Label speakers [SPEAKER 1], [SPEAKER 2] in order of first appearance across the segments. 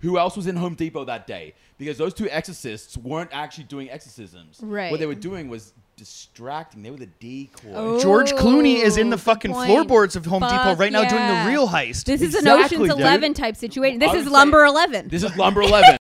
[SPEAKER 1] who else was in Home Depot that day because those two exorcists weren't actually doing exorcisms. What they
[SPEAKER 2] Right.
[SPEAKER 1] were doing was distracting. They were the decoy.
[SPEAKER 3] George Clooney is in the
[SPEAKER 2] Oh, good
[SPEAKER 3] fucking
[SPEAKER 2] point.
[SPEAKER 3] floorboards of Home Depot
[SPEAKER 2] Fuck
[SPEAKER 3] right now doing
[SPEAKER 2] yeah.
[SPEAKER 3] the real heist.
[SPEAKER 2] This is
[SPEAKER 1] Exactly,
[SPEAKER 2] an Ocean's
[SPEAKER 1] dude.
[SPEAKER 2] Eleven type situation. This
[SPEAKER 1] I
[SPEAKER 2] is
[SPEAKER 1] would
[SPEAKER 2] Lumber
[SPEAKER 1] say-
[SPEAKER 2] Eleven.
[SPEAKER 1] This is Lumber 11.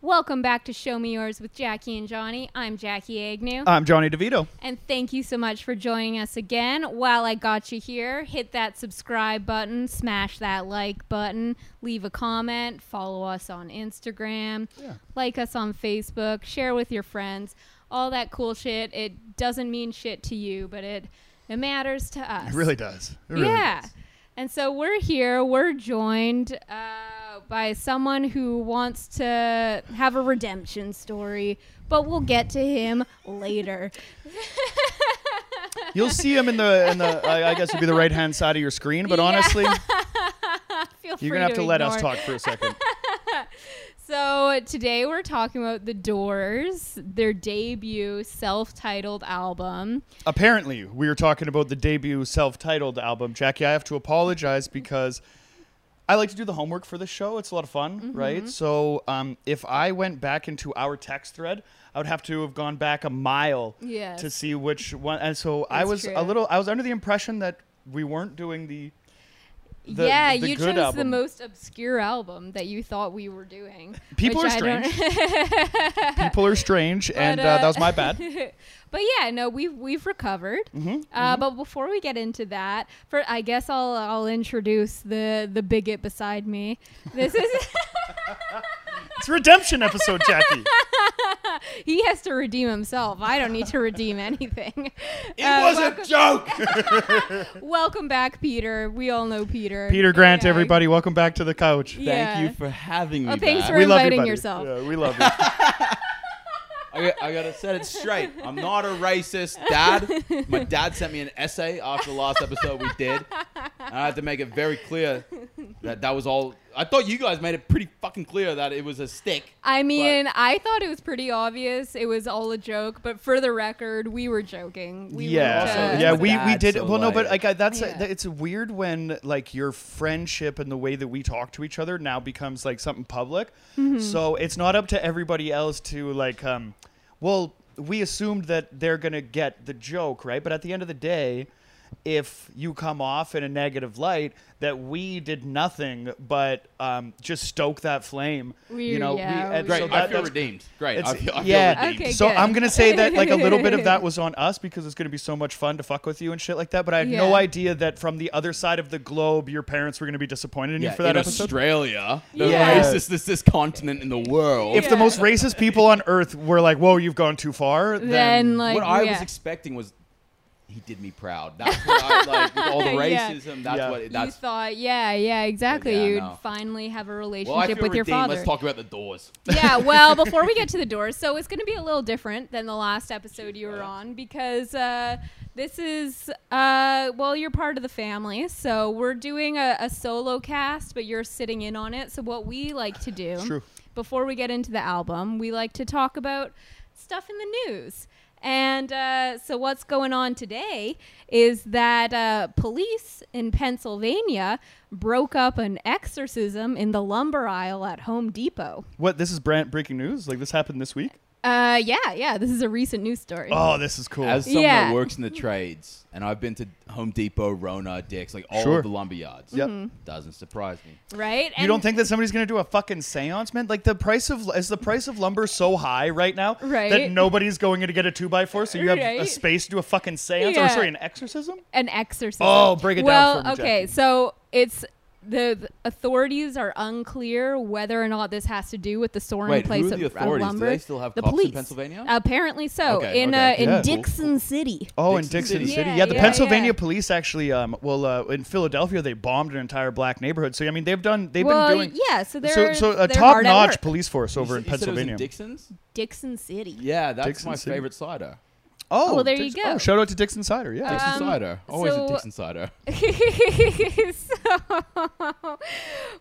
[SPEAKER 2] Welcome back to Show Me Yours with Jackie and Johnny. I'm Jackie Agnew.
[SPEAKER 1] Uh,
[SPEAKER 3] I'm Johnny DeVito.
[SPEAKER 2] And thank you so much for joining us again. While I got you here, hit that subscribe button, smash that like button, leave a comment, follow us on Instagram, like us on Facebook, share with your friends, all that cool shit. It doesn't mean shit to you, but it it matters to us.
[SPEAKER 3] It really does. It really
[SPEAKER 2] yeah.
[SPEAKER 3] does.
[SPEAKER 2] And so we're here. We're joined uh, by someone who wants to have a redemption story, but we'll get to him later.
[SPEAKER 3] You'll see him in the in the I, I guess it'd be the right hand side of your screen, but
[SPEAKER 2] Yeah.
[SPEAKER 3] honestly,
[SPEAKER 2] Feel free
[SPEAKER 3] you're gonna have to let us
[SPEAKER 2] ignore.
[SPEAKER 3] talk for a second.
[SPEAKER 2] So today we're talking about The Doors, their debut self-titled album.
[SPEAKER 3] Apparently, we were talking about the debut self-titled album. Jackie, I have to apologize because I like to do the homework for this show. It's a lot of fun,
[SPEAKER 2] Mm-hmm.
[SPEAKER 3] right? So, um, if I went back into our text thread, I would have to have gone back a mile
[SPEAKER 2] Yes.
[SPEAKER 3] to see which one. And so I
[SPEAKER 2] That's
[SPEAKER 3] was
[SPEAKER 2] true.
[SPEAKER 3] a little. I was under the impression that we weren't doing the. The-
[SPEAKER 2] yeah,
[SPEAKER 3] the
[SPEAKER 2] you
[SPEAKER 3] good
[SPEAKER 2] chose the
[SPEAKER 3] album.
[SPEAKER 2] most obscure album that you thought we were doing.
[SPEAKER 3] People
[SPEAKER 2] which
[SPEAKER 3] are
[SPEAKER 2] I don't-
[SPEAKER 3] People are strange, and uh,
[SPEAKER 2] uh,
[SPEAKER 3] that was my bad.
[SPEAKER 2] But yeah, no, we've we've recovered.
[SPEAKER 1] Mm-hmm,
[SPEAKER 2] uh, But before we get into that, for I guess I'll I'll introduce the the bigot beside me. This is
[SPEAKER 3] It's a redemption episode, Jackie.
[SPEAKER 2] he has to redeem himself. I don't need to redeem anything.
[SPEAKER 1] It
[SPEAKER 2] Uh,
[SPEAKER 1] was
[SPEAKER 2] welcome,
[SPEAKER 1] a joke.
[SPEAKER 2] welcome back, Peter. We all know Peter.
[SPEAKER 3] Peter Grant,
[SPEAKER 2] Yeah.
[SPEAKER 3] everybody, welcome back to the couch.
[SPEAKER 2] Yeah.
[SPEAKER 1] Thank you for having me.
[SPEAKER 2] Oh, thanks
[SPEAKER 1] back.
[SPEAKER 2] for-
[SPEAKER 3] we love you,
[SPEAKER 2] inviting
[SPEAKER 3] buddy.
[SPEAKER 2] yourself.
[SPEAKER 3] Yeah, we love you.
[SPEAKER 1] I, I gotta set it straight. I'm not a racist, Dad. My dad sent me an essay after the last episode we did. And I had to make it very clear that that was all. I thought you guys made it pretty fucking clear that it was a stick.
[SPEAKER 2] I mean, I thought it was pretty obvious. It was all a joke, but for the record, we were joking. We
[SPEAKER 3] yeah,
[SPEAKER 1] Also,
[SPEAKER 2] were
[SPEAKER 1] it's
[SPEAKER 3] yeah,
[SPEAKER 1] with
[SPEAKER 3] we, we
[SPEAKER 1] ads,
[SPEAKER 3] did.
[SPEAKER 1] so,
[SPEAKER 3] well, no, but
[SPEAKER 1] like-
[SPEAKER 3] like I, that's
[SPEAKER 2] Yeah.
[SPEAKER 3] it's weird when like your friendship and the way that we talk to each other now becomes like something public.
[SPEAKER 2] Mm-hmm.
[SPEAKER 3] So it's not up to everybody else to like. um Well, we assumed that they're gonna get the joke, right? But at the end of the day. If you come off in a negative light, that we did nothing but um, just stoke that flame.
[SPEAKER 2] We-
[SPEAKER 3] you know,
[SPEAKER 2] yeah,
[SPEAKER 3] we, and
[SPEAKER 2] we-
[SPEAKER 1] Great.
[SPEAKER 3] so
[SPEAKER 1] I
[SPEAKER 3] that-
[SPEAKER 1] feel
[SPEAKER 3] that's-
[SPEAKER 1] redeemed. Great. I
[SPEAKER 3] it's-
[SPEAKER 1] feel, I feel
[SPEAKER 3] yeah.
[SPEAKER 1] redeemed.
[SPEAKER 2] Okay,
[SPEAKER 3] so
[SPEAKER 2] good.
[SPEAKER 3] I'm gonna say that like a little bit of that was on us because it's gonna be so much fun to fuck with you and shit like that. But I had no
[SPEAKER 2] Yeah.
[SPEAKER 3] idea that from the other side of the globe, your parents were gonna be disappointed in
[SPEAKER 1] Yeah,
[SPEAKER 3] you for that
[SPEAKER 1] in
[SPEAKER 3] episode.
[SPEAKER 1] Australia, the
[SPEAKER 3] Yeah.
[SPEAKER 1] racist this, this continent in the world.
[SPEAKER 3] If the most racist people on earth were like, "Whoa, you've gone too far," then,
[SPEAKER 2] Then, like,
[SPEAKER 1] what I
[SPEAKER 2] yeah.
[SPEAKER 1] was expecting was he did me proud. That's what I like with all the
[SPEAKER 2] Yeah.
[SPEAKER 1] racism. That's
[SPEAKER 3] Yeah.
[SPEAKER 1] what
[SPEAKER 2] you
[SPEAKER 1] that's.
[SPEAKER 2] thought, yeah, yeah, exactly.
[SPEAKER 1] Yeah,
[SPEAKER 2] You'd
[SPEAKER 1] no.
[SPEAKER 2] finally have a relationship
[SPEAKER 1] Well, I feel
[SPEAKER 2] with
[SPEAKER 1] redeemed.
[SPEAKER 2] your father.
[SPEAKER 1] Let's talk about the doors.
[SPEAKER 2] yeah, well, before we get to the doors, so it's going to be a little different than the last episode you were on because uh, this is, uh, well, you're part of the family. So we're doing a, a solo cast, but you're sitting in on it. So, what we like to do
[SPEAKER 3] true.
[SPEAKER 2] before we get into the album, we like to talk about stuff in the news. And uh, so, what's going on today is that uh, police in Pennsylvania broke up an exorcism in the lumber aisle at Home Depot.
[SPEAKER 3] what? This is brand breaking news. Like this happened this week.
[SPEAKER 2] Uh, yeah, yeah. This is a recent news story.
[SPEAKER 3] Oh, this is cool.
[SPEAKER 1] As someone
[SPEAKER 2] Yeah.
[SPEAKER 1] that works in the trades, and I've been to Home Depot, Rona, Dick's, like all
[SPEAKER 3] Sure.
[SPEAKER 1] of the lumber yards.
[SPEAKER 3] Yep.
[SPEAKER 2] Mm-hmm.
[SPEAKER 3] Mhm.
[SPEAKER 1] Doesn't surprise me.
[SPEAKER 2] right.
[SPEAKER 3] you don't think that somebody's gonna do a fucking seance, man? Like the price of is the price of lumber so high right now that
[SPEAKER 2] Right.
[SPEAKER 3] nobody's going to get a two by four, so you have a
[SPEAKER 2] Right.
[SPEAKER 3] space to do a fucking seance or
[SPEAKER 2] Yeah.
[SPEAKER 3] sorry, an exorcism.
[SPEAKER 2] an exorcism?
[SPEAKER 3] Oh, break it down
[SPEAKER 2] well,
[SPEAKER 3] for me,
[SPEAKER 2] okay.
[SPEAKER 3] Jackie.
[SPEAKER 2] So it's the, the authorities are unclear whether or not this has to do with the soaring
[SPEAKER 1] Wait, who
[SPEAKER 2] place
[SPEAKER 1] are
[SPEAKER 2] of
[SPEAKER 1] the
[SPEAKER 2] of
[SPEAKER 1] authorities? Do
[SPEAKER 2] lumber.
[SPEAKER 1] they still have
[SPEAKER 2] the
[SPEAKER 1] cops in
[SPEAKER 2] police
[SPEAKER 1] Pennsylvania?
[SPEAKER 2] Apparently so.
[SPEAKER 1] Okay,
[SPEAKER 2] in
[SPEAKER 1] okay.
[SPEAKER 2] Uh, in
[SPEAKER 3] Yeah.
[SPEAKER 2] Dixon City.
[SPEAKER 3] Oh, in
[SPEAKER 1] Dixon
[SPEAKER 3] Dixon City.
[SPEAKER 1] City.
[SPEAKER 3] Yeah,
[SPEAKER 2] Yeah,
[SPEAKER 3] the
[SPEAKER 2] yeah,
[SPEAKER 3] Pennsylvania
[SPEAKER 2] yeah.
[SPEAKER 3] police actually, um, well, uh, in Philadelphia, they bombed an entire black neighborhood. So I mean, they've done, they've
[SPEAKER 2] well,
[SPEAKER 3] been doing.
[SPEAKER 2] yeah. So
[SPEAKER 3] so,
[SPEAKER 2] they're
[SPEAKER 3] so a
[SPEAKER 2] they're hard at
[SPEAKER 3] top-notch
[SPEAKER 2] work.
[SPEAKER 3] police force over
[SPEAKER 1] You
[SPEAKER 3] in
[SPEAKER 1] said- you said it was
[SPEAKER 3] Pennsylvania.
[SPEAKER 1] Dixon's?
[SPEAKER 2] Dixon City.
[SPEAKER 1] Yeah, that's
[SPEAKER 3] Dixon
[SPEAKER 1] my
[SPEAKER 3] City.
[SPEAKER 1] favorite cider.
[SPEAKER 3] oh,
[SPEAKER 2] Well, there you
[SPEAKER 3] Dixon-
[SPEAKER 2] go.
[SPEAKER 3] Oh, shout out to Dixon Cider. Yeah,
[SPEAKER 1] Dixon
[SPEAKER 2] Um,
[SPEAKER 1] cider. Always
[SPEAKER 2] so-
[SPEAKER 1] a Dixon cider.
[SPEAKER 2] so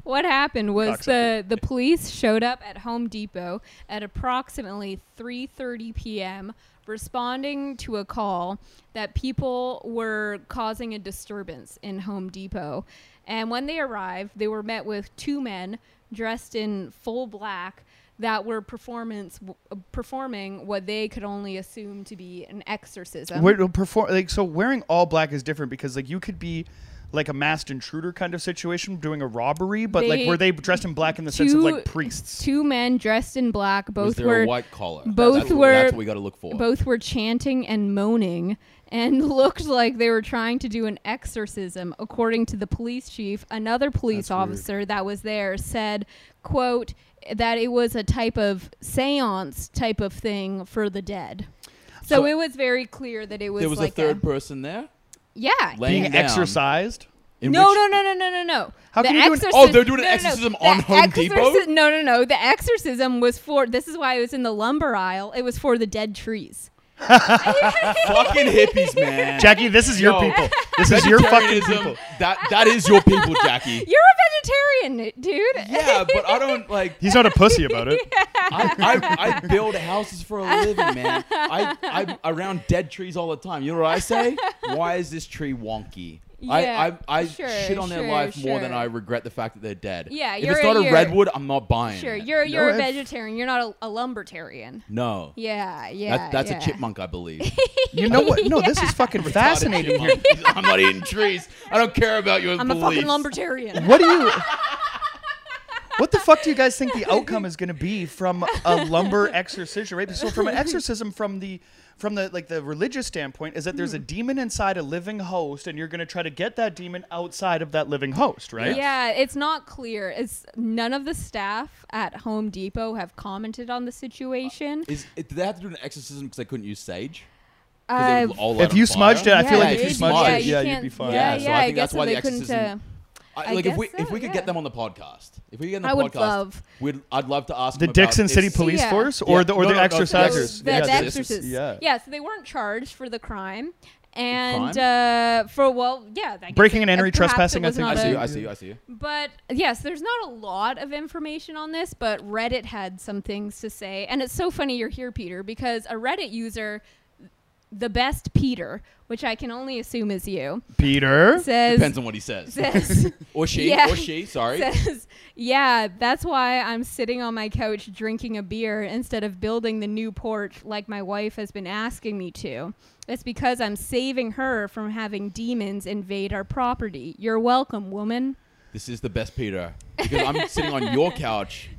[SPEAKER 2] what happened was
[SPEAKER 3] Cocksucker.
[SPEAKER 2] the, the police showed up at Home Depot at approximately 3:30 p.m. responding to a call that people were causing a disturbance in Home Depot. And when they arrived, they were met with two men dressed in full black that were performance w- performing what they could only assume to be an exorcism.
[SPEAKER 3] Wait, well, perform like so wearing all black is different because like you could be like a masked intruder kind of situation doing a robbery, but
[SPEAKER 2] They-
[SPEAKER 3] like were they dressed in black in the sense of like
[SPEAKER 2] two-
[SPEAKER 3] priests?
[SPEAKER 2] Two men dressed in black,
[SPEAKER 1] Was
[SPEAKER 2] both
[SPEAKER 1] there
[SPEAKER 2] were
[SPEAKER 1] a white collar?
[SPEAKER 2] both
[SPEAKER 1] that's, what-
[SPEAKER 2] were-
[SPEAKER 1] That's what we got to look for.
[SPEAKER 2] both were chanting and moaning and looked like they were trying to do an exorcism according to the police chief another police officer that was there said quote that it was a type of seance type of thing for the dead so,
[SPEAKER 1] So-
[SPEAKER 2] it was very clear that it was,
[SPEAKER 1] there was
[SPEAKER 2] like
[SPEAKER 1] a third person there.
[SPEAKER 2] yeah
[SPEAKER 1] Laying
[SPEAKER 3] Being
[SPEAKER 1] down.
[SPEAKER 3] exercised.
[SPEAKER 1] In
[SPEAKER 2] no,
[SPEAKER 1] which-
[SPEAKER 2] no, no, no, no, no, no.
[SPEAKER 3] How
[SPEAKER 2] the
[SPEAKER 3] can you do an-
[SPEAKER 2] exorcism-
[SPEAKER 1] Oh, they're doing an
[SPEAKER 2] no, no, no.
[SPEAKER 1] exorcism
[SPEAKER 2] The
[SPEAKER 1] on Home Depot?
[SPEAKER 2] exorci- No, no, no. The exorcism was for. This is why it was in the lumber aisle. It was for the dead trees.
[SPEAKER 1] Fucking hippies, man.
[SPEAKER 3] Jackie, this is your
[SPEAKER 1] Yo.
[SPEAKER 3] people. This is your fucking
[SPEAKER 1] Vegetarianism,
[SPEAKER 3] people.
[SPEAKER 1] That that is your people, Jackie.
[SPEAKER 2] You're a vegetarian, dude.
[SPEAKER 1] yeah, but I don't like.
[SPEAKER 3] He's not a pussy about it.
[SPEAKER 1] I, I, I build houses for a living, man. I, I'm around dead trees all the time. You know what I say? Why is this tree wonky?
[SPEAKER 2] Yeah,
[SPEAKER 1] I, I, I
[SPEAKER 2] sure,
[SPEAKER 1] shit on
[SPEAKER 2] sure,
[SPEAKER 1] their life more than
[SPEAKER 2] sure.
[SPEAKER 1] I regret the fact that they're dead.
[SPEAKER 2] Yeah,
[SPEAKER 1] if
[SPEAKER 2] you're
[SPEAKER 1] it's
[SPEAKER 2] a-
[SPEAKER 1] not a
[SPEAKER 2] you're-
[SPEAKER 1] redwood, I'm not buying.
[SPEAKER 2] Sure,
[SPEAKER 1] it.
[SPEAKER 2] you're you're a
[SPEAKER 3] if-
[SPEAKER 2] vegetarian. You're not a, a lumbertarian.
[SPEAKER 1] no.
[SPEAKER 2] Yeah, yeah.
[SPEAKER 1] That, that's
[SPEAKER 2] yeah.
[SPEAKER 1] a chipmunk, I believe.
[SPEAKER 3] You know what? No, this is fucking fascinating here.
[SPEAKER 1] I'm not eating trees. I don't care about your
[SPEAKER 2] I'm a
[SPEAKER 1] beliefs.
[SPEAKER 2] fucking lumbertarian.
[SPEAKER 3] What do you? What the fuck do you guys think the outcome is going to be from a lumber exorcism? Right. So from an exorcism from the from the like the religious standpoint is that there's
[SPEAKER 2] Hmm.
[SPEAKER 3] a demon inside a living host, and you're going to try to get that demon outside of that living host, right?
[SPEAKER 2] Yeah, it's not clear. It's none of the staff at Home Depot have commented on the situation.
[SPEAKER 1] Is, did they have to do an exorcism because they couldn't use sage? 'Cause they
[SPEAKER 2] Uh,
[SPEAKER 1] were all
[SPEAKER 3] If
[SPEAKER 1] out on
[SPEAKER 3] you
[SPEAKER 1] fire?
[SPEAKER 3] smudged it, I feel like if you
[SPEAKER 1] it's
[SPEAKER 3] smudged
[SPEAKER 1] smudged.
[SPEAKER 3] it,
[SPEAKER 1] Yeah,
[SPEAKER 3] yeah,
[SPEAKER 2] you
[SPEAKER 3] you'd
[SPEAKER 2] can't-
[SPEAKER 3] be fine.
[SPEAKER 2] Yeah,
[SPEAKER 1] Yeah, so
[SPEAKER 2] yeah,
[SPEAKER 1] I
[SPEAKER 2] I,
[SPEAKER 1] think
[SPEAKER 2] guess
[SPEAKER 1] that's
[SPEAKER 2] so
[SPEAKER 1] why
[SPEAKER 2] they
[SPEAKER 1] the
[SPEAKER 2] couldn't. Uh,
[SPEAKER 1] exorcism- I,
[SPEAKER 2] I
[SPEAKER 1] like if we
[SPEAKER 2] guess
[SPEAKER 1] if
[SPEAKER 2] so,
[SPEAKER 1] we could
[SPEAKER 2] yeah.
[SPEAKER 1] get them on the podcast, if we could get them
[SPEAKER 2] I
[SPEAKER 1] on the
[SPEAKER 2] would
[SPEAKER 1] podcast,
[SPEAKER 2] love-
[SPEAKER 1] we'd I'd love to ask
[SPEAKER 3] The
[SPEAKER 1] them about
[SPEAKER 3] Dixon City
[SPEAKER 1] if-
[SPEAKER 3] Police
[SPEAKER 2] Yeah.
[SPEAKER 3] Force or
[SPEAKER 1] Yeah.
[SPEAKER 3] the or
[SPEAKER 1] No,
[SPEAKER 3] the
[SPEAKER 1] no, no, the
[SPEAKER 3] exorcisers?
[SPEAKER 1] exorcists.
[SPEAKER 2] The,
[SPEAKER 1] Yeah,
[SPEAKER 2] the
[SPEAKER 1] the
[SPEAKER 2] exorcists.
[SPEAKER 1] exorcists.
[SPEAKER 2] Yeah.
[SPEAKER 3] Yeah.
[SPEAKER 2] so they weren't charged for the crime. And uh, for, well, yeah. I guess
[SPEAKER 3] Breaking and
[SPEAKER 2] it-
[SPEAKER 3] entering,
[SPEAKER 2] perhaps it
[SPEAKER 3] trespassing, I
[SPEAKER 2] was
[SPEAKER 3] think
[SPEAKER 1] I
[SPEAKER 2] not
[SPEAKER 3] is
[SPEAKER 1] see
[SPEAKER 2] a-
[SPEAKER 1] you. I see you. I see you.
[SPEAKER 2] But yes, there's not a lot of information on this, but Reddit had some things to say. And it's so funny you're here, Peter, because a Reddit user, the best Peter, which I can only assume is you,
[SPEAKER 3] Peter.
[SPEAKER 1] Depends
[SPEAKER 2] says.
[SPEAKER 1] on what he says,
[SPEAKER 2] says
[SPEAKER 1] or she,
[SPEAKER 2] Yeah.
[SPEAKER 1] or she. Sorry.
[SPEAKER 2] says, yeah, that's why I'm sitting on my couch drinking a beer instead of building the new porch like my wife has been asking me to. It's because I'm saving her from having demons invade our property. You're welcome, woman.
[SPEAKER 1] This is the best Peter because I'm sitting on your couch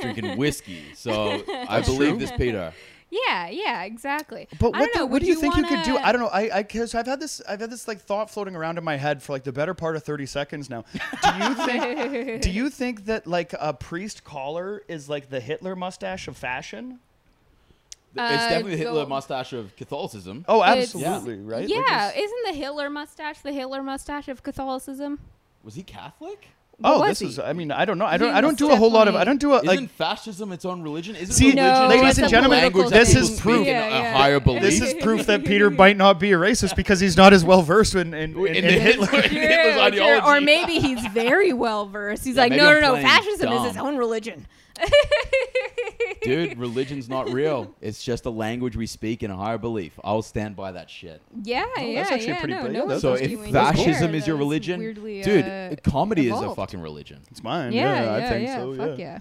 [SPEAKER 1] drinking whiskey, so I believe
[SPEAKER 3] true.
[SPEAKER 1] this Peter.
[SPEAKER 2] Yeah, yeah, exactly.
[SPEAKER 3] But
[SPEAKER 2] I
[SPEAKER 3] what,
[SPEAKER 2] don't
[SPEAKER 3] the,
[SPEAKER 2] know,
[SPEAKER 3] what
[SPEAKER 2] would
[SPEAKER 3] do you, think you could do?
[SPEAKER 2] wanna-
[SPEAKER 3] I don't know. I, I cause I've had this I've had this like thought floating around in my head for like the better part of thirty seconds now. Do you think do you think that like a priest collar is like the Hitler mustache of fashion?
[SPEAKER 1] it's
[SPEAKER 2] Uh,
[SPEAKER 1] definitely the Hitler
[SPEAKER 2] go-
[SPEAKER 1] mustache of Catholicism.
[SPEAKER 3] Oh,
[SPEAKER 2] It's-
[SPEAKER 3] absolutely, right? Like,
[SPEAKER 2] Yeah,
[SPEAKER 3] it's-
[SPEAKER 2] isn't the Hitler mustache the Hitler mustache of Catholicism?
[SPEAKER 1] Was he Catholic?
[SPEAKER 2] What
[SPEAKER 3] oh,
[SPEAKER 2] was
[SPEAKER 3] this
[SPEAKER 2] he?
[SPEAKER 3] is. I mean, I don't know. I don't.
[SPEAKER 2] He
[SPEAKER 3] I
[SPEAKER 2] was
[SPEAKER 3] don't do a whole lot of. I
[SPEAKER 2] definitely-
[SPEAKER 3] don't do a
[SPEAKER 1] Isn't
[SPEAKER 3] Uh, like.
[SPEAKER 1] fascism its own religion? Isn't
[SPEAKER 3] See,
[SPEAKER 1] religion
[SPEAKER 2] No,
[SPEAKER 3] ladies
[SPEAKER 2] it's
[SPEAKER 3] and
[SPEAKER 2] a
[SPEAKER 3] gentlemen,
[SPEAKER 1] language
[SPEAKER 2] political
[SPEAKER 1] that
[SPEAKER 2] thing.
[SPEAKER 3] this
[SPEAKER 1] people
[SPEAKER 3] is
[SPEAKER 1] speak
[SPEAKER 3] proof.
[SPEAKER 1] in
[SPEAKER 2] Yeah, yeah.
[SPEAKER 1] a higher belief?
[SPEAKER 3] This is proof that Peter might not be a racist because he's not as well versed in in, in,
[SPEAKER 1] In
[SPEAKER 3] in
[SPEAKER 1] the
[SPEAKER 3] Hitler.
[SPEAKER 1] Hitler-
[SPEAKER 2] True,
[SPEAKER 1] Hitler's
[SPEAKER 2] true.
[SPEAKER 1] ideology.
[SPEAKER 2] Or maybe he's very well versed. He's
[SPEAKER 1] Yeah,
[SPEAKER 2] like,
[SPEAKER 1] maybe
[SPEAKER 2] no,
[SPEAKER 1] I'm
[SPEAKER 2] no, no,
[SPEAKER 1] playing
[SPEAKER 2] fascism is its
[SPEAKER 1] dumb."
[SPEAKER 2] own religion.
[SPEAKER 1] Dude, religion's not real. It's just a language we speak in a higher belief. I'll stand by that shit.
[SPEAKER 2] Yeah, yeah,
[SPEAKER 3] actually
[SPEAKER 2] yeah.
[SPEAKER 3] pretty
[SPEAKER 2] no,
[SPEAKER 3] big.
[SPEAKER 2] no
[SPEAKER 3] Yeah,
[SPEAKER 2] one's
[SPEAKER 3] that's
[SPEAKER 1] So
[SPEAKER 3] Those
[SPEAKER 1] if
[SPEAKER 2] arguing with
[SPEAKER 1] fascism
[SPEAKER 2] that.
[SPEAKER 1] is your
[SPEAKER 2] That's
[SPEAKER 1] religion,
[SPEAKER 2] weirdly,
[SPEAKER 1] dude,
[SPEAKER 2] uh,
[SPEAKER 1] comedy is a
[SPEAKER 2] evolved.
[SPEAKER 1] fucking religion.
[SPEAKER 3] It's mine.
[SPEAKER 2] yeah,
[SPEAKER 3] Yeah,
[SPEAKER 2] yeah,
[SPEAKER 3] I think
[SPEAKER 2] yeah,
[SPEAKER 3] so.
[SPEAKER 2] Fuck
[SPEAKER 3] yeah.
[SPEAKER 2] yeah.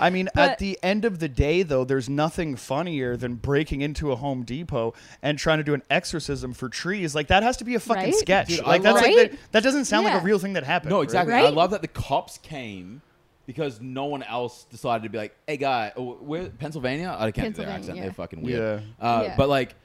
[SPEAKER 3] I mean,
[SPEAKER 2] But-
[SPEAKER 3] at the end of the day, though, there's nothing funnier than breaking into a Home Depot and trying to do an exorcism for trees. Like that has to be a fucking
[SPEAKER 2] Right?
[SPEAKER 3] sketch.
[SPEAKER 1] Dude, I
[SPEAKER 3] like that's
[SPEAKER 1] love-
[SPEAKER 3] like
[SPEAKER 2] Right?
[SPEAKER 3] that, that doesn't sound like
[SPEAKER 2] Yeah.
[SPEAKER 3] a real thing that happened.
[SPEAKER 1] No,
[SPEAKER 3] right?
[SPEAKER 1] exactly. I
[SPEAKER 2] Right?
[SPEAKER 1] love that the cops came because no one else decided to be like, "Hey, guy, oh, where Pennsylvania? I can't do their
[SPEAKER 2] Pennsylvania,
[SPEAKER 1] accent.
[SPEAKER 2] yeah.
[SPEAKER 1] They're fucking weird."
[SPEAKER 3] Yeah.
[SPEAKER 1] Uh,
[SPEAKER 2] Yeah.
[SPEAKER 1] But like,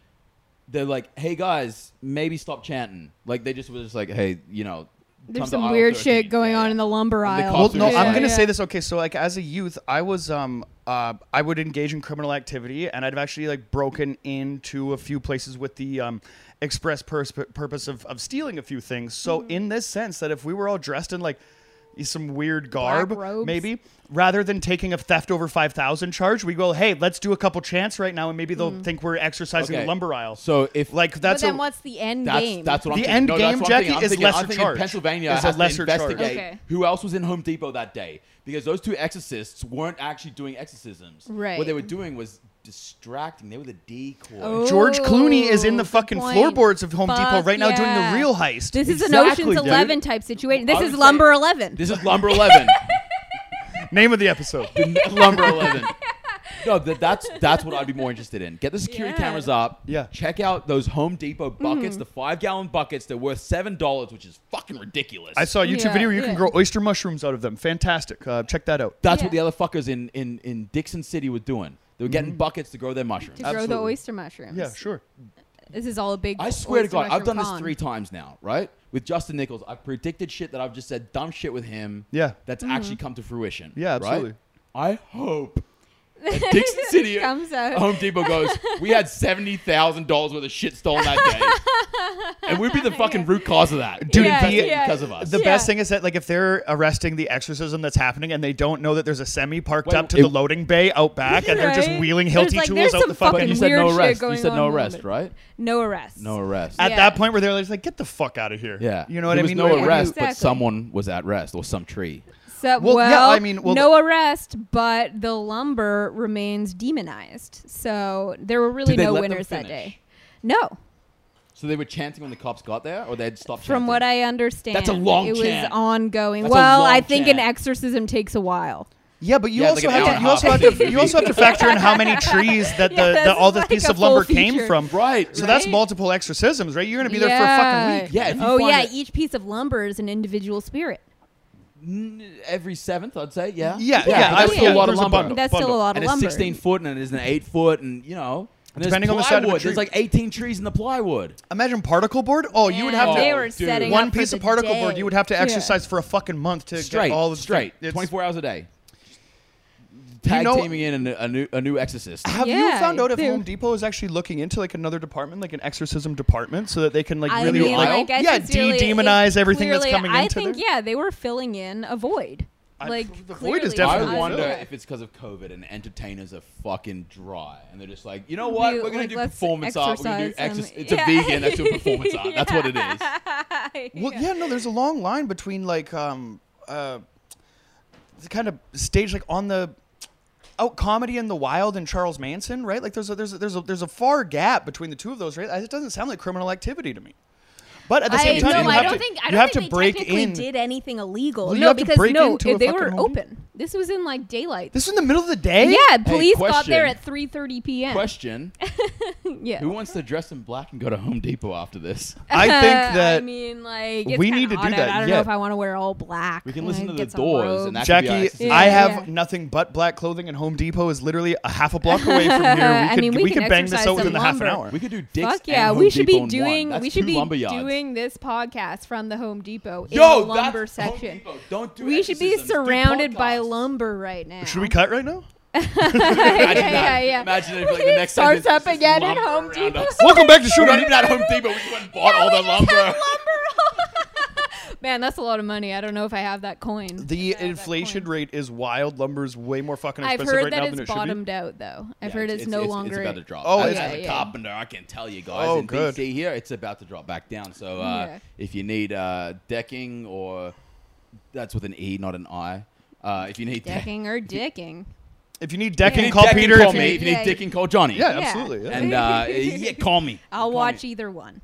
[SPEAKER 1] they're like, "Hey, guys, maybe stop chanting." Like they just were just like, "Hey, you know." come
[SPEAKER 2] There's
[SPEAKER 1] to
[SPEAKER 2] some
[SPEAKER 1] aisle
[SPEAKER 2] weird
[SPEAKER 1] 13."
[SPEAKER 2] shit going on in the lumber
[SPEAKER 1] And the
[SPEAKER 2] aisle.
[SPEAKER 1] cops
[SPEAKER 3] Well,
[SPEAKER 1] Also,
[SPEAKER 3] no,
[SPEAKER 1] yeah,
[SPEAKER 3] I'm gonna
[SPEAKER 1] yeah.
[SPEAKER 3] say this. Okay, so like as a youth, I was um uh I would engage in criminal activity, and I'd have actually like broken into a few places with the um
[SPEAKER 2] Mm-hmm.
[SPEAKER 3] express pers- purpose of of stealing a few things. So in this sense, that if we were all dressed in like some weird garb,
[SPEAKER 2] robes.
[SPEAKER 3] maybe. Rather than taking a theft over 5,000 charge, we go, hey, let's do a couple chants right now, and maybe they'll think we're exercising
[SPEAKER 1] Okay.
[SPEAKER 3] the lumber aisle.
[SPEAKER 1] So if
[SPEAKER 3] like, that's
[SPEAKER 2] Mm. but then
[SPEAKER 3] a,
[SPEAKER 2] what's the end
[SPEAKER 1] that's
[SPEAKER 2] game?
[SPEAKER 1] that's what I'm
[SPEAKER 3] The
[SPEAKER 1] thinking.
[SPEAKER 3] end
[SPEAKER 1] No, that's
[SPEAKER 3] game,
[SPEAKER 1] what I'm thinking.
[SPEAKER 3] Jackie,
[SPEAKER 1] I'm
[SPEAKER 3] is
[SPEAKER 1] thinking, I'm
[SPEAKER 3] lesser
[SPEAKER 1] thinking
[SPEAKER 3] charge.
[SPEAKER 1] Pennsylvania
[SPEAKER 3] It's a
[SPEAKER 1] has
[SPEAKER 3] lesser
[SPEAKER 1] to
[SPEAKER 3] charge.
[SPEAKER 1] investigate
[SPEAKER 2] Okay.
[SPEAKER 1] who else was in Home Depot that day because those two exorcists weren't actually doing exorcisms. What
[SPEAKER 2] Right.
[SPEAKER 1] they were doing was distracting. They were the decoy.
[SPEAKER 2] Oh,
[SPEAKER 3] George Clooney is in the
[SPEAKER 2] good
[SPEAKER 3] fucking
[SPEAKER 2] point.
[SPEAKER 3] floorboards of Home Depot
[SPEAKER 2] Fuck
[SPEAKER 3] right now doing
[SPEAKER 2] yeah.
[SPEAKER 3] the real heist.
[SPEAKER 2] This is
[SPEAKER 1] Exactly,
[SPEAKER 2] an Ocean's
[SPEAKER 1] dude.
[SPEAKER 2] Eleven type situation.
[SPEAKER 1] I
[SPEAKER 2] This
[SPEAKER 1] would
[SPEAKER 2] is
[SPEAKER 1] say-
[SPEAKER 2] Lumber Eleven.
[SPEAKER 1] This is Lumber Eleven.
[SPEAKER 3] Name of the episode.
[SPEAKER 1] Lumber Eleven. No, that, that's that's what I'd be more interested in. Get the security
[SPEAKER 2] Yeah. Mm.
[SPEAKER 1] cameras up.
[SPEAKER 3] Yeah.
[SPEAKER 1] Check out those Home Depot buckets, the five gallon buckets. They're worth seven dollars, which is fucking ridiculous.
[SPEAKER 3] I saw a YouTube
[SPEAKER 2] Yeah,
[SPEAKER 3] video where you can
[SPEAKER 2] yeah.
[SPEAKER 3] grow oyster mushrooms out of them. Fantastic. Uh, check that out.
[SPEAKER 1] that's what the
[SPEAKER 2] Yeah.
[SPEAKER 1] other fuckers in in in Dixon City were doing. They were
[SPEAKER 2] Mm.
[SPEAKER 1] getting buckets to grow their mushrooms.
[SPEAKER 2] to grow the
[SPEAKER 3] Absolutely.
[SPEAKER 2] oyster mushrooms.
[SPEAKER 3] Yeah, sure.
[SPEAKER 2] This is all a big.
[SPEAKER 1] I swear to
[SPEAKER 2] oyster
[SPEAKER 1] God, I've
[SPEAKER 2] mushroom
[SPEAKER 1] done this
[SPEAKER 2] con.
[SPEAKER 1] three times now, right? With Justin Nichols, I predicted shit that I've just said dumb shit with him.
[SPEAKER 3] Yeah.
[SPEAKER 1] That's
[SPEAKER 2] Mm-hmm.
[SPEAKER 1] actually come to fruition.
[SPEAKER 3] Yeah,
[SPEAKER 1] right?
[SPEAKER 3] absolutely.
[SPEAKER 1] I hope that Dixon City
[SPEAKER 2] Comes out.
[SPEAKER 1] Home Depot goes, we had seventy thousand dollars worth of shit stolen that day, and we'd be the fucking root cause of that,
[SPEAKER 3] Dude,
[SPEAKER 1] We'd be
[SPEAKER 3] Yeah,
[SPEAKER 1] invested
[SPEAKER 3] yeah.
[SPEAKER 1] because of us.
[SPEAKER 3] The
[SPEAKER 2] Yeah.
[SPEAKER 3] best thing is that like if they're arresting the exorcism that's happening and they don't know that there's a semi parked
[SPEAKER 1] Wait,
[SPEAKER 3] up to
[SPEAKER 1] it-
[SPEAKER 3] the loading bay out back and they're just
[SPEAKER 2] Right?
[SPEAKER 3] wheeling
[SPEAKER 2] There's,
[SPEAKER 3] Hilti
[SPEAKER 2] like,
[SPEAKER 3] tools
[SPEAKER 2] there's
[SPEAKER 3] out
[SPEAKER 2] some
[SPEAKER 3] the fucking.
[SPEAKER 1] but
[SPEAKER 2] fucking
[SPEAKER 1] you said no
[SPEAKER 2] weird shit
[SPEAKER 1] arrest. You
[SPEAKER 2] going
[SPEAKER 1] said
[SPEAKER 2] on
[SPEAKER 1] no
[SPEAKER 2] a little
[SPEAKER 1] arrest,
[SPEAKER 2] bit.
[SPEAKER 1] right?
[SPEAKER 2] No arrest.
[SPEAKER 1] No arrest.
[SPEAKER 3] At
[SPEAKER 2] Yeah.
[SPEAKER 3] that point where they're just like, get the fuck out of here.
[SPEAKER 1] yeah,
[SPEAKER 3] You know what
[SPEAKER 1] there
[SPEAKER 3] I
[SPEAKER 1] was
[SPEAKER 3] mean?
[SPEAKER 1] no
[SPEAKER 3] Like, what do you-
[SPEAKER 1] arrest, but
[SPEAKER 2] Exactly.
[SPEAKER 1] someone was at rest or some tree.
[SPEAKER 2] So,
[SPEAKER 3] Well,
[SPEAKER 2] well,
[SPEAKER 3] yeah, I mean, well,
[SPEAKER 2] no arrest, but the lumber remains demonized. So there were really
[SPEAKER 1] Did they
[SPEAKER 2] no
[SPEAKER 1] let them
[SPEAKER 2] winners that
[SPEAKER 1] finish?
[SPEAKER 2] day. No,
[SPEAKER 1] So they were chanting when the cops got there, or they'd stopped.
[SPEAKER 2] from
[SPEAKER 1] chanting?
[SPEAKER 2] what I understand,
[SPEAKER 1] That's a long
[SPEAKER 2] It
[SPEAKER 1] chant.
[SPEAKER 2] was ongoing.
[SPEAKER 1] That's a
[SPEAKER 2] well,
[SPEAKER 1] long
[SPEAKER 2] I think
[SPEAKER 1] chant.
[SPEAKER 2] an exorcism takes a while.
[SPEAKER 3] Yeah, but you
[SPEAKER 1] Yeah, it's
[SPEAKER 3] also
[SPEAKER 1] like an hour
[SPEAKER 3] have to
[SPEAKER 1] and
[SPEAKER 3] you
[SPEAKER 1] a
[SPEAKER 3] also
[SPEAKER 1] half
[SPEAKER 3] have
[SPEAKER 1] movie.
[SPEAKER 3] to you also have to factor in how many trees that the,
[SPEAKER 2] Yeah,
[SPEAKER 3] the
[SPEAKER 2] this
[SPEAKER 3] all
[SPEAKER 2] is
[SPEAKER 3] this
[SPEAKER 2] like
[SPEAKER 3] piece
[SPEAKER 2] a
[SPEAKER 3] of lumber
[SPEAKER 2] full
[SPEAKER 3] came
[SPEAKER 2] feature.
[SPEAKER 3] from.
[SPEAKER 1] Right.
[SPEAKER 3] So that's
[SPEAKER 2] Right.
[SPEAKER 3] multiple exorcisms, right? You're gonna be there for a fucking week.
[SPEAKER 1] Yeah, if you
[SPEAKER 2] oh
[SPEAKER 1] find
[SPEAKER 2] yeah.
[SPEAKER 1] it-
[SPEAKER 2] Each piece of lumber is an individual spirit.
[SPEAKER 1] N- every seventh, I'd say. Yeah.
[SPEAKER 3] Yeah,
[SPEAKER 2] yeah,
[SPEAKER 1] but
[SPEAKER 2] I
[SPEAKER 1] that's
[SPEAKER 2] would-
[SPEAKER 1] still a
[SPEAKER 2] yeah,
[SPEAKER 1] lot of
[SPEAKER 3] there's a
[SPEAKER 1] lumber.
[SPEAKER 3] bundle.
[SPEAKER 2] That's still a lot
[SPEAKER 1] and
[SPEAKER 2] of
[SPEAKER 1] it's
[SPEAKER 2] lumber.
[SPEAKER 1] 16 foot, and it's an 8 foot, and you know. And there's
[SPEAKER 3] Depending on the side of the
[SPEAKER 1] plywood.
[SPEAKER 3] tree.
[SPEAKER 1] There's like 18 trees in the plywood.
[SPEAKER 3] Imagine particle board. Oh, you would have
[SPEAKER 2] Yeah,
[SPEAKER 3] to
[SPEAKER 2] They
[SPEAKER 1] Oh,
[SPEAKER 2] were
[SPEAKER 1] dude.
[SPEAKER 2] setting
[SPEAKER 3] one
[SPEAKER 2] up for
[SPEAKER 3] piece of
[SPEAKER 2] the
[SPEAKER 3] particle
[SPEAKER 2] day.
[SPEAKER 3] board you would have to
[SPEAKER 2] Yeah.
[SPEAKER 3] exercise for a fucking month to
[SPEAKER 1] Straight,
[SPEAKER 3] get all the
[SPEAKER 1] straight,
[SPEAKER 3] it's-
[SPEAKER 1] 24 hours a day. Tag
[SPEAKER 3] know-
[SPEAKER 1] teaming in a, a new a new exorcist.
[SPEAKER 3] Have you
[SPEAKER 2] Yeah,
[SPEAKER 3] found out if
[SPEAKER 2] they're-
[SPEAKER 3] Home Depot is actually looking into like another department, like an exorcism department, so that they can like
[SPEAKER 2] I
[SPEAKER 3] really
[SPEAKER 2] mean,
[SPEAKER 1] like,
[SPEAKER 2] like, I
[SPEAKER 3] yeah
[SPEAKER 2] sincerely-
[SPEAKER 3] de-demonize
[SPEAKER 2] it
[SPEAKER 3] everything that's
[SPEAKER 2] clearly-
[SPEAKER 3] coming
[SPEAKER 2] I
[SPEAKER 3] into
[SPEAKER 2] think
[SPEAKER 3] there?
[SPEAKER 2] yeah, they were filling in a void.
[SPEAKER 3] I-
[SPEAKER 2] Like
[SPEAKER 3] the void is
[SPEAKER 2] clearly,
[SPEAKER 3] definitely
[SPEAKER 1] I wonder
[SPEAKER 3] filled.
[SPEAKER 1] if it's because of COVID and entertainers are fucking dry, and they're just like, you know what,
[SPEAKER 2] We-
[SPEAKER 1] we, are gonna
[SPEAKER 2] like,
[SPEAKER 1] do
[SPEAKER 2] let's
[SPEAKER 1] performance art. We're gonna do
[SPEAKER 2] exercise
[SPEAKER 1] exorc-
[SPEAKER 2] and-
[SPEAKER 1] It's a
[SPEAKER 2] Yeah.
[SPEAKER 1] vegan. That's doing performance art. That's what it is.
[SPEAKER 3] Well, yeah, no, there's a long line between like um uh, the kind of stage like on the out comedy in the wild and Charles Manson, right? Like there's a there's a, there's a there's a far gap between the two of those, right? It doesn't sound like criminal activity to me. But at the same
[SPEAKER 2] I,
[SPEAKER 3] time,
[SPEAKER 2] no,
[SPEAKER 3] you
[SPEAKER 2] I
[SPEAKER 3] have
[SPEAKER 2] don't
[SPEAKER 3] to,
[SPEAKER 2] think I
[SPEAKER 3] you
[SPEAKER 2] don't
[SPEAKER 3] have
[SPEAKER 2] think they
[SPEAKER 3] to break
[SPEAKER 2] technically
[SPEAKER 3] in.
[SPEAKER 2] did anything illegal.
[SPEAKER 3] Well, you
[SPEAKER 2] no,
[SPEAKER 3] have to
[SPEAKER 2] because
[SPEAKER 3] break
[SPEAKER 2] no,
[SPEAKER 3] into a
[SPEAKER 2] they
[SPEAKER 3] fucking
[SPEAKER 2] were
[SPEAKER 3] home.
[SPEAKER 2] open. This was in like daylight.
[SPEAKER 3] This was in the middle of the day.
[SPEAKER 2] yeah, police got
[SPEAKER 1] question.
[SPEAKER 2] there at 3:30 p.m.
[SPEAKER 1] Question:
[SPEAKER 2] Yeah,
[SPEAKER 1] Who wants to dress in black and go to Home Depot after this?
[SPEAKER 3] I think
[SPEAKER 2] I
[SPEAKER 3] that
[SPEAKER 2] mean, like it's
[SPEAKER 3] we
[SPEAKER 2] kinda
[SPEAKER 3] need to do
[SPEAKER 2] hot out.
[SPEAKER 3] that,
[SPEAKER 2] I don't
[SPEAKER 3] yeah.
[SPEAKER 2] know if I want to wear all black.
[SPEAKER 1] We can listen to
[SPEAKER 2] Like,
[SPEAKER 1] the
[SPEAKER 2] get some
[SPEAKER 1] doors, and
[SPEAKER 2] robes.
[SPEAKER 1] that could be our
[SPEAKER 3] Jackie,
[SPEAKER 1] exercise.
[SPEAKER 2] Yeah,
[SPEAKER 3] I have
[SPEAKER 2] yeah.
[SPEAKER 3] nothing but black clothing, and Home Depot is literally a half a block away from here. We could,
[SPEAKER 2] I mean, we can
[SPEAKER 3] could bang this
[SPEAKER 2] exercise
[SPEAKER 3] out
[SPEAKER 2] some
[SPEAKER 3] within the half an
[SPEAKER 2] lumber.
[SPEAKER 3] hour.
[SPEAKER 1] We could do dicks.
[SPEAKER 2] Fuck yeah,
[SPEAKER 1] and
[SPEAKER 2] we
[SPEAKER 1] Home
[SPEAKER 2] should
[SPEAKER 1] Depot
[SPEAKER 2] be
[SPEAKER 1] in
[SPEAKER 2] doing
[SPEAKER 1] One. That's
[SPEAKER 2] we should
[SPEAKER 1] two
[SPEAKER 2] be
[SPEAKER 1] lumber yards.
[SPEAKER 2] doing this podcast from the Home Depot in
[SPEAKER 1] Yo,
[SPEAKER 2] the lumber
[SPEAKER 1] that's Home
[SPEAKER 2] section.
[SPEAKER 1] Depot. Don't do
[SPEAKER 2] we should be
[SPEAKER 1] exorcisms. Do
[SPEAKER 2] surrounded by
[SPEAKER 1] podcasts.
[SPEAKER 2] lumber right now.
[SPEAKER 3] Should we cut right now?
[SPEAKER 1] Imagine
[SPEAKER 2] yeah,
[SPEAKER 1] that.
[SPEAKER 2] yeah, yeah.
[SPEAKER 1] Imagine if like the next time
[SPEAKER 2] Starts
[SPEAKER 1] it's
[SPEAKER 2] up
[SPEAKER 1] just
[SPEAKER 2] again at
[SPEAKER 1] lumber
[SPEAKER 2] Home
[SPEAKER 1] around
[SPEAKER 2] Depot.
[SPEAKER 1] us.
[SPEAKER 3] Welcome back to
[SPEAKER 1] We're
[SPEAKER 3] Shoot
[SPEAKER 1] not even at Home Depot. We just went and bought all the lumber.
[SPEAKER 2] Man, that's a lot of money. I don't know if I have that coin.
[SPEAKER 3] The inflation rate is wild. Lumber is way more fucking
[SPEAKER 2] I've
[SPEAKER 3] expensive
[SPEAKER 2] heard
[SPEAKER 3] right
[SPEAKER 2] that
[SPEAKER 3] now than
[SPEAKER 2] it's
[SPEAKER 3] it should be.
[SPEAKER 2] bottomed out, though. I've
[SPEAKER 1] Yeah,
[SPEAKER 2] heard it's, no longer.
[SPEAKER 1] It's about to drop.
[SPEAKER 3] Oh,
[SPEAKER 1] Oh,
[SPEAKER 3] it's-
[SPEAKER 1] as a
[SPEAKER 2] yeah.
[SPEAKER 1] carpenter, I can tell you guys.
[SPEAKER 3] Oh,
[SPEAKER 1] in
[SPEAKER 3] good.
[SPEAKER 1] DC here, it's about to drop back down. So uh,
[SPEAKER 2] Yeah.
[SPEAKER 1] if you need uh, decking or that's with an E, not an I. Uh, if you need de-
[SPEAKER 2] Decking or dicking.
[SPEAKER 3] If you need
[SPEAKER 1] if you
[SPEAKER 3] decking,
[SPEAKER 1] need
[SPEAKER 3] call
[SPEAKER 1] decking,
[SPEAKER 3] Peter.
[SPEAKER 1] call
[SPEAKER 3] if you
[SPEAKER 1] me.
[SPEAKER 3] need-
[SPEAKER 1] If you need
[SPEAKER 2] Yeah.
[SPEAKER 1] dicking, call Johnny.
[SPEAKER 3] Yeah, absolutely. yeah.
[SPEAKER 1] And uh, yeah, call me.
[SPEAKER 2] I'll
[SPEAKER 1] Call
[SPEAKER 2] watch
[SPEAKER 1] me.
[SPEAKER 2] either one.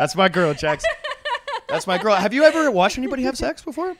[SPEAKER 3] That's my girl, Jackson. That's my girl. Have you ever watched anybody have sex before?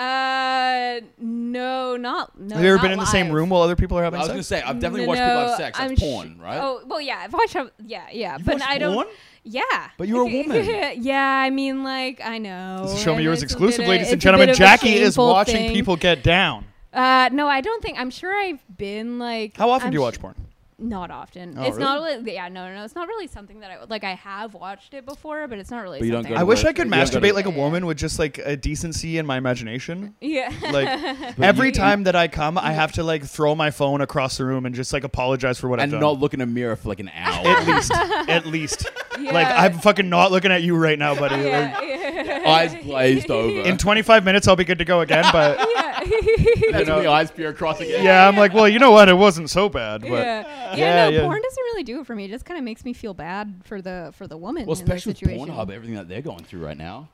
[SPEAKER 2] Uh, no, not no.
[SPEAKER 3] have you ever
[SPEAKER 2] not
[SPEAKER 3] been in the same
[SPEAKER 2] live.
[SPEAKER 3] room while other people are having
[SPEAKER 1] I was
[SPEAKER 3] sex?
[SPEAKER 1] gonna say I've definitely
[SPEAKER 2] No,
[SPEAKER 1] watched people have
[SPEAKER 2] no,
[SPEAKER 1] sex.
[SPEAKER 2] I'm
[SPEAKER 1] That's
[SPEAKER 2] sh-
[SPEAKER 1] porn, right?
[SPEAKER 2] Oh well, yeah. I've watched. Yeah, yeah.
[SPEAKER 1] You've
[SPEAKER 2] but
[SPEAKER 1] watched
[SPEAKER 2] I don't.
[SPEAKER 1] porn?
[SPEAKER 2] Yeah.
[SPEAKER 1] But you're a woman.
[SPEAKER 2] yeah, I mean, like I know.
[SPEAKER 3] This is Show me
[SPEAKER 2] Oh, and
[SPEAKER 3] yours
[SPEAKER 2] it's a
[SPEAKER 3] exclusive,
[SPEAKER 2] bit of-
[SPEAKER 3] ladies
[SPEAKER 2] it's a
[SPEAKER 3] and gentlemen.
[SPEAKER 2] bit of a
[SPEAKER 3] Jackie is
[SPEAKER 2] shameful
[SPEAKER 3] watching
[SPEAKER 2] thing.
[SPEAKER 3] people get down.
[SPEAKER 2] Uh, no, I don't think. I'm sure I've been like.
[SPEAKER 3] How often
[SPEAKER 2] I'm
[SPEAKER 3] do you
[SPEAKER 2] sh-
[SPEAKER 3] watch porn?
[SPEAKER 2] not often.
[SPEAKER 3] Oh,
[SPEAKER 2] it's
[SPEAKER 3] really?
[SPEAKER 2] not really, yeah, no, no, no. It's not really something that I would- like. I have watched it before, but it's not really.
[SPEAKER 1] But you don't
[SPEAKER 2] something
[SPEAKER 1] go
[SPEAKER 3] I
[SPEAKER 1] to
[SPEAKER 3] wish
[SPEAKER 1] the-
[SPEAKER 3] I could
[SPEAKER 1] you don't go to-
[SPEAKER 3] masturbate like a woman with just like a decency in my imagination.
[SPEAKER 2] Yeah.
[SPEAKER 3] Like
[SPEAKER 1] But
[SPEAKER 3] every
[SPEAKER 1] you-
[SPEAKER 3] time that I come, I have to like throw my phone across the room and just like apologize for what I've
[SPEAKER 1] and
[SPEAKER 3] done.
[SPEAKER 1] not look in a mirror for like an
[SPEAKER 3] at
[SPEAKER 1] hour.
[SPEAKER 3] least, at least.
[SPEAKER 2] Yeah.
[SPEAKER 3] Like I'm fucking not looking at you right now, buddy.
[SPEAKER 2] Yeah, yeah.
[SPEAKER 1] eyes glazed over.
[SPEAKER 3] In 25 minutes, I'll be good to go again. But
[SPEAKER 2] yeah.
[SPEAKER 1] That's
[SPEAKER 3] you know.
[SPEAKER 1] the eyes peer across again.
[SPEAKER 3] yeah, I'm like, well, you know what? It wasn't so bad. But
[SPEAKER 2] yeah. no,
[SPEAKER 3] Yeah, yeah.
[SPEAKER 2] porn doesn't really do it for me. It just kind of makes me feel bad for the for the woman.
[SPEAKER 1] Well,
[SPEAKER 2] in that
[SPEAKER 1] especially with
[SPEAKER 2] situation.
[SPEAKER 1] Pornhub, everything that they're going through right now.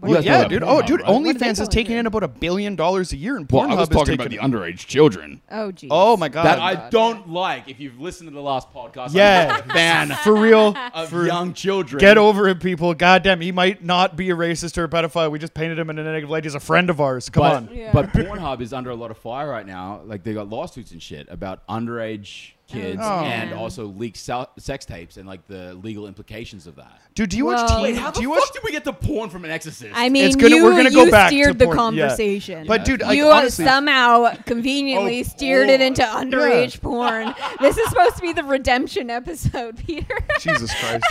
[SPEAKER 3] Well,
[SPEAKER 1] You guys know
[SPEAKER 3] yeah,
[SPEAKER 1] about
[SPEAKER 3] dude.
[SPEAKER 1] Pornhub,
[SPEAKER 3] Oh, dude.
[SPEAKER 1] right?
[SPEAKER 2] What are they
[SPEAKER 3] OnlyFans is
[SPEAKER 2] calling
[SPEAKER 3] taking
[SPEAKER 2] it?
[SPEAKER 3] in about a billion dollars a year, and
[SPEAKER 1] Well, I
[SPEAKER 3] Pornhub
[SPEAKER 1] was
[SPEAKER 3] is
[SPEAKER 1] talking
[SPEAKER 3] taking
[SPEAKER 1] about the underage children
[SPEAKER 2] Oh, geez.
[SPEAKER 3] Oh my god.
[SPEAKER 1] that I
[SPEAKER 2] God.
[SPEAKER 1] don't like. If you've listened to the last podcast,
[SPEAKER 3] Yeah.
[SPEAKER 1] I'm a fan
[SPEAKER 3] for real.
[SPEAKER 1] of young children.
[SPEAKER 3] Get over it, people. Goddamn, he might not be a racist or a pedophile. We just painted him in a negative light. He's a friend of ours. Come
[SPEAKER 1] but,
[SPEAKER 3] on.
[SPEAKER 2] Yeah.
[SPEAKER 1] but Pornhub is under a lot of fire right now. Like they got lawsuits and shit about underage kids
[SPEAKER 3] Oh.
[SPEAKER 1] and
[SPEAKER 2] Yeah.
[SPEAKER 1] also leaked sel- sex tapes and like the legal implications of that.
[SPEAKER 3] Dude, do you watch
[SPEAKER 2] Well-
[SPEAKER 3] TV?
[SPEAKER 2] Wait,
[SPEAKER 1] How
[SPEAKER 3] do
[SPEAKER 1] the
[SPEAKER 3] you
[SPEAKER 1] fuck
[SPEAKER 3] watch
[SPEAKER 1] did we get to porn from an exorcist?
[SPEAKER 2] I mean,
[SPEAKER 3] gonna-
[SPEAKER 2] you,
[SPEAKER 3] we're gonna go
[SPEAKER 2] you
[SPEAKER 3] back to
[SPEAKER 2] steered the
[SPEAKER 3] porn, yeah.
[SPEAKER 2] conversation.
[SPEAKER 3] But dude, like,
[SPEAKER 2] you uh,
[SPEAKER 3] honestly-
[SPEAKER 2] somehow conveniently
[SPEAKER 1] Oh,
[SPEAKER 2] steered it
[SPEAKER 1] porn.
[SPEAKER 2] into underage porn. this is supposed to be the redemption episode, Peter.
[SPEAKER 3] Jesus Christ.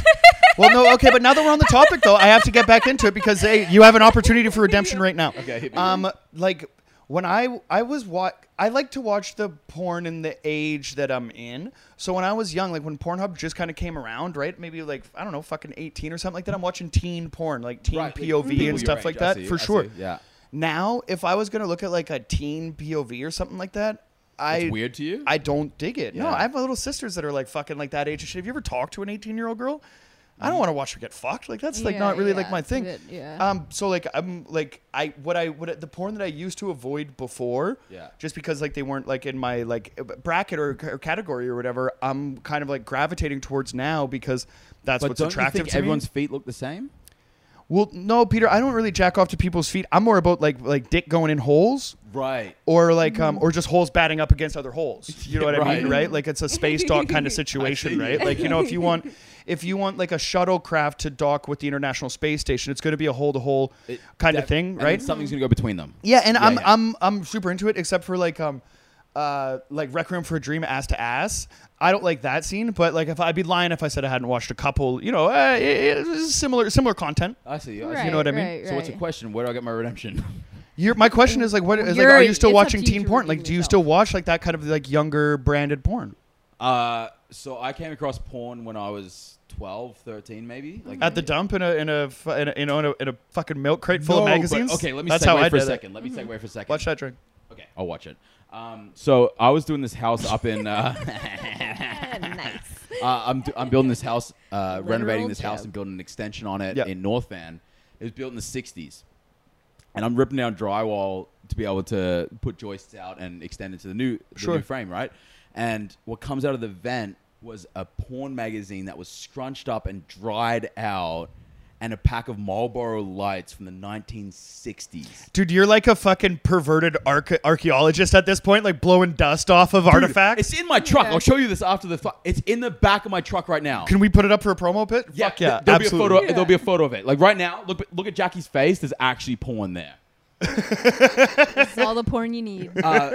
[SPEAKER 3] well, no, okay, but now that we're on the topic, though, I have to get back into it because hey, you have an opportunity for redemption right now.
[SPEAKER 1] Okay, hit me.
[SPEAKER 3] Um, like when I I was what I like to watch the porn in the age that I'm in. So when I was young, like when Pornhub just kind of came around, right? Maybe like I don't know, fucking 18 or something like that. I'm watching teen porn, like teen
[SPEAKER 1] Right, like people
[SPEAKER 3] POV
[SPEAKER 1] your
[SPEAKER 3] and stuff like
[SPEAKER 1] age, I
[SPEAKER 3] that,
[SPEAKER 1] see,
[SPEAKER 3] for
[SPEAKER 1] I
[SPEAKER 3] sure.
[SPEAKER 1] see, Yeah,
[SPEAKER 3] Now, if I was gonna look at like a teen POV or something like that, I
[SPEAKER 1] it's weird to you.
[SPEAKER 3] I don't dig it. No,
[SPEAKER 1] Yeah.
[SPEAKER 3] I have my little sisters that are like fucking like that age and shit. Have you ever talked to an 18 year old girl? I
[SPEAKER 1] Mm.
[SPEAKER 3] don't want to watch her get fucked. Like that's like
[SPEAKER 2] Yeah,
[SPEAKER 3] not really like
[SPEAKER 2] yeah,
[SPEAKER 3] my
[SPEAKER 2] it's a
[SPEAKER 3] thing.
[SPEAKER 2] bit- yeah.
[SPEAKER 3] Um. So like I'm like I what I what the porn that I used to avoid before.
[SPEAKER 1] Yeah.
[SPEAKER 3] Just because like they weren't like in my like uh, bracket or, or category or whatever. I'm kind of like gravitating towards now because that's
[SPEAKER 1] but
[SPEAKER 3] what's
[SPEAKER 1] don't you
[SPEAKER 3] attractive
[SPEAKER 1] think
[SPEAKER 3] to me.
[SPEAKER 1] everyone's feet look the same?
[SPEAKER 3] Well, no, Peter. I don't really jack off to people's feet. I'm more about like like dick going in holes
[SPEAKER 1] Right.
[SPEAKER 3] or like um or just holes batting up against other holes you know what i mean
[SPEAKER 1] Right.
[SPEAKER 3] right like it's a space dock kind of
[SPEAKER 1] I see.
[SPEAKER 3] situation right like you know if you want if you want like a shuttlecraft to dock with the international space station it's going to be a hole to hole
[SPEAKER 1] It-
[SPEAKER 3] kind
[SPEAKER 1] that-
[SPEAKER 3] of thing
[SPEAKER 1] and then
[SPEAKER 3] right
[SPEAKER 1] Something's gonna go between them.
[SPEAKER 3] yeah and I'm,
[SPEAKER 1] yeah.
[SPEAKER 3] I'm i'm super into it except for like um uh like rec room for a dream ass to ass i don't like that scene but like if i'd be lying if i said i hadn't watched a couple you know uh, it, it's similar similar content
[SPEAKER 1] I see. I see.
[SPEAKER 2] Right,
[SPEAKER 3] know what I mean?
[SPEAKER 2] right,
[SPEAKER 1] So what's the
[SPEAKER 2] right.
[SPEAKER 1] question? Where do I get my redemption?
[SPEAKER 3] Your, my question is like, what is like?
[SPEAKER 2] You're-
[SPEAKER 3] Are you still
[SPEAKER 2] it's up
[SPEAKER 3] watching
[SPEAKER 2] to you
[SPEAKER 3] teen
[SPEAKER 2] to
[SPEAKER 3] porn?
[SPEAKER 2] redeem
[SPEAKER 3] Like, do you
[SPEAKER 2] yourself.
[SPEAKER 3] still watch like that kind of like younger branded porn?
[SPEAKER 1] uh, so I came across porn when I was 12, 13 maybe. Like
[SPEAKER 3] at the
[SPEAKER 2] Mm-hmm.
[SPEAKER 3] dump in a in a fu- in a, you know in a, in a fucking milk crate full
[SPEAKER 1] No,
[SPEAKER 3] of
[SPEAKER 1] but-
[SPEAKER 3] magazines.
[SPEAKER 1] Okay, let me
[SPEAKER 3] That's
[SPEAKER 1] segue
[SPEAKER 3] how I
[SPEAKER 1] for a
[SPEAKER 3] did it.
[SPEAKER 1] second. Let me
[SPEAKER 2] Mm-hmm.
[SPEAKER 1] segue for a second.
[SPEAKER 3] Watch that drink.
[SPEAKER 1] Okay, I'll watch it. Um, so I was doing this house up in. Uh,
[SPEAKER 2] nice.
[SPEAKER 1] uh, I'm, I'm building this house, uh,
[SPEAKER 2] Literal
[SPEAKER 1] renovating this house
[SPEAKER 2] joke.
[SPEAKER 1] and building an extension on it
[SPEAKER 3] Yep.
[SPEAKER 1] in North Van. It was built in the 60s. And I'm ripping down drywall to be able to put joists out and extend into the new, the
[SPEAKER 3] Sure.
[SPEAKER 1] new frame, right? And what comes out of the vent was a porn magazine that was scrunched up and dried out and a pack of Marlboro lights from the 1960s.
[SPEAKER 3] Dude, you're like a fucking perverted arch- archaeologist at this point, like blowing dust off of
[SPEAKER 1] Dude,
[SPEAKER 3] artifacts.
[SPEAKER 1] It's in my truck.
[SPEAKER 2] Yeah.
[SPEAKER 1] I'll show you this after the. Fu- it's in the back of my truck right now.
[SPEAKER 3] Can we put it up for a promo pit? Fuck yeah,
[SPEAKER 1] th- there'll Be
[SPEAKER 3] absolutely.
[SPEAKER 1] a photo,
[SPEAKER 2] Yeah.
[SPEAKER 1] There'll be a photo of it. Like right now, look look at Jackie's face. There's actually porn there.
[SPEAKER 2] This is all the porn you need.
[SPEAKER 1] Uh,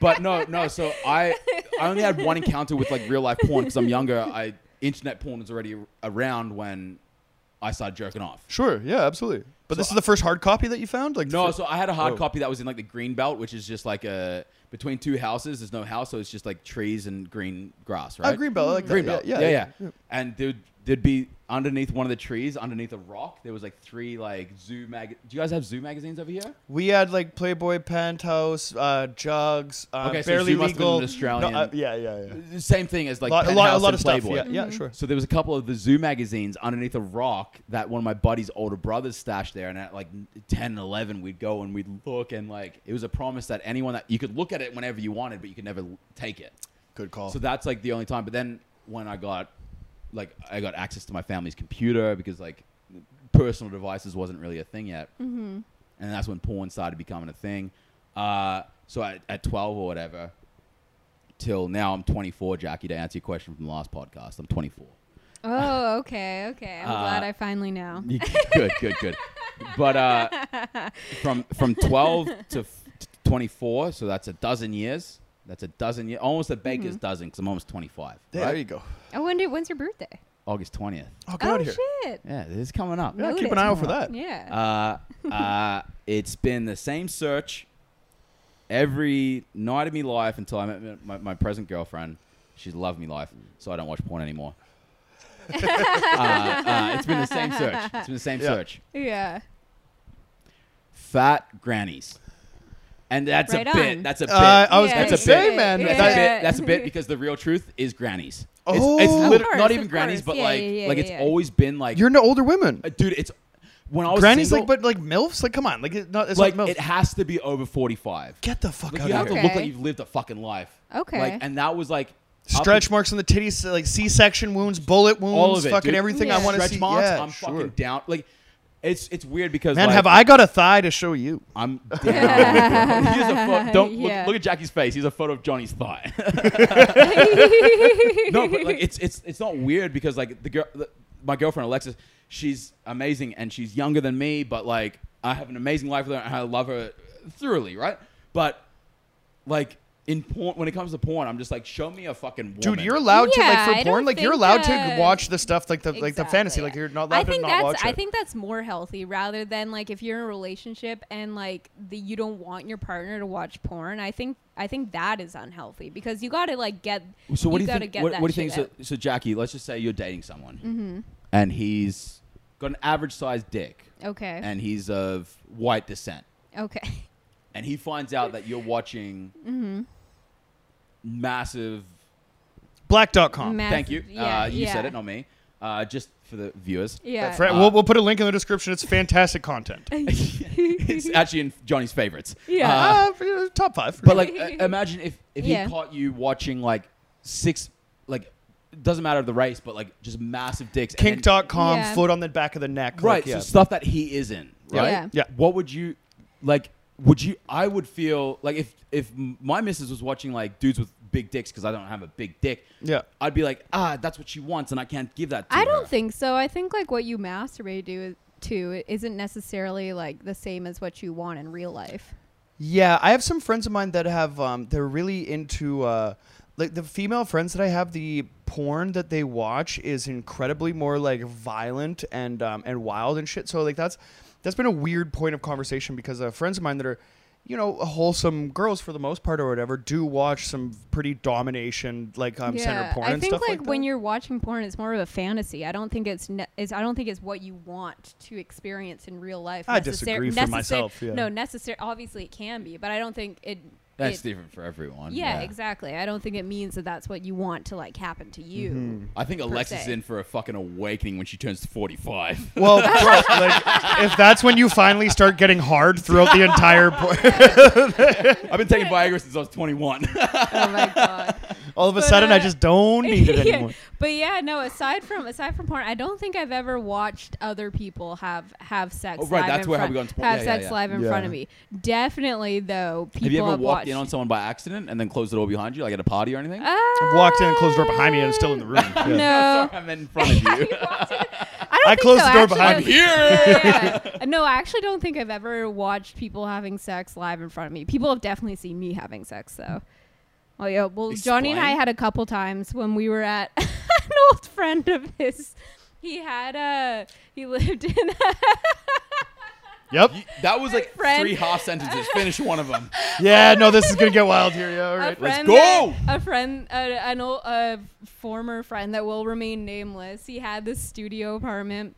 [SPEAKER 1] but no, no. So I I only had one encounter with like real life porn because I'm younger. I internet porn was already around when I started jerking off.
[SPEAKER 3] Sure, yeah, absolutely. But this is the first hard copy that you found, like
[SPEAKER 1] No,
[SPEAKER 3] fir-
[SPEAKER 1] so I had a hard
[SPEAKER 3] Oh.
[SPEAKER 1] copy that was in like the green belt, which is just like a between two houses. There's no house, so it's just like trees and green grass, right?
[SPEAKER 3] oh, Greenbelt, I like that.
[SPEAKER 1] Greenbelt.
[SPEAKER 3] Yeah,
[SPEAKER 1] Yeah, yeah. And there'd, there'd be underneath one of the trees, underneath a rock, there was like three like zoo mag. Do you guys have zoo magazines over here?
[SPEAKER 3] We had like Playboy, Penthouse, uh, Jugs, uh,
[SPEAKER 1] Okay, so
[SPEAKER 3] barely
[SPEAKER 1] you must have been
[SPEAKER 3] legal.
[SPEAKER 1] an Australian.
[SPEAKER 3] No, uh, yeah, yeah, yeah.
[SPEAKER 1] Same thing as like
[SPEAKER 3] Lot- a, lot, a
[SPEAKER 1] Penthouse
[SPEAKER 3] lot
[SPEAKER 1] and
[SPEAKER 3] of stuff.
[SPEAKER 1] Playboy.
[SPEAKER 3] Yeah, yeah, sure.
[SPEAKER 1] So there was a couple of the zoo magazines underneath a rock that one of my buddy's older brothers stashed there. And at like 10 and 11, we'd go and we'd look. And like, it was a promise that anyone that you could look at it whenever you wanted, but you could never l- take it.
[SPEAKER 3] Good call.
[SPEAKER 1] So that's like the only time. But then when I got, like, I got access to my family's computer because like personal devices wasn't really a thing yet. Mm-hmm. And that's when porn started becoming a thing. Uh, so at, at 12 or whatever, till now I'm 24, Jackie, to answer your question from the last podcast. I'm 24.
[SPEAKER 2] oh, okay, okay. I'm glad
[SPEAKER 1] Uh,
[SPEAKER 2] I finally know.
[SPEAKER 1] You- good, good, good. But uh, from from 12 to f- to 24, so that's a dozen years. That's a dozen, ye- almost a baker's dozen, because I'm almost 25.
[SPEAKER 3] There
[SPEAKER 1] right?
[SPEAKER 3] you go.
[SPEAKER 2] I wonder Oh, when's your birthday.
[SPEAKER 1] August 20th.
[SPEAKER 3] Oh, get
[SPEAKER 2] oh
[SPEAKER 3] out of here.
[SPEAKER 2] shit!
[SPEAKER 1] Yeah, this is coming up.
[SPEAKER 3] Yeah, keep
[SPEAKER 2] Noted.
[SPEAKER 3] an eye out for that.
[SPEAKER 2] Yeah.
[SPEAKER 1] Uh, uh, it's been the same search every night of my life until I met my- my, my present girlfriend. She's loved me life, so I don't watch porn anymore. uh, uh, it's been the same search. It's been the same
[SPEAKER 3] Yeah.
[SPEAKER 1] search.
[SPEAKER 2] yeah.
[SPEAKER 1] Fat grannies, and that's
[SPEAKER 2] Right
[SPEAKER 1] a bit.
[SPEAKER 2] on.
[SPEAKER 1] That's a bit.
[SPEAKER 3] Uh, I was
[SPEAKER 2] Yeah,
[SPEAKER 1] that's
[SPEAKER 3] gonna
[SPEAKER 1] a
[SPEAKER 3] say,
[SPEAKER 2] yeah,
[SPEAKER 3] man.
[SPEAKER 2] yeah.
[SPEAKER 1] that's
[SPEAKER 3] that-
[SPEAKER 1] a bit. That's a
[SPEAKER 2] Yeah.
[SPEAKER 1] bit because the real truth is grannies.
[SPEAKER 3] Oh.
[SPEAKER 1] It's, it's
[SPEAKER 3] Of
[SPEAKER 1] lit-
[SPEAKER 2] course,
[SPEAKER 1] not
[SPEAKER 2] of
[SPEAKER 1] even grannies,
[SPEAKER 2] course.
[SPEAKER 1] but
[SPEAKER 2] Yeah,
[SPEAKER 1] like,
[SPEAKER 2] yeah, yeah,
[SPEAKER 1] like
[SPEAKER 2] yeah,
[SPEAKER 1] it's
[SPEAKER 2] yeah.
[SPEAKER 1] always been like,
[SPEAKER 3] You're into older women.
[SPEAKER 1] Uh, dude. It's when I was
[SPEAKER 3] Granny's
[SPEAKER 1] single,
[SPEAKER 3] like, but like milfs. Like, come on. Like, it's not. It's
[SPEAKER 1] like
[SPEAKER 3] not milfs.
[SPEAKER 1] it has to be over 45
[SPEAKER 3] get the fuck
[SPEAKER 1] Like,
[SPEAKER 3] out
[SPEAKER 1] you have
[SPEAKER 3] of
[SPEAKER 1] to
[SPEAKER 3] here.
[SPEAKER 1] look
[SPEAKER 2] Okay.
[SPEAKER 1] like you've lived a fucking life
[SPEAKER 2] Okay.
[SPEAKER 1] like and that was like up
[SPEAKER 3] Stretch
[SPEAKER 1] in-
[SPEAKER 3] marks on the titties, like C-section wounds, bullet wounds,
[SPEAKER 1] all of it
[SPEAKER 3] fucking
[SPEAKER 1] dude.
[SPEAKER 3] everything.
[SPEAKER 2] Yeah.
[SPEAKER 3] I want to
[SPEAKER 1] stretch
[SPEAKER 3] see.
[SPEAKER 1] marks
[SPEAKER 3] yeah,
[SPEAKER 1] i'm
[SPEAKER 3] sure.
[SPEAKER 1] fucking down like it's it's weird because
[SPEAKER 3] Man,
[SPEAKER 1] like,
[SPEAKER 3] have I got a thigh to show you?
[SPEAKER 1] i'm down bro. Here's a pho- don't
[SPEAKER 2] Yeah.
[SPEAKER 1] look, look at jackie's face here's a photo of johnny's thigh no but like it's it's it's not weird because like the girl the, my girlfriend alexis she's amazing and she's younger than me but like i have an amazing life with her and i love her thoroughly right but like in porn when it comes to porn i'm just like show me a fucking woman.
[SPEAKER 3] Dude, you're allowed
[SPEAKER 2] Yeah,
[SPEAKER 3] to like
[SPEAKER 2] I
[SPEAKER 3] for
[SPEAKER 2] don't
[SPEAKER 3] porn, like you're
[SPEAKER 2] think
[SPEAKER 3] allowed
[SPEAKER 2] that-
[SPEAKER 3] to watch the stuff like the like the
[SPEAKER 2] Exactly,
[SPEAKER 3] fantasy,
[SPEAKER 2] yeah.
[SPEAKER 3] like you're not
[SPEAKER 2] I
[SPEAKER 3] allowed to
[SPEAKER 2] think
[SPEAKER 3] not
[SPEAKER 2] that's
[SPEAKER 3] watch
[SPEAKER 2] I
[SPEAKER 3] it.
[SPEAKER 2] think that's more healthy rather than like if you're in a relationship and like the you don't want your partner to watch porn. I think I think that is unhealthy because you got to like get
[SPEAKER 1] So what do you
[SPEAKER 2] gotta
[SPEAKER 1] think?
[SPEAKER 2] get
[SPEAKER 1] What,
[SPEAKER 2] that
[SPEAKER 1] what do you think?
[SPEAKER 2] shit Mm-hmm.
[SPEAKER 1] So, so Jackie, let's just say you're dating someone, and he's got an average sized dick,
[SPEAKER 2] out. Okay.
[SPEAKER 1] and he's of white descent,
[SPEAKER 2] okay.
[SPEAKER 1] and he finds out that you're watching
[SPEAKER 2] Mm-hmm.
[SPEAKER 1] massive.
[SPEAKER 3] Black.com.
[SPEAKER 2] Ma-
[SPEAKER 1] thank you.
[SPEAKER 2] Massive-
[SPEAKER 1] uh,
[SPEAKER 2] yeah,
[SPEAKER 1] you said
[SPEAKER 2] yeah.
[SPEAKER 1] it, not me. Uh, just for the viewers.
[SPEAKER 2] Yeah.
[SPEAKER 3] Fran-
[SPEAKER 1] Uh,
[SPEAKER 3] we'll, we'll put a link in the description. It's fantastic content.
[SPEAKER 1] it's actually in Johnny's favorites.
[SPEAKER 2] Yeah.
[SPEAKER 1] Uh,
[SPEAKER 3] Uh, top five.
[SPEAKER 1] But like, uh, imagine if if
[SPEAKER 2] Yeah.
[SPEAKER 1] he caught you watching like six, like doesn't matter the race, but like just massive dicks. and then-
[SPEAKER 3] Kink.com,
[SPEAKER 2] Yeah.
[SPEAKER 3] foot on the back of the neck.
[SPEAKER 1] right?
[SPEAKER 3] Like, yeah.
[SPEAKER 1] So stuff that he isn't. Right.
[SPEAKER 2] Yeah.
[SPEAKER 3] Yeah.
[SPEAKER 1] What would you like? Would you? I would feel like if if my missus was watching like dudes with big dicks because I don't have a big dick.
[SPEAKER 3] Yeah.
[SPEAKER 1] I'd be like, ah, that's what she wants, and I can't give that. to
[SPEAKER 2] I don't
[SPEAKER 1] her."
[SPEAKER 2] think so. I think like what you masturbate do to isn't necessarily like the same as what you want in real life.
[SPEAKER 3] Yeah, I have some friends of mine that have um they're really into uh like the female friends that I have the porn that they watch is incredibly more like violent and um and wild and shit. So like that's that's been a weird point of conversation because uh, friends of mine that are you know wholesome girls for the most part or whatever do watch some pretty domination like um center porn
[SPEAKER 2] I
[SPEAKER 3] and
[SPEAKER 2] think
[SPEAKER 3] stuff
[SPEAKER 2] like,
[SPEAKER 3] like
[SPEAKER 2] when
[SPEAKER 3] that.
[SPEAKER 2] you're watching porn, it's more of a fantasy. I don't think it's ne- is I don't think it's what you want to experience in real life.
[SPEAKER 3] I
[SPEAKER 2] necessar-
[SPEAKER 3] disagree for
[SPEAKER 2] necessar-
[SPEAKER 3] myself, yeah.
[SPEAKER 2] No, necessary. Obviously, it can be, but I don't think it.
[SPEAKER 1] that's
[SPEAKER 2] it-
[SPEAKER 1] different for everyone.
[SPEAKER 2] Yeah, exactly. I don't think it means that that's what you want to like happen to you.
[SPEAKER 3] Mm-hmm.
[SPEAKER 1] I think Alexa's
[SPEAKER 2] se.
[SPEAKER 1] in for a fucking awakening when she turns forty-five.
[SPEAKER 3] well, bro, like if that's when you finally start getting hard throughout the entire porn,
[SPEAKER 1] I've been taking Viagra since I was twenty-one.
[SPEAKER 2] Oh my god.
[SPEAKER 3] all of a
[SPEAKER 2] But,
[SPEAKER 3] sudden I
[SPEAKER 2] uh,
[SPEAKER 3] just don't need it anymore.
[SPEAKER 2] But yeah, no. Aside from aside from porn, I don't think I've ever watched other people have have sex.
[SPEAKER 1] Oh, right,
[SPEAKER 2] live
[SPEAKER 1] that's
[SPEAKER 2] in
[SPEAKER 1] where- how
[SPEAKER 2] front,
[SPEAKER 1] we got into porn.
[SPEAKER 2] have
[SPEAKER 1] Yeah, yeah,
[SPEAKER 2] sex
[SPEAKER 1] yeah.
[SPEAKER 2] live in
[SPEAKER 3] Yeah.
[SPEAKER 2] front of me. Definitely though, people
[SPEAKER 1] have you ever walked
[SPEAKER 2] watched.
[SPEAKER 1] in on someone by accident and then closed the door behind you, like at a party or
[SPEAKER 2] Uh,
[SPEAKER 1] anything?
[SPEAKER 3] I've walked in and closed the door behind me and it's still in the room. Yeah.
[SPEAKER 2] No.
[SPEAKER 1] Sorry, I meant in front of you.
[SPEAKER 2] I, don't
[SPEAKER 3] I
[SPEAKER 2] think
[SPEAKER 3] closed
[SPEAKER 2] so.
[SPEAKER 3] the
[SPEAKER 2] Actually,
[SPEAKER 3] door behind
[SPEAKER 2] I-
[SPEAKER 3] me.
[SPEAKER 1] Here.
[SPEAKER 2] Yeah. No, I actually don't think I've ever watched people having sex live in front of me. People have definitely seen me having sex though. Oh yeah, well Johnny and I
[SPEAKER 1] Explain.
[SPEAKER 2] had a couple times when we were at an old friend of his. He had a he lived in
[SPEAKER 3] Yep.
[SPEAKER 1] You- that was like
[SPEAKER 2] friend-
[SPEAKER 1] three half sentences. Finish one of them.
[SPEAKER 3] Yeah, no, this is gonna get wild here. Yeah, all
[SPEAKER 2] a
[SPEAKER 3] right.
[SPEAKER 2] friend
[SPEAKER 1] go!
[SPEAKER 2] that- a friend, a, an old, a former friend that will remain nameless. He had this studio apartment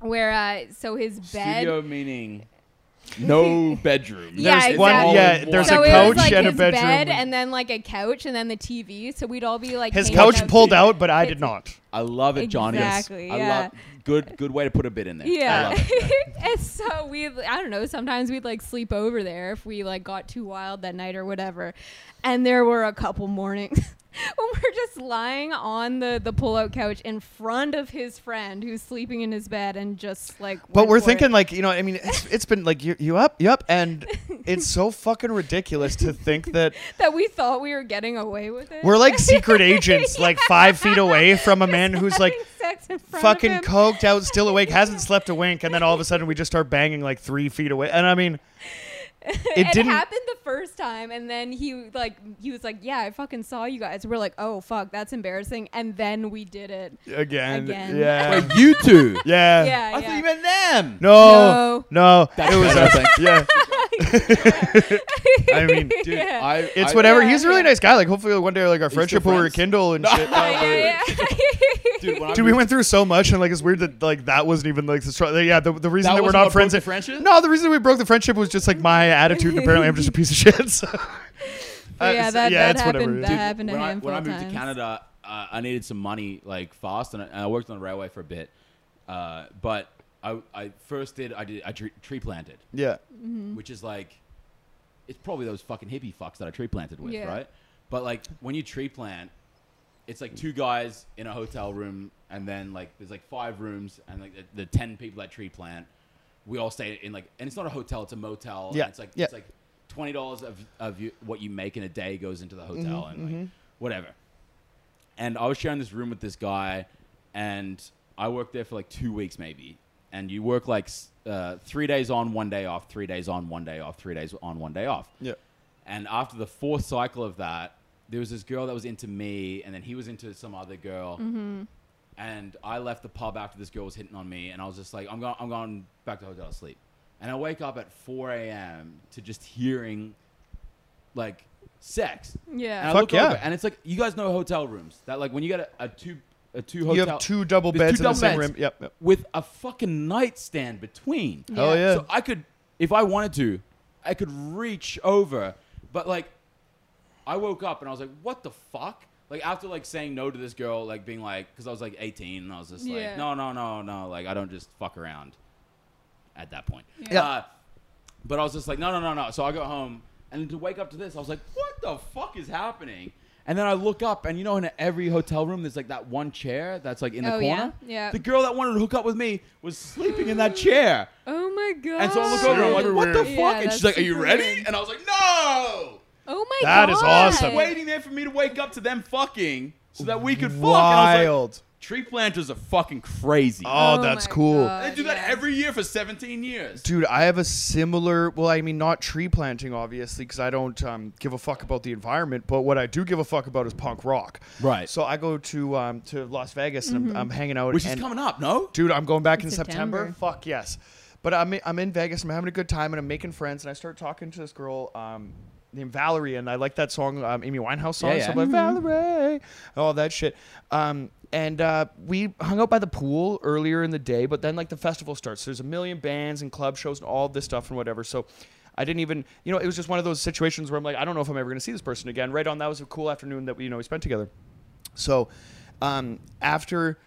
[SPEAKER 2] where, uh, so his bed.
[SPEAKER 1] Studio meaning no bedroom.
[SPEAKER 2] Yeah,
[SPEAKER 3] There's one-
[SPEAKER 2] exactly.
[SPEAKER 3] yeah, there's
[SPEAKER 2] so
[SPEAKER 3] a
[SPEAKER 2] it
[SPEAKER 3] couch
[SPEAKER 2] was like
[SPEAKER 3] and a
[SPEAKER 2] his
[SPEAKER 3] bedroom.
[SPEAKER 2] bed, and then like a couch, and then the TV. So we'd all be like
[SPEAKER 3] His
[SPEAKER 2] hanging
[SPEAKER 3] couch
[SPEAKER 2] out-
[SPEAKER 3] pulled out, but I did not.
[SPEAKER 1] I love it, Johnny.
[SPEAKER 2] Exactly,
[SPEAKER 1] I
[SPEAKER 2] yeah.
[SPEAKER 1] love good good way to put a bit in there. I
[SPEAKER 2] Yeah,
[SPEAKER 1] love it.
[SPEAKER 2] and so we, I don't know. Sometimes we'd like sleep over there if we like got too wild that night or whatever. And there were a couple mornings when we're just lying on the the pullout couch in front of his friend who's sleeping in his bed and just like.
[SPEAKER 3] But
[SPEAKER 2] went
[SPEAKER 3] we're
[SPEAKER 2] for
[SPEAKER 3] thinking
[SPEAKER 2] it.
[SPEAKER 3] like you know, I mean, it's, it's been like you, you up, you up, and it's so fucking ridiculous to think that
[SPEAKER 2] that we thought we were getting away with it.
[SPEAKER 3] we're like secret agents, like five feet away from a man who's like
[SPEAKER 2] sex in front of
[SPEAKER 3] fucking
[SPEAKER 2] him.
[SPEAKER 3] coked out, still awake, hasn't slept a wink, and then all of a sudden we just start banging like three feet away. And I mean, It
[SPEAKER 2] it
[SPEAKER 3] didn't-
[SPEAKER 2] happened the first time, and then he like he was like, "Yeah, I fucking saw you guys." We're like, "Oh fuck, that's embarrassing," and then we did it.
[SPEAKER 3] Again.
[SPEAKER 2] Again.
[SPEAKER 1] Wait,
[SPEAKER 3] Yeah.
[SPEAKER 1] you two.
[SPEAKER 3] yeah.
[SPEAKER 2] Yeah,
[SPEAKER 1] I
[SPEAKER 2] yeah.
[SPEAKER 1] thought you meant them.
[SPEAKER 3] No. No.
[SPEAKER 1] That's
[SPEAKER 3] it was
[SPEAKER 1] better, I
[SPEAKER 3] us.
[SPEAKER 1] think.
[SPEAKER 3] Yeah. I mean, dude,
[SPEAKER 2] Yeah.
[SPEAKER 1] I,
[SPEAKER 3] it's
[SPEAKER 1] I-
[SPEAKER 3] whatever.
[SPEAKER 2] Yeah,
[SPEAKER 3] He's a really
[SPEAKER 2] yeah.
[SPEAKER 3] nice guy. Like hopefully one day like our friendship will
[SPEAKER 1] friends.
[SPEAKER 3] rekindle and shit.
[SPEAKER 2] yeah, yeah, yeah.
[SPEAKER 1] Dude, when I
[SPEAKER 3] Dude, we
[SPEAKER 1] moved-
[SPEAKER 3] went through so much, and like it's weird that like that wasn't even like the str- yeah the, the reason
[SPEAKER 1] That
[SPEAKER 3] that,
[SPEAKER 1] wasn't
[SPEAKER 3] we're not
[SPEAKER 1] what broke
[SPEAKER 3] friends.
[SPEAKER 1] the friendship?
[SPEAKER 3] No, the reason we broke the friendship was just like my attitude. and apparently, I'm just a piece of shit. So.
[SPEAKER 2] But yeah, that- that
[SPEAKER 3] it's whatever
[SPEAKER 2] happened
[SPEAKER 3] it is.
[SPEAKER 2] back. happened a
[SPEAKER 1] when I,
[SPEAKER 2] handful
[SPEAKER 1] when I
[SPEAKER 2] of
[SPEAKER 1] moved
[SPEAKER 2] times.
[SPEAKER 1] to Canada, uh, I needed some money like fast, and I, and I worked on the railway for a bit. Uh, but I, I first did I did I tree, tree planted,
[SPEAKER 3] Yeah,
[SPEAKER 1] which is like it's probably those fucking hippie fucks that I tree planted with,
[SPEAKER 2] Yeah.
[SPEAKER 1] right? But like when you tree plant, it's like two guys in a hotel room, and then like there's like five rooms, and like the, the ten people that tree plant, we all stay in like, and it's not a hotel, it's a motel. and
[SPEAKER 3] Yeah,
[SPEAKER 1] it's like
[SPEAKER 3] yeah.
[SPEAKER 1] it's like twenty dollars of of you, what you make in a day goes into the
[SPEAKER 3] Mm-hmm.
[SPEAKER 1] hotel and like whatever. And I was sharing this room with this guy, and I worked there for like two weeks maybe. And you work like s- uh, three days on, one day off, three days on, one day off, three days on, one day off.
[SPEAKER 3] yeah.
[SPEAKER 1] And after the fourth cycle of that, there was this girl that was into me, and then he was into some other girl. And I left the pub after this girl was hitting on me, and I was just like, I'm going, I'm going back to the hotel to sleep. And I wake up at 4 a.m. to just hearing, like, sex.
[SPEAKER 2] Yeah.
[SPEAKER 1] And I
[SPEAKER 3] Fuck
[SPEAKER 1] look
[SPEAKER 3] yeah.
[SPEAKER 1] over, and it's like you guys know hotel rooms that like when you get a, a two a two hotel
[SPEAKER 3] You have two double
[SPEAKER 1] there's
[SPEAKER 3] beds
[SPEAKER 1] two
[SPEAKER 3] in the
[SPEAKER 1] double
[SPEAKER 3] same
[SPEAKER 1] beds
[SPEAKER 3] room. Yep. yep.
[SPEAKER 1] with a fucking nightstand between.
[SPEAKER 3] Hell yeah.
[SPEAKER 1] So I could, if I wanted to, I could reach over. But like, I woke up and I was like, what the fuck? Like after like saying no to this girl, like being like, because I was like 18 and I was just like,
[SPEAKER 2] Yeah.
[SPEAKER 1] no, no, no, no. Like I don't just fuck around at that point.
[SPEAKER 3] Yeah.
[SPEAKER 1] Uh, but I was just like, no, no, no, no. So I go home and to wake up to this, I was like, what the fuck is happening? And then I look up, and you know, in every hotel room, there's like that one chair that's like in the
[SPEAKER 2] Oh, yeah.
[SPEAKER 1] corner.
[SPEAKER 2] Yeah.
[SPEAKER 1] The girl that wanted to hook up with me was sleeping in that chair.
[SPEAKER 2] Oh my god.
[SPEAKER 1] And so I look over and I'm like,
[SPEAKER 3] Super
[SPEAKER 1] what the
[SPEAKER 2] weird.
[SPEAKER 1] fuck?
[SPEAKER 2] Yeah,
[SPEAKER 1] and she's
[SPEAKER 2] that's
[SPEAKER 1] like, are you
[SPEAKER 2] super
[SPEAKER 1] ready?
[SPEAKER 2] weird.
[SPEAKER 1] And I was like, no!
[SPEAKER 2] Oh my god.
[SPEAKER 3] That is awesome.
[SPEAKER 1] Waiting there for me to wake up to them fucking so that we could fuck. And I was like,
[SPEAKER 3] Wild.
[SPEAKER 1] tree planters are fucking crazy.
[SPEAKER 3] Oh, that's
[SPEAKER 2] my
[SPEAKER 3] cool.
[SPEAKER 2] God,
[SPEAKER 1] they do that
[SPEAKER 2] yeah.
[SPEAKER 1] every year for 17 years.
[SPEAKER 3] Dude, I have a similar. Well, I mean, not tree planting, obviously, because I don't um, give a fuck about the environment. But what I do give a fuck about is punk rock.
[SPEAKER 1] Right.
[SPEAKER 3] So I go to um, to Las Vegas and I'm, I'm hanging out.
[SPEAKER 1] Which is
[SPEAKER 3] and-
[SPEAKER 1] coming up, no?
[SPEAKER 3] dude i'm going back
[SPEAKER 2] In
[SPEAKER 3] in september.
[SPEAKER 2] September.
[SPEAKER 3] fuck yes but I'm, in- I'm in vegas i'm having a good time and i'm making friends and i start talking to this girl um, named valerie and i like that song um, amy winehouse song
[SPEAKER 1] Yeah, yeah.
[SPEAKER 3] so i'm like valerie and all that shit um, and uh, we hung out by the pool earlier in the day but then like the festival starts there's a million bands and club shows and all this stuff and whatever so I didn't even, you know, it was just one of those situations where I'm like, I don't know if I'm ever going to see this person again. Right on, that was a cool afternoon that we, you know, we spent together. So, um, after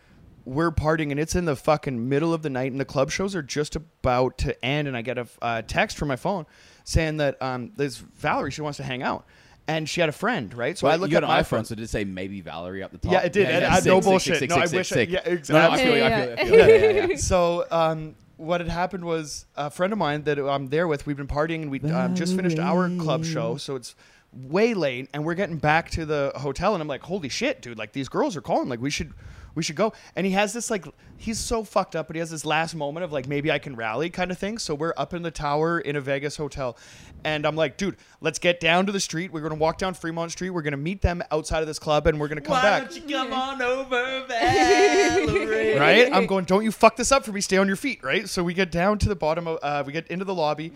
[SPEAKER 3] we're partying and it's in the fucking middle of the night and the club shows are just about to end, and I get a uh, text from my phone saying that um, this Valerie she wants to hang out, and she had a friend, right? So I look
[SPEAKER 1] you
[SPEAKER 3] at
[SPEAKER 1] got
[SPEAKER 3] my
[SPEAKER 1] an
[SPEAKER 3] phone.
[SPEAKER 1] iPhone, so did it say maybe Valerie up the top?
[SPEAKER 3] Yeah, it did. And I-
[SPEAKER 1] sick,
[SPEAKER 3] no
[SPEAKER 1] sick, sick,
[SPEAKER 3] bullshit.
[SPEAKER 1] sick,
[SPEAKER 3] No,
[SPEAKER 1] sick,
[SPEAKER 3] I
[SPEAKER 1] sick,
[SPEAKER 3] wish I-
[SPEAKER 1] sick.
[SPEAKER 3] yeah,
[SPEAKER 1] No, no, I
[SPEAKER 3] exactly.
[SPEAKER 1] feel you.
[SPEAKER 2] Yeah,
[SPEAKER 1] I feel you. I
[SPEAKER 2] yeah.
[SPEAKER 1] feel you. Yeah, yeah, yeah.
[SPEAKER 3] so um, what had happened was a friend of mine that um, I'm there with. We've been partying and we um, just finished our club show, so it's way late, and we're getting back to the hotel, and I'm like, holy shit, dude! Like these girls are calling. Like we should. We should go. And he has this like he's so fucked up, but he has this last moment of like maybe I can rally kind of thing. So we're up in the tower in a Vegas hotel, and I'm like, dude, let's get down to the street. We're gonna walk down Fremont Street. We're gonna meet them outside of this club, and we're gonna come
[SPEAKER 1] Why
[SPEAKER 3] back
[SPEAKER 1] don't you come on over, Valerie?
[SPEAKER 3] right? I'm going, don't you fuck this up for me. Stay on your feet, right? So we get down to the bottom of, uh, we get into the lobby,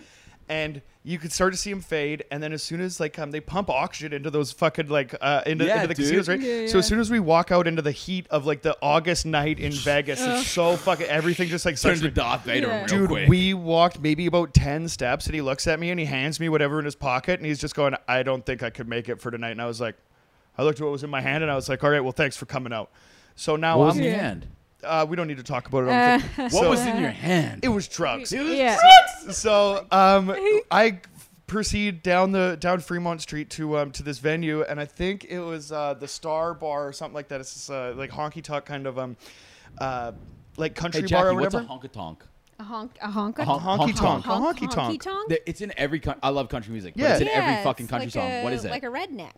[SPEAKER 3] and you could start to see him fade. And then as soon as like um, they pump oxygen into those fucking like uh, into,
[SPEAKER 1] Yeah,
[SPEAKER 3] into the
[SPEAKER 1] dude.
[SPEAKER 3] casinos, right?
[SPEAKER 2] Yeah,
[SPEAKER 3] So as
[SPEAKER 2] yeah.
[SPEAKER 3] soon as we walk out into the heat of like the August night in Vegas, it's so fucking everything just like
[SPEAKER 1] Turn
[SPEAKER 3] starts.
[SPEAKER 1] to Darth Vader
[SPEAKER 2] Yeah.
[SPEAKER 1] real
[SPEAKER 3] Dude,
[SPEAKER 1] quick.
[SPEAKER 3] we walked maybe about 10 steps and he looks at me and he hands me whatever in his pocket and he's just going, I don't think I could make it for tonight. And I was like, I looked at what was in my hand and I was like, all right, well, thanks for coming out. So now
[SPEAKER 1] what was
[SPEAKER 3] I'm
[SPEAKER 1] in your
[SPEAKER 2] Yeah.
[SPEAKER 1] hand?
[SPEAKER 3] uh, we don't need to talk about it. On the thing.
[SPEAKER 1] What
[SPEAKER 3] So-
[SPEAKER 1] was in your hand?
[SPEAKER 3] it was drugs.
[SPEAKER 1] It was
[SPEAKER 2] Eh. Yeah.
[SPEAKER 3] So um, I proceed down the down Fremont Street to um, to this venue, and I think it was uh, the Star Bar or something like that. It's this, uh, like honky tonk kind of um, uh, like country
[SPEAKER 1] Hey
[SPEAKER 3] bar
[SPEAKER 1] Jackie,
[SPEAKER 3] or
[SPEAKER 1] what's a
[SPEAKER 3] whatever.
[SPEAKER 1] honka tonk?
[SPEAKER 2] A honk, a honk, a
[SPEAKER 1] honk-
[SPEAKER 3] honky tonk,
[SPEAKER 2] honk-
[SPEAKER 3] honky tonk.
[SPEAKER 1] Th- It's in every. coun- I love country music. But
[SPEAKER 3] Yeah.
[SPEAKER 1] it's in
[SPEAKER 2] Yeah,
[SPEAKER 1] every
[SPEAKER 2] it's
[SPEAKER 1] fucking country
[SPEAKER 2] like
[SPEAKER 1] song.
[SPEAKER 2] a-
[SPEAKER 1] what is it?
[SPEAKER 2] Like a redneck.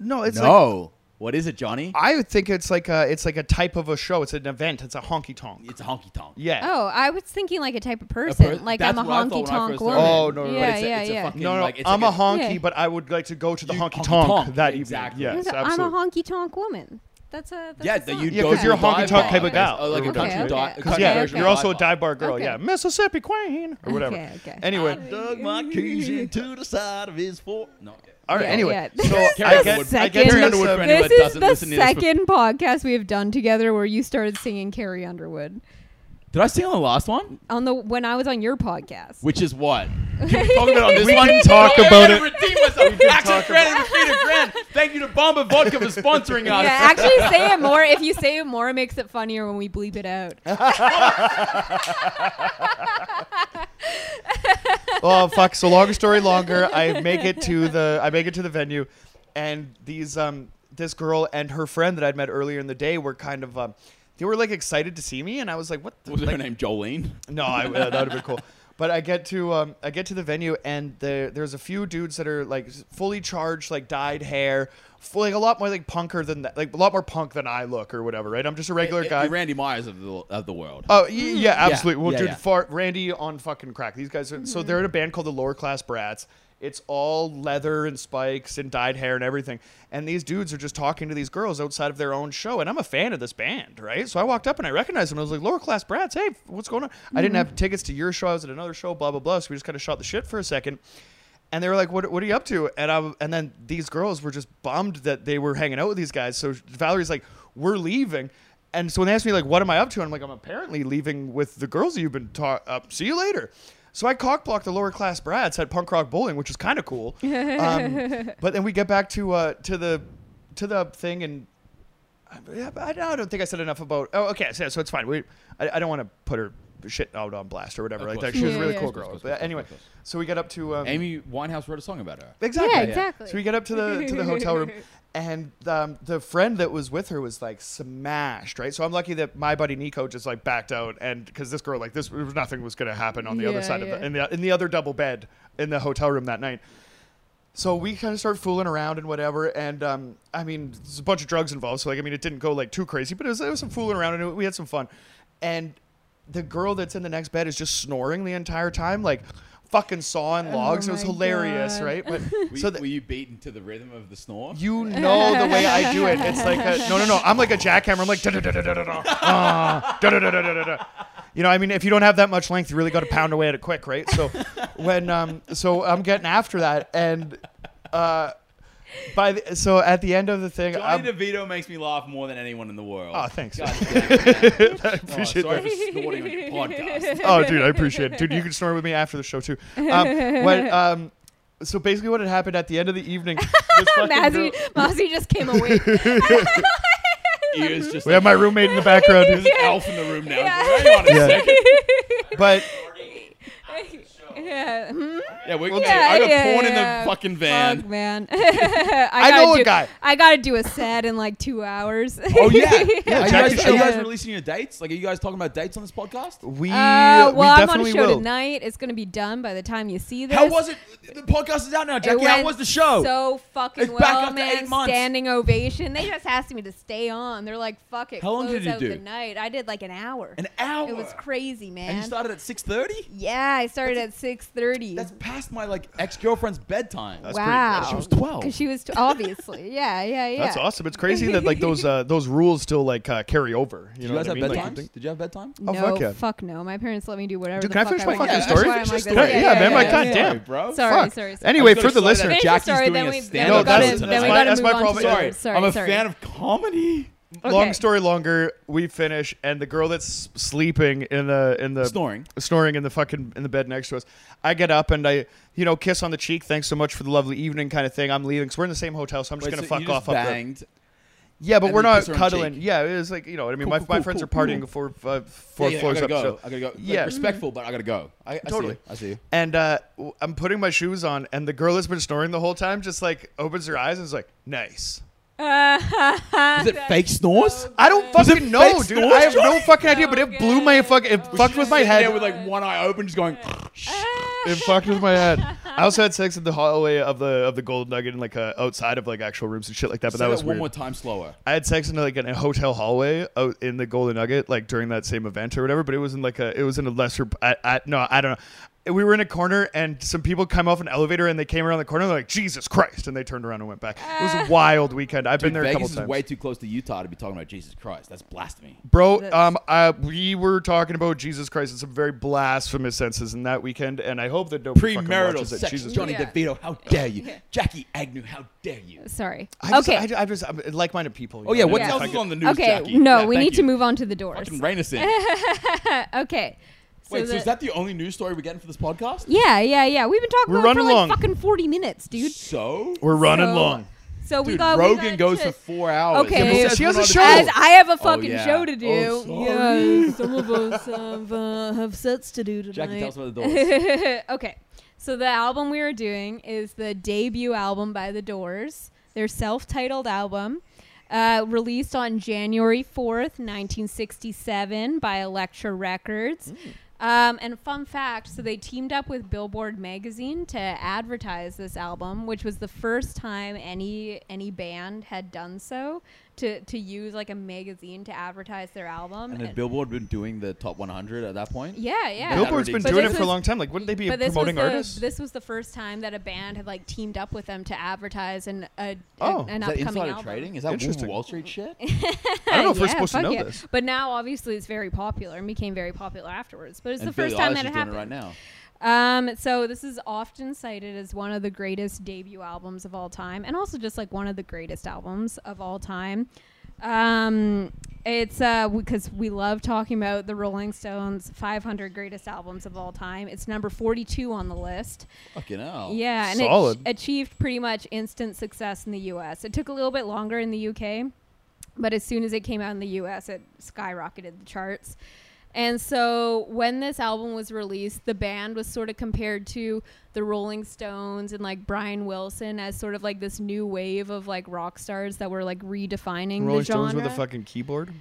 [SPEAKER 3] No, Uh, it's like
[SPEAKER 1] no. What is it, Johnny?
[SPEAKER 3] I would think it's like a it's like a type of a show. It's an event. It's a honky tonk.
[SPEAKER 1] It's a honky tonk.
[SPEAKER 3] Yeah.
[SPEAKER 2] Oh, I was thinking like a type of person.
[SPEAKER 1] per-
[SPEAKER 2] like
[SPEAKER 1] that's
[SPEAKER 2] I'm a
[SPEAKER 1] what I thought when I
[SPEAKER 2] honky tonk
[SPEAKER 1] first
[SPEAKER 2] woman.
[SPEAKER 1] heard it.
[SPEAKER 3] Oh, no, no, no,
[SPEAKER 2] yeah,
[SPEAKER 1] it's a-
[SPEAKER 2] yeah,
[SPEAKER 1] it's a
[SPEAKER 2] yeah.
[SPEAKER 1] fucking-
[SPEAKER 3] No, no,
[SPEAKER 1] like, it's
[SPEAKER 3] I'm
[SPEAKER 1] like
[SPEAKER 3] a
[SPEAKER 1] a-
[SPEAKER 3] honky,
[SPEAKER 2] Yeah.
[SPEAKER 3] but I would like to go to the
[SPEAKER 1] You-
[SPEAKER 3] honky
[SPEAKER 1] honky-tonk,
[SPEAKER 3] tonk that
[SPEAKER 1] exactly.
[SPEAKER 3] evening. Yes,
[SPEAKER 2] So
[SPEAKER 3] absolutely.
[SPEAKER 2] I'm a honky tonk woman. That's a that's
[SPEAKER 1] Yeah,
[SPEAKER 2] a
[SPEAKER 1] that
[SPEAKER 2] song.
[SPEAKER 1] you
[SPEAKER 3] Yeah,
[SPEAKER 1] go
[SPEAKER 3] 'cause
[SPEAKER 1] to
[SPEAKER 3] you're a
[SPEAKER 1] a dive
[SPEAKER 3] honky-tonk
[SPEAKER 1] bar.
[SPEAKER 3] type of gal,
[SPEAKER 1] Oh, like
[SPEAKER 3] or
[SPEAKER 1] a country,
[SPEAKER 2] whatever.
[SPEAKER 1] di-
[SPEAKER 2] Okay,
[SPEAKER 1] a
[SPEAKER 2] okay.
[SPEAKER 1] country
[SPEAKER 3] yeah,
[SPEAKER 1] version
[SPEAKER 3] you're
[SPEAKER 1] of
[SPEAKER 3] also a
[SPEAKER 1] dive bar.
[SPEAKER 3] dive bar girl.
[SPEAKER 2] Okay.
[SPEAKER 3] Yeah, Mississippi Queen or whatever.
[SPEAKER 2] Okay, okay.
[SPEAKER 1] I
[SPEAKER 3] Anyway,
[SPEAKER 1] dug my keys into the side of his fore. No, okay.
[SPEAKER 3] all right.
[SPEAKER 2] Yeah,
[SPEAKER 3] anyway,
[SPEAKER 2] yeah.
[SPEAKER 3] so
[SPEAKER 2] This is
[SPEAKER 3] I
[SPEAKER 2] the
[SPEAKER 3] get I
[SPEAKER 2] second-
[SPEAKER 3] get
[SPEAKER 2] Carrie
[SPEAKER 3] to
[SPEAKER 1] Underwood for
[SPEAKER 3] this, um,
[SPEAKER 1] any- anyone
[SPEAKER 2] This
[SPEAKER 1] that
[SPEAKER 2] is
[SPEAKER 1] doesn't
[SPEAKER 2] the
[SPEAKER 1] listen to this before-
[SPEAKER 2] second podcast we have done together where you started singing Carrie Underwood
[SPEAKER 1] Did I sing on the last one?
[SPEAKER 2] on the when I was on your podcast.
[SPEAKER 1] Which is what? Can we talk about it on this
[SPEAKER 3] We
[SPEAKER 1] one? Oh,
[SPEAKER 3] can talk
[SPEAKER 1] I'm
[SPEAKER 3] about
[SPEAKER 1] gonna
[SPEAKER 3] it.
[SPEAKER 1] Redeem myself. Access
[SPEAKER 3] talk
[SPEAKER 1] credit and Frida Grand. Thank you to Bomba Vodka for sponsoring
[SPEAKER 2] yeah,
[SPEAKER 1] us.
[SPEAKER 2] actually say it more. If you say it more, it makes it funnier when we bleep it out.
[SPEAKER 3] oh fuck! So long story longer. I make it to the I make it to the venue, and these um this girl and her friend that I'd met earlier in the day were kind of um they were like excited to see me, and I was like, what? The,
[SPEAKER 1] What was
[SPEAKER 3] like,
[SPEAKER 1] her name? Jolene.
[SPEAKER 3] No, I, uh, that would have been cool. But I get to um, I get to the venue and there there's a few dudes that are like fully charged, like dyed hair, full, like a lot more like punker than that, like a lot more punk than I look or whatever. Right? I'm just a regular guy.
[SPEAKER 1] You're Randy Myers of the of the world.
[SPEAKER 3] Oh y- yeah, absolutely. Well,
[SPEAKER 1] yeah,
[SPEAKER 3] dude,
[SPEAKER 1] yeah.
[SPEAKER 3] Far, Randy on fucking crack. These guys are so they're in a band called the Lower Class Brats. It's all leather and spikes and dyed hair and everything. And these dudes are just talking to these girls outside of their own show. And I'm a fan of this band, right? So I walked up and I recognized them. I was like, Lower Class Brats, hey, what's going on? I
[SPEAKER 1] Mm-hmm.
[SPEAKER 3] didn't have tickets to your show. I was at another show, blah blah blah. So we just kind of shot the shit for a second. And they were like, "What? What are you up to?" And I, w- and then these girls were just bummed that they were hanging out with these guys. So Valerie's like, "We're leaving." And so when they asked me like, "What am I up to?" I'm like, "I'm apparently leaving with the girls that you've been taught up. See you later." So I cock blocked the lower class brats at punk rock bowling, which was kind of cool. Um, but then we get back to uh, to the to the thing, and I, I, I don't think I said enough about. Oh, okay, so, so it's fine. We, I, I don't want to put her shit out on blast or whatever
[SPEAKER 1] Of
[SPEAKER 3] like
[SPEAKER 1] course.
[SPEAKER 3] that. She was a
[SPEAKER 2] Yeah,
[SPEAKER 3] really
[SPEAKER 2] yeah.
[SPEAKER 3] cool
[SPEAKER 2] Of
[SPEAKER 1] of
[SPEAKER 2] course,
[SPEAKER 3] girl.
[SPEAKER 1] course, of
[SPEAKER 3] But
[SPEAKER 1] course,
[SPEAKER 3] anyway,
[SPEAKER 1] of course.
[SPEAKER 3] so we get up to um,
[SPEAKER 1] Amy Winehouse wrote a song about her.
[SPEAKER 3] Exactly.
[SPEAKER 2] Yeah, exactly.
[SPEAKER 3] So we get up to the to the hotel room, and um, the friend that was with her was like smashed, right? So I'm lucky that my buddy Nico just like backed out, and because this girl like this nothing was gonna happen on the
[SPEAKER 2] Yeah,
[SPEAKER 3] other side of
[SPEAKER 2] yeah.
[SPEAKER 3] the in the in the other double bed in the hotel room that night. So we kind of start fooling around and whatever, and um, I mean, there's a bunch of drugs involved. So like, I mean, it didn't go like too crazy, but it was, it was some fooling around, and we had some fun. And the girl that's in the next bed is just snoring the entire time, like fucking sawing logs. it was
[SPEAKER 2] Oh my
[SPEAKER 3] hilarious,
[SPEAKER 2] God.
[SPEAKER 3] right? But
[SPEAKER 1] Were,
[SPEAKER 3] so
[SPEAKER 1] you-
[SPEAKER 3] the-
[SPEAKER 1] were you beaten to the rhythm of the snore?
[SPEAKER 3] you know the way I do it. It's like a, no, no, no. I'm like a jackhammer. I'm like da da da da da da da Ah, da da da da da da. da. You know, I mean, if you don't have that much length, you really got to pound away at it quick, right? So when um, so I'm getting after that, and uh, by the, so at the end of the thing,
[SPEAKER 1] Johnny
[SPEAKER 3] I'm,
[SPEAKER 1] DeVito makes me laugh more than anyone in the world.
[SPEAKER 3] oh thanks.
[SPEAKER 1] God damn.
[SPEAKER 3] I
[SPEAKER 1] oh,
[SPEAKER 3] appreciate
[SPEAKER 1] sorry
[SPEAKER 3] that.
[SPEAKER 1] for snorting on your podcast.
[SPEAKER 3] oh, dude, I appreciate it. Dude, you can snore with me after the show too. Um, when, um, so basically, what had happened at the end of the evening, this fucking girl,
[SPEAKER 2] Mazzy, Mazzy just came awake.
[SPEAKER 1] Ears just
[SPEAKER 3] we have
[SPEAKER 1] like,
[SPEAKER 3] my roommate in the background.
[SPEAKER 1] there's an elf in the room now. Hang on a
[SPEAKER 3] Yeah.
[SPEAKER 1] second.
[SPEAKER 3] But
[SPEAKER 2] yeah. Hmm?
[SPEAKER 1] Yeah, we,
[SPEAKER 2] Yeah,
[SPEAKER 1] I got
[SPEAKER 2] yeah,
[SPEAKER 1] porn
[SPEAKER 2] yeah.
[SPEAKER 1] in the fucking
[SPEAKER 2] Fuck,
[SPEAKER 1] van.
[SPEAKER 2] man. I, gotta
[SPEAKER 3] know a
[SPEAKER 2] do-
[SPEAKER 3] guy.
[SPEAKER 2] I gotta do a set in like two hours.
[SPEAKER 1] Oh yeah, yeah. Are, you
[SPEAKER 3] Jackie
[SPEAKER 1] guys, are you
[SPEAKER 3] Chan.
[SPEAKER 1] guys releasing your dates? Like, are you guys talking about dates on this podcast?
[SPEAKER 3] we,
[SPEAKER 2] Uh, well,
[SPEAKER 3] we
[SPEAKER 2] I'm on
[SPEAKER 3] definitely
[SPEAKER 2] a show
[SPEAKER 3] will.
[SPEAKER 2] tonight. It's gonna be done by the time you see this.
[SPEAKER 1] How was it? The podcast is out now, Jackie. How
[SPEAKER 2] went
[SPEAKER 1] was the show?
[SPEAKER 2] So fucking
[SPEAKER 1] It's back
[SPEAKER 2] well,
[SPEAKER 1] up to
[SPEAKER 2] man.
[SPEAKER 1] eight months.
[SPEAKER 2] Standing ovation. They just asked me to stay on. They're like, "Fuck it."
[SPEAKER 1] How long
[SPEAKER 2] close
[SPEAKER 1] did you
[SPEAKER 2] out
[SPEAKER 1] do?
[SPEAKER 2] The night. I did like an hour.
[SPEAKER 1] An hour.
[SPEAKER 2] It was crazy, man.
[SPEAKER 1] And you started at six thirty.
[SPEAKER 2] yeah, I started at six thirty.
[SPEAKER 1] That's past my like ex girlfriend's bedtime.
[SPEAKER 3] That's pretty-
[SPEAKER 2] wow.
[SPEAKER 1] She was 12.
[SPEAKER 2] Because she was tw- obviously. Yeah, yeah, yeah.
[SPEAKER 3] That's awesome. It's crazy that like those uh, those rules still like uh, carry over. You
[SPEAKER 1] Did you
[SPEAKER 3] know
[SPEAKER 1] guys
[SPEAKER 3] what I
[SPEAKER 1] have
[SPEAKER 3] mean? Like,
[SPEAKER 1] bedtimes? Did you have bedtime?
[SPEAKER 2] No,
[SPEAKER 3] Oh, fuck
[SPEAKER 2] fuck,
[SPEAKER 3] yeah.
[SPEAKER 2] no. My parents let me do whatever.
[SPEAKER 3] Dude,
[SPEAKER 2] the
[SPEAKER 3] can
[SPEAKER 2] fuck
[SPEAKER 3] I finish
[SPEAKER 2] I
[SPEAKER 3] my
[SPEAKER 2] wanted.
[SPEAKER 3] fucking
[SPEAKER 2] That's
[SPEAKER 3] story?
[SPEAKER 2] why I'm
[SPEAKER 1] Finish
[SPEAKER 2] like
[SPEAKER 1] your
[SPEAKER 2] this.
[SPEAKER 1] story.
[SPEAKER 3] Yeah, man, my goddamn.
[SPEAKER 1] Sorry, bro.
[SPEAKER 2] Sorry,
[SPEAKER 3] Fuck.
[SPEAKER 2] sorry, sorry.
[SPEAKER 3] Anyway,
[SPEAKER 1] I'm
[SPEAKER 3] for
[SPEAKER 1] gonna
[SPEAKER 3] the
[SPEAKER 1] slow
[SPEAKER 3] listener,
[SPEAKER 1] down.
[SPEAKER 2] Finish the
[SPEAKER 1] Jackie's
[SPEAKER 2] story,
[SPEAKER 1] doing
[SPEAKER 2] then
[SPEAKER 1] a
[SPEAKER 2] we- then
[SPEAKER 1] stand-up
[SPEAKER 2] we gotta-
[SPEAKER 1] battle
[SPEAKER 2] then
[SPEAKER 1] tonight.
[SPEAKER 2] we gotta
[SPEAKER 3] That's my
[SPEAKER 2] move on to the-
[SPEAKER 3] problem.
[SPEAKER 1] Sorry,
[SPEAKER 2] sorry,
[SPEAKER 1] I'm a
[SPEAKER 2] sorry.
[SPEAKER 1] fan of comedy.
[SPEAKER 2] Okay.
[SPEAKER 3] Long story longer, we finish, and the girl that's sleeping in the in the
[SPEAKER 1] Snoring.
[SPEAKER 3] snoring in the fucking in the bed next to us. I get up and I, you know, kiss on the cheek. Thanks so much for the lovely evening, kind of thing. I'm leaving because we're in the same hotel, so I'm just
[SPEAKER 1] Wait,
[SPEAKER 3] gonna
[SPEAKER 1] so you
[SPEAKER 3] fuck
[SPEAKER 1] just
[SPEAKER 3] off. Up there.
[SPEAKER 1] banged.
[SPEAKER 3] Yeah, but
[SPEAKER 1] And
[SPEAKER 3] we're
[SPEAKER 1] then
[SPEAKER 3] not
[SPEAKER 1] kiss her on
[SPEAKER 3] cuddling.
[SPEAKER 1] cheek.
[SPEAKER 3] Yeah, it was like you know what I mean.
[SPEAKER 1] Cool,
[SPEAKER 3] my
[SPEAKER 1] cool,
[SPEAKER 3] my
[SPEAKER 1] cool,
[SPEAKER 3] friends
[SPEAKER 1] cool,
[SPEAKER 3] are partying four uh, four
[SPEAKER 1] Yeah, yeah,
[SPEAKER 3] floors
[SPEAKER 1] I gotta
[SPEAKER 3] up.
[SPEAKER 1] go.
[SPEAKER 3] so-
[SPEAKER 1] I gotta go. Like,
[SPEAKER 3] Yeah.
[SPEAKER 1] respectful, but I gotta go. I, I
[SPEAKER 3] Totally.
[SPEAKER 1] See you. I see you.
[SPEAKER 3] And uh, w- I'm putting my shoes on, and the girl that's been snoring the whole time just like opens her eyes and is like, "Nice."
[SPEAKER 1] Is it fake snores?
[SPEAKER 3] I don't
[SPEAKER 1] Was it
[SPEAKER 3] fucking know,
[SPEAKER 1] fake
[SPEAKER 3] dude.
[SPEAKER 1] snores,
[SPEAKER 3] I have no
[SPEAKER 1] Johnny?
[SPEAKER 3] fucking idea, but it blew my
[SPEAKER 2] Okay.
[SPEAKER 3] fucking. It fucked with my
[SPEAKER 1] Sitting there
[SPEAKER 3] head.
[SPEAKER 1] with like one eye open, just going.
[SPEAKER 3] It fucked with my head. I also had sex in the hallway of the of the Golden Nugget and like uh, outside of like actual rooms and shit like that. But
[SPEAKER 1] Say
[SPEAKER 3] that was
[SPEAKER 1] one
[SPEAKER 3] weird.
[SPEAKER 1] more time slower.
[SPEAKER 3] I had sex in like in a hotel hallway out in the Golden Nugget, like during that same event or whatever. But it was in like a it was in a lesser. I, I no, I don't know. We were in a corner and some people come off an elevator and they came around the corner. They're like Jesus Christ, and they turned around and went back. It was a wild weekend. I've been
[SPEAKER 1] Dude,
[SPEAKER 3] there a
[SPEAKER 1] Vegas
[SPEAKER 3] couple
[SPEAKER 1] is
[SPEAKER 3] times.
[SPEAKER 1] way too close to Utah to be talking about Jesus Christ. That's blasphemy.
[SPEAKER 3] Bro,
[SPEAKER 4] That's-
[SPEAKER 3] um, uh, we were talking about Jesus Christ in some very blasphemous senses in that weekend, and I hope that nobody fucking
[SPEAKER 1] Premarital
[SPEAKER 3] watches it.
[SPEAKER 1] sex.
[SPEAKER 3] Jesus
[SPEAKER 1] Johnny
[SPEAKER 4] Christ.
[SPEAKER 1] DeVito, how dare you? Jackie Agnew, how dare you?
[SPEAKER 2] Sorry.
[SPEAKER 3] I just,
[SPEAKER 2] okay.
[SPEAKER 3] I, I just, I'm uh, like-minded people. you
[SPEAKER 1] Oh yeah,
[SPEAKER 3] know?
[SPEAKER 1] what
[SPEAKER 2] Yeah.
[SPEAKER 1] else
[SPEAKER 3] If I
[SPEAKER 1] is
[SPEAKER 3] could-
[SPEAKER 1] on the news,
[SPEAKER 2] okay.
[SPEAKER 1] Jackie?
[SPEAKER 2] No,
[SPEAKER 1] Yeah,
[SPEAKER 2] we
[SPEAKER 1] thank
[SPEAKER 2] need to
[SPEAKER 1] you.
[SPEAKER 2] move on to the doors.
[SPEAKER 1] Fucking rein us in.
[SPEAKER 2] okay. So
[SPEAKER 1] Wait, so
[SPEAKER 2] the-
[SPEAKER 1] is that the only news story we're getting for this podcast?
[SPEAKER 2] yeah, yeah, yeah. We've been talking
[SPEAKER 3] We're
[SPEAKER 2] about it for
[SPEAKER 3] running long.
[SPEAKER 2] like fucking forty minutes, dude.
[SPEAKER 1] So,
[SPEAKER 3] We're running
[SPEAKER 2] So-
[SPEAKER 3] long.
[SPEAKER 2] So we
[SPEAKER 1] dude,
[SPEAKER 2] got we
[SPEAKER 1] Rogan
[SPEAKER 2] got
[SPEAKER 1] goes
[SPEAKER 2] to-
[SPEAKER 1] for four hours.
[SPEAKER 2] Okay. Yeah, but
[SPEAKER 1] He
[SPEAKER 2] she
[SPEAKER 1] says we're
[SPEAKER 3] has a
[SPEAKER 1] not
[SPEAKER 3] show.
[SPEAKER 1] done.
[SPEAKER 2] As I have a fucking
[SPEAKER 1] yeah.
[SPEAKER 2] show to
[SPEAKER 1] Oh,
[SPEAKER 2] do.
[SPEAKER 1] sorry.
[SPEAKER 2] yeah.
[SPEAKER 4] Some of us have, uh, have sets to do tonight.
[SPEAKER 1] Jackie, tell us about the doors.
[SPEAKER 2] okay. So the album we were doing is the debut album by The Doors, their self-titled album, uh, released on January 4th, 1967 by Elektra Records. Um, and fun fact, so they teamed up with Billboard magazine to advertise this album, which was the first time any any band had done so to to use like a magazine to advertise their album.
[SPEAKER 1] and had
[SPEAKER 2] And-
[SPEAKER 1] Billboard been doing the top 100 at that point?
[SPEAKER 2] yeah, yeah.
[SPEAKER 1] Nope.
[SPEAKER 3] Billboard's been
[SPEAKER 1] But
[SPEAKER 3] doing it
[SPEAKER 2] this
[SPEAKER 3] for a
[SPEAKER 2] was-
[SPEAKER 3] long time. Like, wouldn't they be
[SPEAKER 2] but this was,
[SPEAKER 3] promoting
[SPEAKER 2] the,
[SPEAKER 3] artists?
[SPEAKER 2] this was the first time that a band had like teamed up with them to advertise an a,
[SPEAKER 3] Oh,
[SPEAKER 2] a, an
[SPEAKER 1] Is that
[SPEAKER 2] upcoming
[SPEAKER 1] insider
[SPEAKER 2] album.
[SPEAKER 1] trading? Is that Wolf of
[SPEAKER 3] Interesting.
[SPEAKER 1] Wall Street shit?
[SPEAKER 3] I don't know if we're
[SPEAKER 2] Yeah,
[SPEAKER 3] Oh, supposed to
[SPEAKER 2] fuck
[SPEAKER 3] know
[SPEAKER 2] yeah.
[SPEAKER 3] this.
[SPEAKER 2] But now, obviously, it's very popular and became very popular afterwards. But it's
[SPEAKER 1] and
[SPEAKER 2] the first
[SPEAKER 1] Billie
[SPEAKER 2] time
[SPEAKER 1] Eilish
[SPEAKER 2] that
[SPEAKER 1] is
[SPEAKER 2] it
[SPEAKER 1] doing
[SPEAKER 2] happened.
[SPEAKER 1] it right now.
[SPEAKER 2] Um, so this is often cited as one of the greatest debut albums of all time, and also just like one of the greatest albums of all time. Um, it's uh because we love talking about the Rolling Stones 500 greatest albums of all time. It's number 42 on the list.
[SPEAKER 1] Fucking hell.
[SPEAKER 2] Yeah, and
[SPEAKER 3] Solid.
[SPEAKER 2] it sh- achieved pretty much instant success in the U.S. It took a little bit longer in the U.K., but as soon as it came out in the U.S., it skyrocketed the charts. And so when this album was released, the band was sort of compared to the Rolling Stones and like Brian Wilson as sort of like this new wave of like rock stars that were like redefining
[SPEAKER 3] Rolling
[SPEAKER 2] the genre.
[SPEAKER 3] Stones with a fucking keyboard.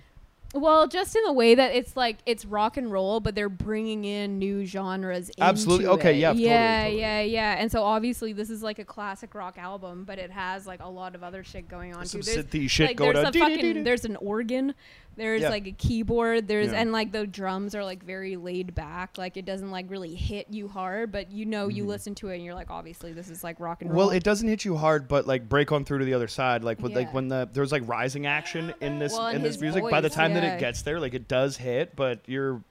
[SPEAKER 2] well, just in the way that it's like it's rock and roll, but they're bringing in new genres. Into
[SPEAKER 3] Absolutely. Okay,
[SPEAKER 2] it.
[SPEAKER 3] yeah, totally,
[SPEAKER 2] yeah,
[SPEAKER 3] totally.
[SPEAKER 2] yeah, yeah. And so obviously this is like a classic rock album, but it has like a lot of other shit going on.
[SPEAKER 3] Some
[SPEAKER 2] too. There's-
[SPEAKER 3] synthy shit
[SPEAKER 2] like,
[SPEAKER 3] going
[SPEAKER 2] there's
[SPEAKER 3] on.
[SPEAKER 2] a fucking there's an organ, there's
[SPEAKER 3] Yeah.
[SPEAKER 2] like a keyboard, there's
[SPEAKER 3] Yeah.
[SPEAKER 2] and like the drums are like very laid back, like it doesn't like really hit you hard, but you know you listen to it and you're like obviously this is like rock and roll.
[SPEAKER 3] Mm-hmm. Well, it doesn't hit you hard, but like break on through to the other side. Like with like
[SPEAKER 2] Yeah.
[SPEAKER 3] when the there's like rising action in this
[SPEAKER 2] Well, and
[SPEAKER 3] in this
[SPEAKER 2] his
[SPEAKER 3] music. By the
[SPEAKER 2] voice,
[SPEAKER 3] time that
[SPEAKER 2] yeah.
[SPEAKER 3] it gets there, like it does hit, but you're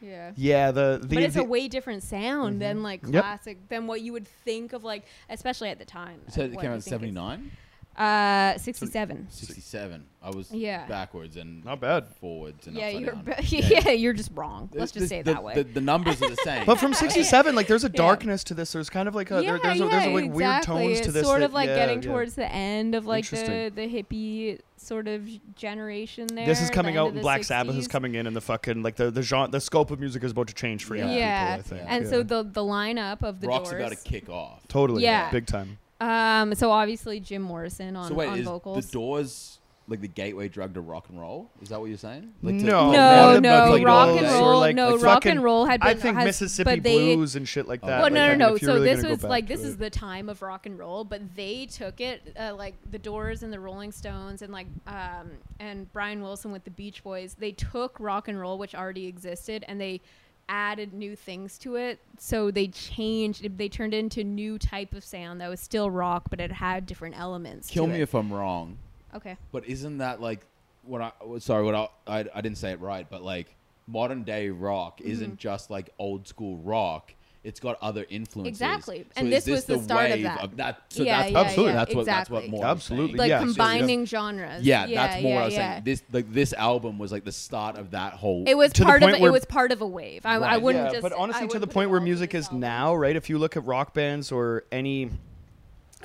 [SPEAKER 2] yeah.
[SPEAKER 3] yeah the the,
[SPEAKER 2] but it's
[SPEAKER 3] the- Mm-hmm.
[SPEAKER 2] a way different sound than like
[SPEAKER 3] Yep.
[SPEAKER 2] classic than what you would think of like especially at the time.
[SPEAKER 1] You said
[SPEAKER 2] of
[SPEAKER 1] it
[SPEAKER 2] what
[SPEAKER 1] came
[SPEAKER 2] you
[SPEAKER 1] out in
[SPEAKER 2] think is-
[SPEAKER 1] 79?
[SPEAKER 2] Uh, sixty-seven.
[SPEAKER 1] 67. I was
[SPEAKER 2] Yeah.
[SPEAKER 1] backwards and
[SPEAKER 3] not bad.
[SPEAKER 1] forwards and
[SPEAKER 2] Yeah,
[SPEAKER 1] upside
[SPEAKER 2] you're
[SPEAKER 1] down.
[SPEAKER 2] ba- yeah, you're just wrong. Let's
[SPEAKER 1] The-
[SPEAKER 2] just
[SPEAKER 1] the-
[SPEAKER 2] say it
[SPEAKER 1] the-
[SPEAKER 2] that way.
[SPEAKER 1] The, the numbers are the same.
[SPEAKER 3] But from '67, like there's a
[SPEAKER 2] Yeah.
[SPEAKER 3] darkness to this. There's kind of like a there, there's a, there's a, like weird tones
[SPEAKER 2] it's
[SPEAKER 3] to this.
[SPEAKER 2] Sort
[SPEAKER 3] that-
[SPEAKER 2] of like
[SPEAKER 3] yeah,
[SPEAKER 2] getting
[SPEAKER 3] yeah.
[SPEAKER 2] towards the end of like the,
[SPEAKER 3] Interesting.
[SPEAKER 2] the hippie sort of generation there.
[SPEAKER 3] This is
[SPEAKER 2] the
[SPEAKER 3] coming
[SPEAKER 2] end
[SPEAKER 3] out,
[SPEAKER 2] of
[SPEAKER 3] and
[SPEAKER 2] the
[SPEAKER 3] Black Sabbath is
[SPEAKER 2] 60s.
[SPEAKER 3] coming in, and the fucking like the the genre, the scope of music is about to change for young
[SPEAKER 1] Yeah.
[SPEAKER 2] Yeah,
[SPEAKER 3] people. I think.
[SPEAKER 2] and
[SPEAKER 3] Yeah.
[SPEAKER 2] so the the lineup of the
[SPEAKER 1] Rock's
[SPEAKER 2] doors.
[SPEAKER 1] about to kick off.
[SPEAKER 3] totally,
[SPEAKER 2] Yeah.
[SPEAKER 3] big time.
[SPEAKER 2] um, so obviously Jim Morrison on
[SPEAKER 1] so wait,
[SPEAKER 2] on
[SPEAKER 1] is
[SPEAKER 2] vocals.
[SPEAKER 1] the Doors like the gateway drug to rock and roll? Is that what you're saying? Like to- to
[SPEAKER 3] No,
[SPEAKER 2] no,
[SPEAKER 1] rock and
[SPEAKER 2] no,
[SPEAKER 1] roll
[SPEAKER 3] like
[SPEAKER 2] rock and
[SPEAKER 1] days?
[SPEAKER 3] those, or
[SPEAKER 2] roll.
[SPEAKER 3] like-
[SPEAKER 2] no,
[SPEAKER 3] like
[SPEAKER 2] rock
[SPEAKER 3] fucking-
[SPEAKER 2] and roll had been.
[SPEAKER 3] I think
[SPEAKER 2] has-
[SPEAKER 3] Mississippi
[SPEAKER 2] but they,
[SPEAKER 3] blues and shit like that.
[SPEAKER 2] Well,
[SPEAKER 3] like, I
[SPEAKER 2] no,
[SPEAKER 3] mean,
[SPEAKER 2] no, no.
[SPEAKER 3] if you're
[SPEAKER 2] So
[SPEAKER 3] really
[SPEAKER 2] this
[SPEAKER 3] gonna go
[SPEAKER 2] was
[SPEAKER 3] back
[SPEAKER 2] like
[SPEAKER 3] to
[SPEAKER 2] this is
[SPEAKER 3] it.
[SPEAKER 2] the time of rock and roll, but they took it uh, like the Doors and the Rolling Stones and like um, and Brian Wilson with the Beach Boys. They took rock and roll, which already existed, and they added new things to it. So they changed. They turned it into a new type of sound that was still rock, but it had different elements.
[SPEAKER 1] Kill
[SPEAKER 2] to
[SPEAKER 1] me
[SPEAKER 2] it.
[SPEAKER 1] if I'm wrong,
[SPEAKER 2] okay.
[SPEAKER 1] but isn't that like what I oh, sorry what I I, I didn't say it right, but like modern day rock
[SPEAKER 2] Mm-hmm.
[SPEAKER 1] isn't just like old school rock. It's got other influences.
[SPEAKER 2] Exactly.
[SPEAKER 1] So
[SPEAKER 2] And
[SPEAKER 1] is
[SPEAKER 2] this was the
[SPEAKER 1] the
[SPEAKER 2] start of
[SPEAKER 1] wave
[SPEAKER 2] that.
[SPEAKER 1] so
[SPEAKER 2] Yeah,
[SPEAKER 1] that's,
[SPEAKER 2] yeah,
[SPEAKER 3] Absolutely. yeah,
[SPEAKER 1] That's what that's what
[SPEAKER 2] exactly.
[SPEAKER 1] more. I was
[SPEAKER 3] Absolutely,
[SPEAKER 1] saying.
[SPEAKER 2] Like
[SPEAKER 3] Yeah, so it's-
[SPEAKER 2] combining genres.
[SPEAKER 1] Yeah, that's more what I was
[SPEAKER 2] yeah.
[SPEAKER 1] saying. This like this album was like the start of that whole.
[SPEAKER 2] It was
[SPEAKER 3] To the
[SPEAKER 2] part of
[SPEAKER 3] point
[SPEAKER 2] it
[SPEAKER 3] where-
[SPEAKER 2] was part of a wave. I, I
[SPEAKER 1] Right.
[SPEAKER 2] wouldn't
[SPEAKER 3] yeah,
[SPEAKER 2] just.
[SPEAKER 3] but
[SPEAKER 2] I
[SPEAKER 3] honestly, to
[SPEAKER 2] wouldn't
[SPEAKER 3] the
[SPEAKER 2] put it
[SPEAKER 3] point where
[SPEAKER 2] all in
[SPEAKER 3] music
[SPEAKER 2] this
[SPEAKER 3] is
[SPEAKER 2] album.
[SPEAKER 3] now, right? If you look at rock bands or any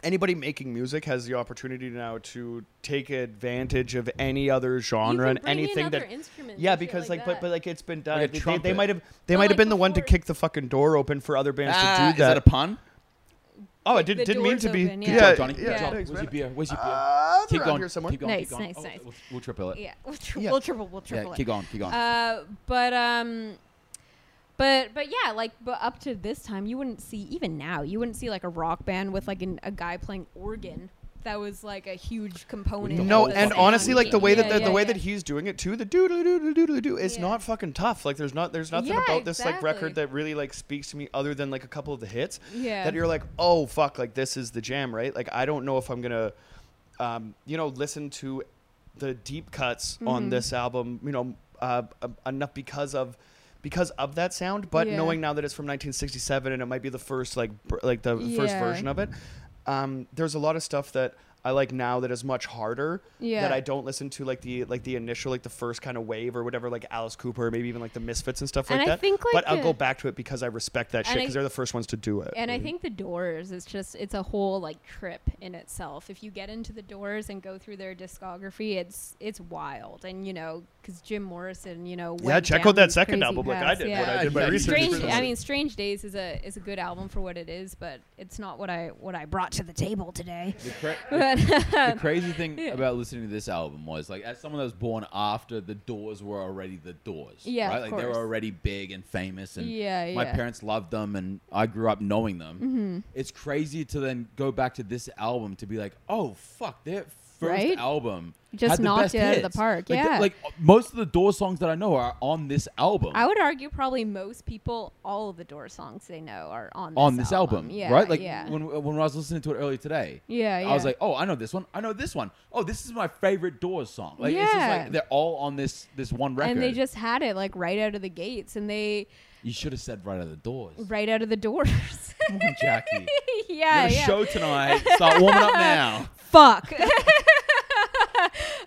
[SPEAKER 3] anybody making music has the opportunity now to take advantage of any other genre
[SPEAKER 2] can
[SPEAKER 3] and
[SPEAKER 2] bring in
[SPEAKER 3] anything
[SPEAKER 2] other
[SPEAKER 3] that
[SPEAKER 2] instruments
[SPEAKER 3] yeah
[SPEAKER 2] and shit
[SPEAKER 3] because
[SPEAKER 2] like
[SPEAKER 3] like, but
[SPEAKER 2] that.
[SPEAKER 3] but like it's been done
[SPEAKER 1] Like a
[SPEAKER 3] They- they, they
[SPEAKER 1] trumpet.
[SPEAKER 3] might have they
[SPEAKER 2] But,
[SPEAKER 3] might have
[SPEAKER 2] like,
[SPEAKER 3] been the one to
[SPEAKER 2] before-
[SPEAKER 3] kick the fucking door open for other bands
[SPEAKER 1] Ah,
[SPEAKER 3] to
[SPEAKER 1] is
[SPEAKER 3] do that,
[SPEAKER 1] that a pun?
[SPEAKER 3] oh i
[SPEAKER 2] Like,
[SPEAKER 3] did,
[SPEAKER 2] the
[SPEAKER 3] didn't mean
[SPEAKER 2] doors
[SPEAKER 3] to be
[SPEAKER 2] open,
[SPEAKER 3] good
[SPEAKER 2] yeah.
[SPEAKER 1] Good
[SPEAKER 2] Yeah,
[SPEAKER 1] job, Johnny. Good
[SPEAKER 2] yeah.
[SPEAKER 1] job. Where's your beer? Where's your beer?
[SPEAKER 3] Uh,
[SPEAKER 1] keep
[SPEAKER 3] they're
[SPEAKER 1] going.
[SPEAKER 3] out here somewhere.
[SPEAKER 1] Keep going.
[SPEAKER 2] Nice,
[SPEAKER 1] keep going.
[SPEAKER 2] nice, nice.
[SPEAKER 1] We'll, we'll triple it.
[SPEAKER 2] Yeah, we'll, tri-
[SPEAKER 3] Yeah.
[SPEAKER 2] we'll triple, we'll triple
[SPEAKER 1] Yeah,
[SPEAKER 2] it.
[SPEAKER 1] keep going. Keep going.
[SPEAKER 2] Uh, but um, But but yeah, like but up to this time, you wouldn't see even now, you wouldn't see like a rock band with like an, a guy playing organ. That was like a huge component.
[SPEAKER 1] With the
[SPEAKER 3] No,
[SPEAKER 1] whole
[SPEAKER 2] of
[SPEAKER 3] and
[SPEAKER 1] fucking
[SPEAKER 3] honestly, like the way that
[SPEAKER 2] Yeah,
[SPEAKER 3] the,
[SPEAKER 2] yeah,
[SPEAKER 3] the way
[SPEAKER 2] yeah.
[SPEAKER 3] that he's doing it too, the doodle doodle doodle doo, it's
[SPEAKER 2] Yeah.
[SPEAKER 3] not fucking tough. Like there's not there's nothing
[SPEAKER 2] Yeah,
[SPEAKER 3] about this like
[SPEAKER 2] exactly.
[SPEAKER 3] record that really like speaks to me other than like a couple of the hits.
[SPEAKER 2] Yeah.
[SPEAKER 3] That you're like, oh fuck, like this is the jam, right? Like I don't know if I'm gonna, um, you know, listen to the deep cuts
[SPEAKER 2] Mm-hmm.
[SPEAKER 3] on this album, you know, uh, uh, enough because of. Because of that sound, but
[SPEAKER 2] Yeah.
[SPEAKER 3] knowing now that it's from 1967 and it might be the first like br- like the first
[SPEAKER 2] Yeah.
[SPEAKER 3] version of it, um, there's a lot of stuff that I like now that is much harder
[SPEAKER 2] Yeah.
[SPEAKER 3] that I don't listen to like the like the initial like the first kind of wave or whatever like Alice Cooper or maybe even like the Misfits and stuff like
[SPEAKER 2] And I
[SPEAKER 3] that.
[SPEAKER 2] think, like,
[SPEAKER 3] but I'll
[SPEAKER 2] uh,
[SPEAKER 3] go back to it because I respect that
[SPEAKER 2] and
[SPEAKER 3] shit
[SPEAKER 2] I-
[SPEAKER 3] because they're the first ones to do it.
[SPEAKER 2] And I think the Doors is just it's a whole like trip in itself. If you get into the Doors and go through their discography, it's it's wild. And you know, because Jim Morrison, you know,
[SPEAKER 3] yeah,
[SPEAKER 2] went
[SPEAKER 3] check
[SPEAKER 2] down
[SPEAKER 3] out that
[SPEAKER 2] these
[SPEAKER 3] second
[SPEAKER 2] crazy
[SPEAKER 3] album like I
[SPEAKER 2] paths.
[SPEAKER 3] did
[SPEAKER 2] Yeah.
[SPEAKER 3] when I did
[SPEAKER 1] Yeah,
[SPEAKER 3] my
[SPEAKER 1] you
[SPEAKER 3] research.
[SPEAKER 1] did.
[SPEAKER 2] Strange.
[SPEAKER 3] for this.
[SPEAKER 2] I mean, Strange Days is a is a good album for what it is, but it's not what I what I brought to the table today.
[SPEAKER 1] The cra-
[SPEAKER 2] But
[SPEAKER 1] the crazy thing about listening to this album was like as someone that was born after the doors were already the doors
[SPEAKER 2] Yeah,
[SPEAKER 1] right
[SPEAKER 2] of
[SPEAKER 1] like they were
[SPEAKER 2] course.
[SPEAKER 1] already big and famous and
[SPEAKER 2] Yeah,
[SPEAKER 1] my
[SPEAKER 2] yeah. Mm-hmm.
[SPEAKER 1] parents loved them and i grew up knowing them it's crazy to then go back to this album to be like oh fuck their first
[SPEAKER 2] Right?
[SPEAKER 1] album
[SPEAKER 2] Just
[SPEAKER 1] had the
[SPEAKER 2] knocked
[SPEAKER 1] best
[SPEAKER 2] it out of the
[SPEAKER 1] hits.
[SPEAKER 2] park,
[SPEAKER 1] like, the-
[SPEAKER 2] yeah.
[SPEAKER 1] like most of the door songs that i know are on this album
[SPEAKER 2] I would argue probably most people, all of the Doors songs they know are on this
[SPEAKER 1] on this album,
[SPEAKER 2] Yeah,
[SPEAKER 1] right? Like
[SPEAKER 2] yeah.
[SPEAKER 1] when when I was listening to it earlier today,
[SPEAKER 2] Yeah,
[SPEAKER 1] I was
[SPEAKER 2] yeah.
[SPEAKER 1] like, oh, I know this one, I know this one. Oh, this is my favorite Doors song. Like it's just
[SPEAKER 2] Yeah.
[SPEAKER 1] like they're all on this this one record.
[SPEAKER 2] and they just had it like right out of the gates, and they
[SPEAKER 1] you should have said right out of the doors,
[SPEAKER 2] right out of the doors.
[SPEAKER 1] Come on, Jackie.
[SPEAKER 2] yeah,
[SPEAKER 1] you got a
[SPEAKER 2] yeah.
[SPEAKER 1] show tonight. Start warming up now.
[SPEAKER 2] Fuck.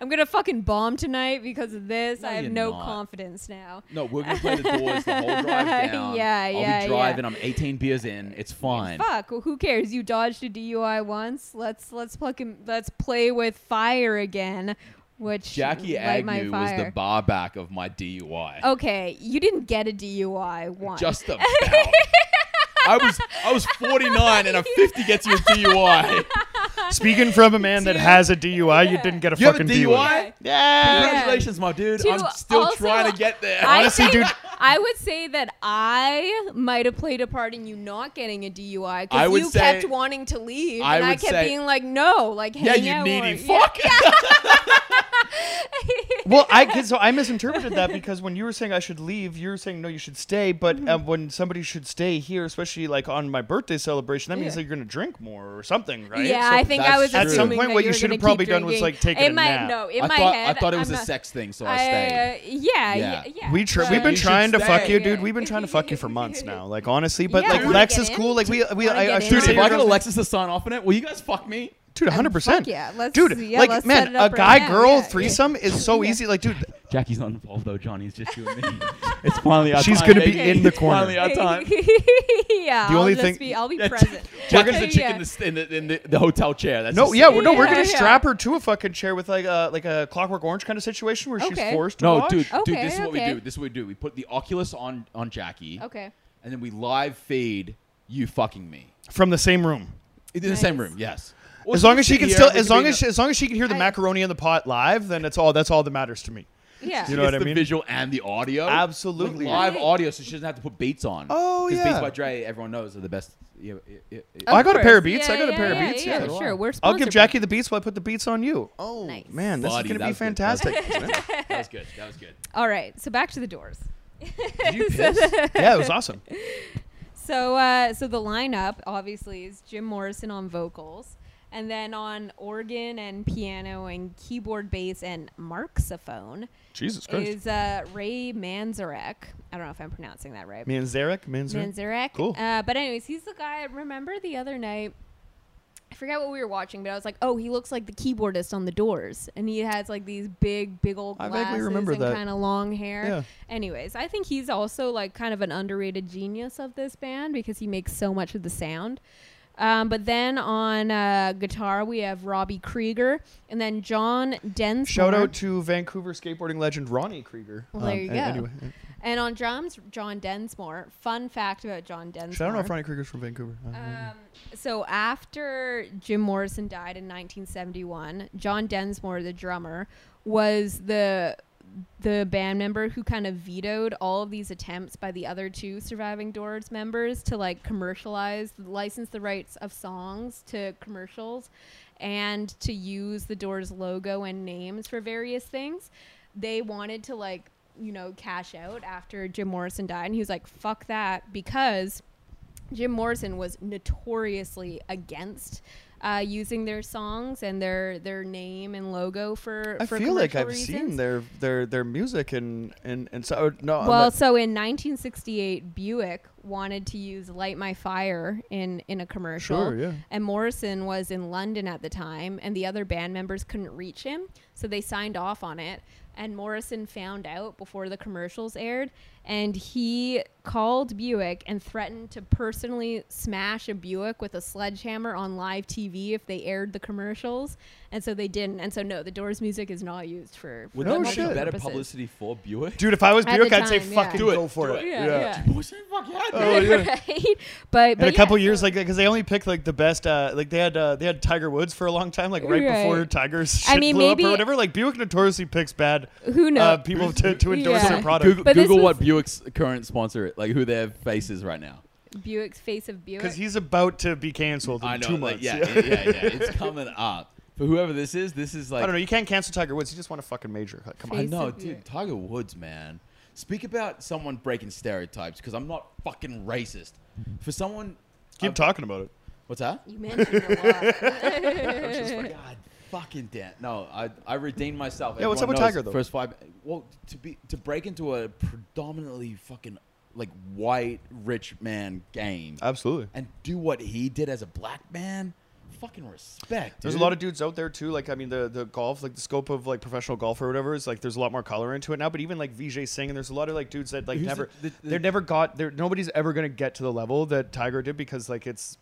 [SPEAKER 2] I'm gonna fucking bomb tonight because of this.
[SPEAKER 1] No,
[SPEAKER 2] I have
[SPEAKER 1] you're
[SPEAKER 2] no
[SPEAKER 1] not.
[SPEAKER 2] confidence now.
[SPEAKER 1] No, we're gonna play the Doors the whole drive down.
[SPEAKER 2] Yeah, yeah,
[SPEAKER 1] I'll
[SPEAKER 2] yeah.
[SPEAKER 1] be driving. I'm 18 beers in. It's fine.
[SPEAKER 2] Fuck. Well, who cares? You dodged a DUI once. Let's let's fucking let's play with fire again. Which
[SPEAKER 1] Jackie
[SPEAKER 2] light my
[SPEAKER 1] Agnew was the
[SPEAKER 2] fire. Oh,
[SPEAKER 1] bar back of my DUI.
[SPEAKER 2] Okay, you didn't get a DUI once.
[SPEAKER 1] Just about. I was I was 49 and a 50 gets you a DUI.
[SPEAKER 3] Speaking from a man that
[SPEAKER 2] Dude.
[SPEAKER 3] has a DUI, you didn't get a
[SPEAKER 1] You have a
[SPEAKER 3] fucking
[SPEAKER 1] DUI?
[SPEAKER 3] Yeah.
[SPEAKER 1] Congratulations, my dude.
[SPEAKER 2] To
[SPEAKER 1] I'm still
[SPEAKER 2] also-
[SPEAKER 1] trying to get there.
[SPEAKER 2] I
[SPEAKER 3] Honestly,
[SPEAKER 2] say
[SPEAKER 3] dude-
[SPEAKER 2] that- I would say that I might have played a part in you not getting a DUI
[SPEAKER 1] I
[SPEAKER 2] because
[SPEAKER 1] would
[SPEAKER 2] you
[SPEAKER 1] say-
[SPEAKER 2] kept wanting to leave,
[SPEAKER 1] I
[SPEAKER 2] and I
[SPEAKER 1] would
[SPEAKER 2] kept
[SPEAKER 1] say-
[SPEAKER 2] being like, "No, like,
[SPEAKER 1] yeah,
[SPEAKER 2] hang
[SPEAKER 1] you
[SPEAKER 2] out
[SPEAKER 1] needy
[SPEAKER 2] more." Yeah.
[SPEAKER 1] fuck.
[SPEAKER 3] well, I get- so I misinterpreted that because when you were saying I should leave, you were saying no, you should stay. But
[SPEAKER 2] Mm-hmm.
[SPEAKER 3] uh, when somebody should stay here, especially like on my birthday celebration, that means
[SPEAKER 2] Yeah.
[SPEAKER 3] that you're gonna drink more or something, right?
[SPEAKER 2] Yeah,
[SPEAKER 3] So-
[SPEAKER 2] I think I
[SPEAKER 1] that's
[SPEAKER 2] was
[SPEAKER 1] true. At
[SPEAKER 2] assuming
[SPEAKER 1] some
[SPEAKER 3] point,
[SPEAKER 2] that
[SPEAKER 3] what you
[SPEAKER 2] were
[SPEAKER 3] should have
[SPEAKER 2] gonna keep
[SPEAKER 3] probably done was,
[SPEAKER 2] drinking.
[SPEAKER 3] like, taken
[SPEAKER 2] in
[SPEAKER 3] a
[SPEAKER 2] my,
[SPEAKER 3] nap.
[SPEAKER 2] No, in
[SPEAKER 1] I
[SPEAKER 2] my
[SPEAKER 1] thought,
[SPEAKER 2] head,
[SPEAKER 1] I thought it was
[SPEAKER 2] I'm
[SPEAKER 1] a
[SPEAKER 2] not-
[SPEAKER 1] sex thing, so I,
[SPEAKER 2] I,
[SPEAKER 1] stayed.
[SPEAKER 2] uh, yeah, yeah,
[SPEAKER 1] Yeah.
[SPEAKER 2] yeah.
[SPEAKER 3] We tr-
[SPEAKER 2] but-
[SPEAKER 3] we've been
[SPEAKER 1] You should
[SPEAKER 3] trying to fuck
[SPEAKER 1] stay.
[SPEAKER 3] you, dude. We've been trying to fuck you for months now. Like honestly, but
[SPEAKER 2] Yeah,
[SPEAKER 3] like
[SPEAKER 2] wanna
[SPEAKER 3] Lex
[SPEAKER 2] get
[SPEAKER 3] is
[SPEAKER 2] in?
[SPEAKER 3] cool. Like we we
[SPEAKER 2] Wanna
[SPEAKER 3] I, I
[SPEAKER 2] get
[SPEAKER 3] should
[SPEAKER 2] in?
[SPEAKER 1] Dude,
[SPEAKER 3] say
[SPEAKER 1] if I
[SPEAKER 3] your
[SPEAKER 1] got
[SPEAKER 3] girlfriend's-
[SPEAKER 1] Alexis to sign off on it, will you guys fuck me?
[SPEAKER 3] dude, hundred percent.
[SPEAKER 2] Fuck yeah, let's-
[SPEAKER 3] dude,
[SPEAKER 2] yeah,
[SPEAKER 3] like
[SPEAKER 2] let's
[SPEAKER 3] man,
[SPEAKER 2] set it up
[SPEAKER 3] a
[SPEAKER 2] right
[SPEAKER 3] guy
[SPEAKER 2] now.
[SPEAKER 3] girl
[SPEAKER 2] Yeah, yeah.
[SPEAKER 3] threesome is so easy. Like dude,
[SPEAKER 1] Jackie's not involved though, Johnny. It's just you and me. it's finally our
[SPEAKER 3] She's
[SPEAKER 1] time.
[SPEAKER 3] gonna be
[SPEAKER 1] baby.
[SPEAKER 3] in the
[SPEAKER 1] It's finally our time.
[SPEAKER 2] yeah,
[SPEAKER 3] The
[SPEAKER 2] I'll
[SPEAKER 3] only
[SPEAKER 2] just
[SPEAKER 3] thing-
[SPEAKER 2] be, I'll be
[SPEAKER 1] Yeah,
[SPEAKER 2] present.
[SPEAKER 1] Jackie's the chick
[SPEAKER 2] Yeah.
[SPEAKER 1] in, the, st- in, the, in the, the hotel chair. That's
[SPEAKER 3] no,
[SPEAKER 1] the
[SPEAKER 3] yeah,
[SPEAKER 1] same.
[SPEAKER 3] we're, no, we're
[SPEAKER 2] Yeah,
[SPEAKER 3] gonna
[SPEAKER 2] yeah.
[SPEAKER 3] strap her to a fucking chair with like a like a Clockwork Orange kind of situation where
[SPEAKER 2] Okay.
[SPEAKER 3] she's forced to
[SPEAKER 1] No,
[SPEAKER 3] watch.
[SPEAKER 1] dude, dude,
[SPEAKER 2] Okay,
[SPEAKER 1] this is what
[SPEAKER 2] okay.
[SPEAKER 1] we do. This is what we do. We put the Oculus on on Jackie,
[SPEAKER 2] Okay.
[SPEAKER 1] and then we live feed you fucking me
[SPEAKER 3] from the same room.
[SPEAKER 1] in the same
[SPEAKER 2] Nice.
[SPEAKER 1] room. Yes,
[SPEAKER 3] As long as she can
[SPEAKER 1] Here,
[SPEAKER 3] still,
[SPEAKER 1] we
[SPEAKER 3] as long
[SPEAKER 1] be
[SPEAKER 3] as
[SPEAKER 1] the-
[SPEAKER 3] she, as long as she can hear the
[SPEAKER 2] I-
[SPEAKER 3] macaroni in the pot live, then it's all that's all that matters to me.
[SPEAKER 2] Yeah.
[SPEAKER 3] You know what
[SPEAKER 1] It's
[SPEAKER 3] I
[SPEAKER 1] the
[SPEAKER 3] mean?
[SPEAKER 1] visual and the audio.
[SPEAKER 3] Absolutely.
[SPEAKER 1] With live
[SPEAKER 2] Right.
[SPEAKER 1] audio, so she doesn't have to put beats on.
[SPEAKER 3] Oh,
[SPEAKER 1] 'Cause
[SPEAKER 3] yeah.
[SPEAKER 1] Beats by Dre, everyone knows are the best. Yeah, yeah, yeah.
[SPEAKER 3] I got a
[SPEAKER 2] course.
[SPEAKER 3] pair of beats. I
[SPEAKER 2] Yeah,
[SPEAKER 3] got a
[SPEAKER 2] yeah,
[SPEAKER 3] pair of
[SPEAKER 2] yeah,
[SPEAKER 3] beats,
[SPEAKER 2] Yeah,
[SPEAKER 3] yeah.
[SPEAKER 2] sure. We're
[SPEAKER 3] I'll give
[SPEAKER 2] sponsored by-
[SPEAKER 3] Jackie the beats while I put the beats on you. Oh
[SPEAKER 2] Nice.
[SPEAKER 3] man, this
[SPEAKER 1] Buddy,
[SPEAKER 3] is
[SPEAKER 1] that
[SPEAKER 3] gonna be
[SPEAKER 1] was good. That was
[SPEAKER 3] fantastic.
[SPEAKER 1] good. That was good. That was good.
[SPEAKER 2] All right. So back to the doors.
[SPEAKER 1] Did you piss?
[SPEAKER 3] yeah, it was awesome.
[SPEAKER 2] So uh, so the lineup obviously is Jim Morrison on vocals, and then on organ and piano and keyboard bass and marxophone
[SPEAKER 3] Jesus
[SPEAKER 2] is uh, Ray Manzarek. I don't know if I'm pronouncing that right.
[SPEAKER 3] Manzarek, Manzarek.
[SPEAKER 2] Manzarek.
[SPEAKER 3] Cool.
[SPEAKER 2] Uh, but anyways, he's the guy. I remember the other night. I forgot what we were watching, but I was like, "Oh, he looks like the keyboardist on The Doors," and he has like these big, big old
[SPEAKER 3] I
[SPEAKER 2] glasses
[SPEAKER 3] vaguely remember
[SPEAKER 2] and
[SPEAKER 3] that.
[SPEAKER 2] kind of long hair.
[SPEAKER 3] Yeah.
[SPEAKER 2] Anyways, I think he's also like kind of an underrated genius of this band because he makes so much of the sound. Um, but then on uh, guitar we have Robbie Krieger, and then John Densmore.
[SPEAKER 3] Shout out to Vancouver skateboarding legend Ronnie Krieger. Um,
[SPEAKER 2] Well, there you
[SPEAKER 3] a-
[SPEAKER 2] go. and on drums John Densmore. Fun fact about John Densmore.
[SPEAKER 3] I don't know if Ronnie Krieger's from Vancouver. I don't know.
[SPEAKER 2] Um, so after Jim Morrison died in 1971, John Densmore, the drummer, was the the band member who kind of vetoed all of these attempts by the other two surviving Doors members to like commercialize, license the rights of songs to commercials, and to use the Doors logo and names for various things. They wanted to like, you know, cash out after Jim Morrison died. And he was like, fuck that, because Jim Morrison was notoriously against uh, using their songs and their their name and logo for.
[SPEAKER 3] I
[SPEAKER 2] for
[SPEAKER 3] feel like
[SPEAKER 2] commercial
[SPEAKER 3] I've
[SPEAKER 2] reasons.
[SPEAKER 3] seen their their their music and and and so oh, no. I'm
[SPEAKER 2] Well,
[SPEAKER 3] not-
[SPEAKER 2] so in 1968, Buick wanted to use "Light My Fire" in in a commercial,
[SPEAKER 3] Sure, yeah.
[SPEAKER 2] and Morrison was in London at the time, and the other band members couldn't reach him, so they signed off on it. And Morrison found out before the commercials aired, and he called Buick and threatened to personally smash a Buick with a sledgehammer on live TV if they aired the commercials. And so they didn't. And so no, the Doors music is not used for. for
[SPEAKER 1] Would
[SPEAKER 3] No
[SPEAKER 1] that
[SPEAKER 2] commercial
[SPEAKER 1] make
[SPEAKER 3] shit.
[SPEAKER 1] better
[SPEAKER 2] purposes.
[SPEAKER 1] publicity for Buick?
[SPEAKER 3] dude, if I was
[SPEAKER 2] At
[SPEAKER 3] Buick,
[SPEAKER 2] the
[SPEAKER 3] I'd say
[SPEAKER 2] time, yeah.
[SPEAKER 3] fucking
[SPEAKER 1] Do it,
[SPEAKER 3] go for
[SPEAKER 1] do
[SPEAKER 3] it.
[SPEAKER 1] it.
[SPEAKER 2] Yeah,
[SPEAKER 3] Yeah.
[SPEAKER 2] yeah.
[SPEAKER 1] Boys, fuck yeah, dude.
[SPEAKER 3] Oh, yeah.
[SPEAKER 2] right? But, but
[SPEAKER 3] in a couple
[SPEAKER 2] yeah,
[SPEAKER 3] years,
[SPEAKER 2] so-
[SPEAKER 3] like because they only picked like the best. Uh, like they had uh, they had Tiger Woods for a long time, like right,
[SPEAKER 2] Right.
[SPEAKER 3] before Tiger's shit
[SPEAKER 2] I mean,
[SPEAKER 3] blew up
[SPEAKER 2] maybe-
[SPEAKER 3] or whatever. Like Buick notoriously picks bad
[SPEAKER 2] who knows?
[SPEAKER 3] uh, people to, to endorse
[SPEAKER 2] Yeah.
[SPEAKER 3] their product
[SPEAKER 1] Google,
[SPEAKER 2] But this
[SPEAKER 1] Google
[SPEAKER 2] was-
[SPEAKER 1] what Buick's current sponsor, like who their face is right now.
[SPEAKER 2] Buick's face of Buick.
[SPEAKER 3] because he's about to be canceled in
[SPEAKER 1] I know,
[SPEAKER 3] two
[SPEAKER 1] like,
[SPEAKER 3] months.
[SPEAKER 1] yeah, yeah, yeah, yeah, it's coming up. But whoever this is, this is like
[SPEAKER 3] I don't know. You can't cancel Tiger Woods. You just want a fucking major. Like, come
[SPEAKER 1] I
[SPEAKER 3] on.
[SPEAKER 2] Face
[SPEAKER 1] know,
[SPEAKER 2] of
[SPEAKER 1] dude.
[SPEAKER 2] Europe.
[SPEAKER 1] Tiger Woods, man. Speak about someone breaking stereotypes because I'm not fucking racist. For someone,
[SPEAKER 3] Keep
[SPEAKER 1] I've-
[SPEAKER 3] talking about it.
[SPEAKER 1] What's that?
[SPEAKER 2] you mentioned a lot.
[SPEAKER 1] I'm just like, God, fucking damn. No, I I redeemed myself.
[SPEAKER 3] Yeah, what's up
[SPEAKER 1] Everyone knows
[SPEAKER 3] with Tiger, though?
[SPEAKER 1] First five. Well, to be to break into a predominantly fucking like white rich man game
[SPEAKER 3] Absolutely.
[SPEAKER 1] and do what he did as a black man, fucking respect.
[SPEAKER 3] There's a
[SPEAKER 1] dude.
[SPEAKER 3] lot of dudes out there too. Like I mean, the the golf, like the scope of like professional golf or whatever is like there's a lot more color into it now. But even like Vijay Singh, and there's a lot of like dudes that like
[SPEAKER 1] Who's
[SPEAKER 3] never
[SPEAKER 1] the- the-
[SPEAKER 3] they're never got there. Nobody's ever gonna get to the level that Tiger did because like it's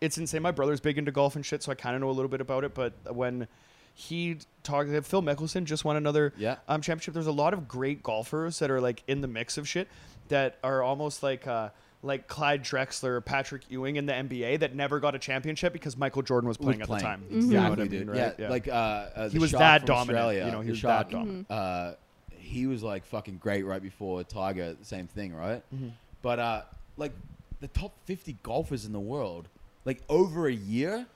[SPEAKER 3] it's insane. My brother's big into golf and shit, so I kind of know a little bit about it. But when he talked, Phil Mickelson just won another
[SPEAKER 1] Yeah.
[SPEAKER 3] um, championship. There's a lot of great golfers that are like in the mix of shit that are almost like uh, like Clyde Drexler, or Patrick Ewing in the NBA that never got a championship because Michael Jordan was
[SPEAKER 1] was
[SPEAKER 3] playing at the time.
[SPEAKER 1] Mm-hmm. Exactly,
[SPEAKER 3] You know what I
[SPEAKER 1] dude.
[SPEAKER 3] mean, right?
[SPEAKER 1] Yeah, like uh, uh,
[SPEAKER 3] He
[SPEAKER 1] the
[SPEAKER 3] was
[SPEAKER 1] shot
[SPEAKER 3] that
[SPEAKER 1] from
[SPEAKER 3] dominant,
[SPEAKER 1] Australia,
[SPEAKER 3] you know, he
[SPEAKER 1] the
[SPEAKER 3] was
[SPEAKER 1] shot,
[SPEAKER 3] that dominant.
[SPEAKER 1] Uh, he was like fucking great right before Tiger. Same thing, right?
[SPEAKER 3] Mm-hmm.
[SPEAKER 1] But uh, like the top fifty golfers in the world, like over a year,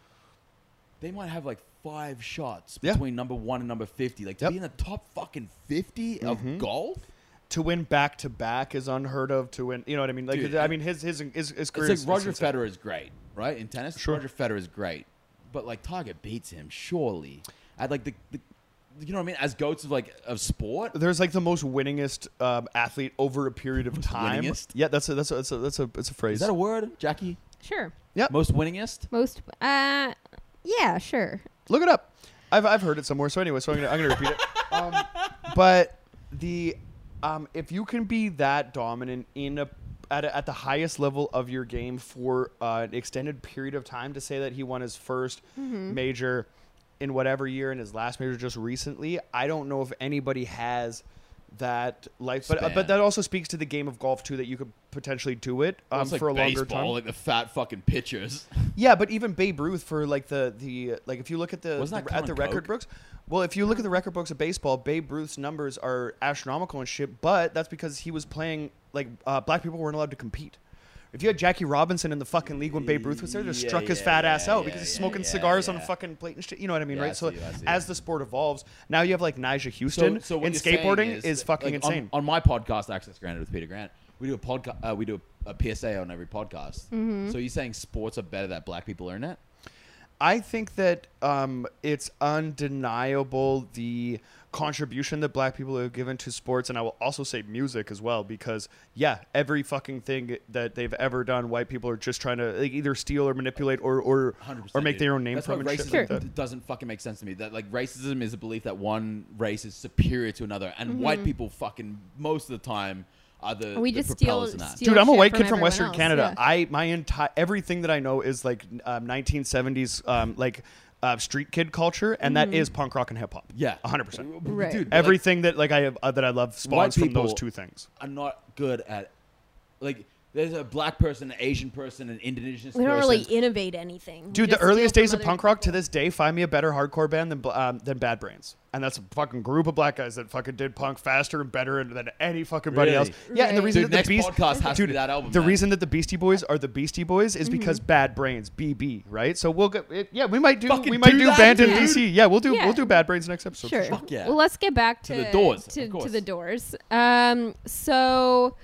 [SPEAKER 1] they might have like five shots
[SPEAKER 3] Yeah.
[SPEAKER 1] between number one and number fifty. Like to
[SPEAKER 3] Yep. Mm-hmm.
[SPEAKER 1] be in the top fucking 50 of golf.
[SPEAKER 3] to win back to back is unheard of. To win, you know what I mean? Like,
[SPEAKER 1] Dude,
[SPEAKER 3] I mean, his his his, his career.
[SPEAKER 1] It's
[SPEAKER 3] is-
[SPEAKER 1] like Roger
[SPEAKER 3] is insane.
[SPEAKER 1] Federer is great, right? In tennis,
[SPEAKER 3] Sure.
[SPEAKER 1] Roger Federer is great, but like Tiger beats him surely. I'd like the, the, you know what I mean? As goats of like of sport,
[SPEAKER 3] There's like the most winningest um, athlete over a period of time.
[SPEAKER 1] winningest?
[SPEAKER 3] Yeah, that's a that's a that's a that's a, that's a phrase.
[SPEAKER 1] Is that a word, Jackie?
[SPEAKER 2] sure.
[SPEAKER 1] Most winningest?
[SPEAKER 2] Most. Uh, yeah, sure.
[SPEAKER 3] Look it up. I've, I've heard it somewhere. So anyway, so I'm gonna, I'm gonna repeat it. Um, but the um, if you can be that dominant in a at, a at the highest level of your game for uh, an extended period of time, to say that he won his 1st major in whatever year and his last major just recently, I don't know if anybody has that life. But uh,
[SPEAKER 1] Span.
[SPEAKER 3] but that also speaks to the game of golf too that you could potentially do it um,
[SPEAKER 1] That's like
[SPEAKER 3] for a
[SPEAKER 1] baseball,
[SPEAKER 3] longer time.
[SPEAKER 1] like the fat fucking pitchers.
[SPEAKER 3] Yeah, but even Babe Ruth for like the the like if you look at the,
[SPEAKER 1] Wasn't
[SPEAKER 3] the-
[SPEAKER 1] that
[SPEAKER 3] at the
[SPEAKER 1] Common
[SPEAKER 3] record
[SPEAKER 1] Coke?
[SPEAKER 3] books, well, if you look at the record books of baseball, Babe Ruth's numbers are astronomical and shit. But that's because he was playing like uh, black people weren't allowed to compete. If you had Jackie Robinson in the fucking league when Babe Ruth was there, they
[SPEAKER 1] Yeah,
[SPEAKER 3] struck his
[SPEAKER 1] yeah,
[SPEAKER 3] fat ass
[SPEAKER 1] yeah,
[SPEAKER 3] out
[SPEAKER 1] yeah,
[SPEAKER 3] because he's
[SPEAKER 1] yeah,
[SPEAKER 3] smoking
[SPEAKER 1] yeah,
[SPEAKER 3] cigars on a
[SPEAKER 1] yeah.
[SPEAKER 3] fucking plate and shit. You know what I mean,
[SPEAKER 1] Yeah, I
[SPEAKER 3] right? so
[SPEAKER 1] see you, I see
[SPEAKER 3] as
[SPEAKER 1] you.
[SPEAKER 3] the sport evolves, now you have like Nigel Houston
[SPEAKER 1] what
[SPEAKER 3] and
[SPEAKER 1] you're saying
[SPEAKER 3] skateboarding is,
[SPEAKER 1] that,
[SPEAKER 3] fucking
[SPEAKER 1] like, um, on-
[SPEAKER 3] insane.
[SPEAKER 1] On, my podcast, Access Granted with Peter Grant, we do a podcast. Uh, we do a, a PSA on every podcast.
[SPEAKER 3] Mm-hmm.
[SPEAKER 1] So you're saying sports are better that black people are in it?
[SPEAKER 3] I think that um, it's undeniable the contribution that black people have given to sports, and I will also say music as well, because yeah, every fucking thing that they've ever done, white people are just trying to like, either steal or manipulate or or,
[SPEAKER 1] 100%,
[SPEAKER 3] or make
[SPEAKER 1] dude.
[SPEAKER 3] their own name
[SPEAKER 1] That's
[SPEAKER 3] from
[SPEAKER 1] why
[SPEAKER 3] it. and shit
[SPEAKER 1] racism
[SPEAKER 3] like
[SPEAKER 1] d-
[SPEAKER 3] that.
[SPEAKER 1] doesn't fucking make sense to me. That like racism is a belief that one race is superior to another, and white people fucking most of the time are the
[SPEAKER 2] Mm-hmm. We
[SPEAKER 1] the
[SPEAKER 2] just
[SPEAKER 1] propellers
[SPEAKER 2] steal-
[SPEAKER 1] in that.
[SPEAKER 2] steal-
[SPEAKER 3] Dude, I'm a
[SPEAKER 2] shit
[SPEAKER 3] white
[SPEAKER 2] from
[SPEAKER 3] kid from
[SPEAKER 2] everyone
[SPEAKER 3] Western
[SPEAKER 2] else,
[SPEAKER 3] Canada.
[SPEAKER 2] yeah.
[SPEAKER 3] I my entire everything that I know is like um, 1970s um, like uh, street kid culture, and
[SPEAKER 2] Mm-hmm.
[SPEAKER 3] that is punk rock and hip hop.
[SPEAKER 1] Yeah,
[SPEAKER 3] 100. percent
[SPEAKER 2] Right.
[SPEAKER 1] Dude, but, like,
[SPEAKER 3] Everything that like I have, uh, that I love spawns from
[SPEAKER 1] people-
[SPEAKER 3] those two things.
[SPEAKER 1] are not good at like There's a black person, an Asian person, an Indonesian
[SPEAKER 4] We
[SPEAKER 1] person.
[SPEAKER 4] don't really innovate anything. We
[SPEAKER 3] Dude, the
[SPEAKER 4] just steal
[SPEAKER 3] earliest days
[SPEAKER 4] from
[SPEAKER 3] of
[SPEAKER 4] other
[SPEAKER 3] punk rock to this day, find me a better hardcore band than Bl- um, than Bad Brains, and that's a fucking group of black guys that fucking did punk faster and better than any fucking buddy
[SPEAKER 1] Really?
[SPEAKER 3] else. Yeah, and the
[SPEAKER 4] Right.
[SPEAKER 3] reason
[SPEAKER 1] Dude,
[SPEAKER 3] that
[SPEAKER 1] next
[SPEAKER 3] the Beast,
[SPEAKER 1] podcast has to
[SPEAKER 3] dude,
[SPEAKER 1] be that album.
[SPEAKER 3] the
[SPEAKER 1] man.
[SPEAKER 3] reason that the Beastie Boys are the Beastie Boys is
[SPEAKER 2] Mm-hmm.
[SPEAKER 3] because Bad Brains, BB, right? So we'll get it, yeah, we might do
[SPEAKER 1] Fucking
[SPEAKER 3] we might
[SPEAKER 1] do
[SPEAKER 3] do,
[SPEAKER 1] that,
[SPEAKER 3] Band in
[SPEAKER 1] dude.
[SPEAKER 3] DC. Yeah, we'll do
[SPEAKER 2] Yeah.
[SPEAKER 3] we'll do Bad Brains next episode. for
[SPEAKER 2] Sure.
[SPEAKER 1] Fuck yeah.
[SPEAKER 2] Well, let's get back to,
[SPEAKER 1] To the doors, of
[SPEAKER 2] To, to
[SPEAKER 1] course.
[SPEAKER 2] the doors. Um, so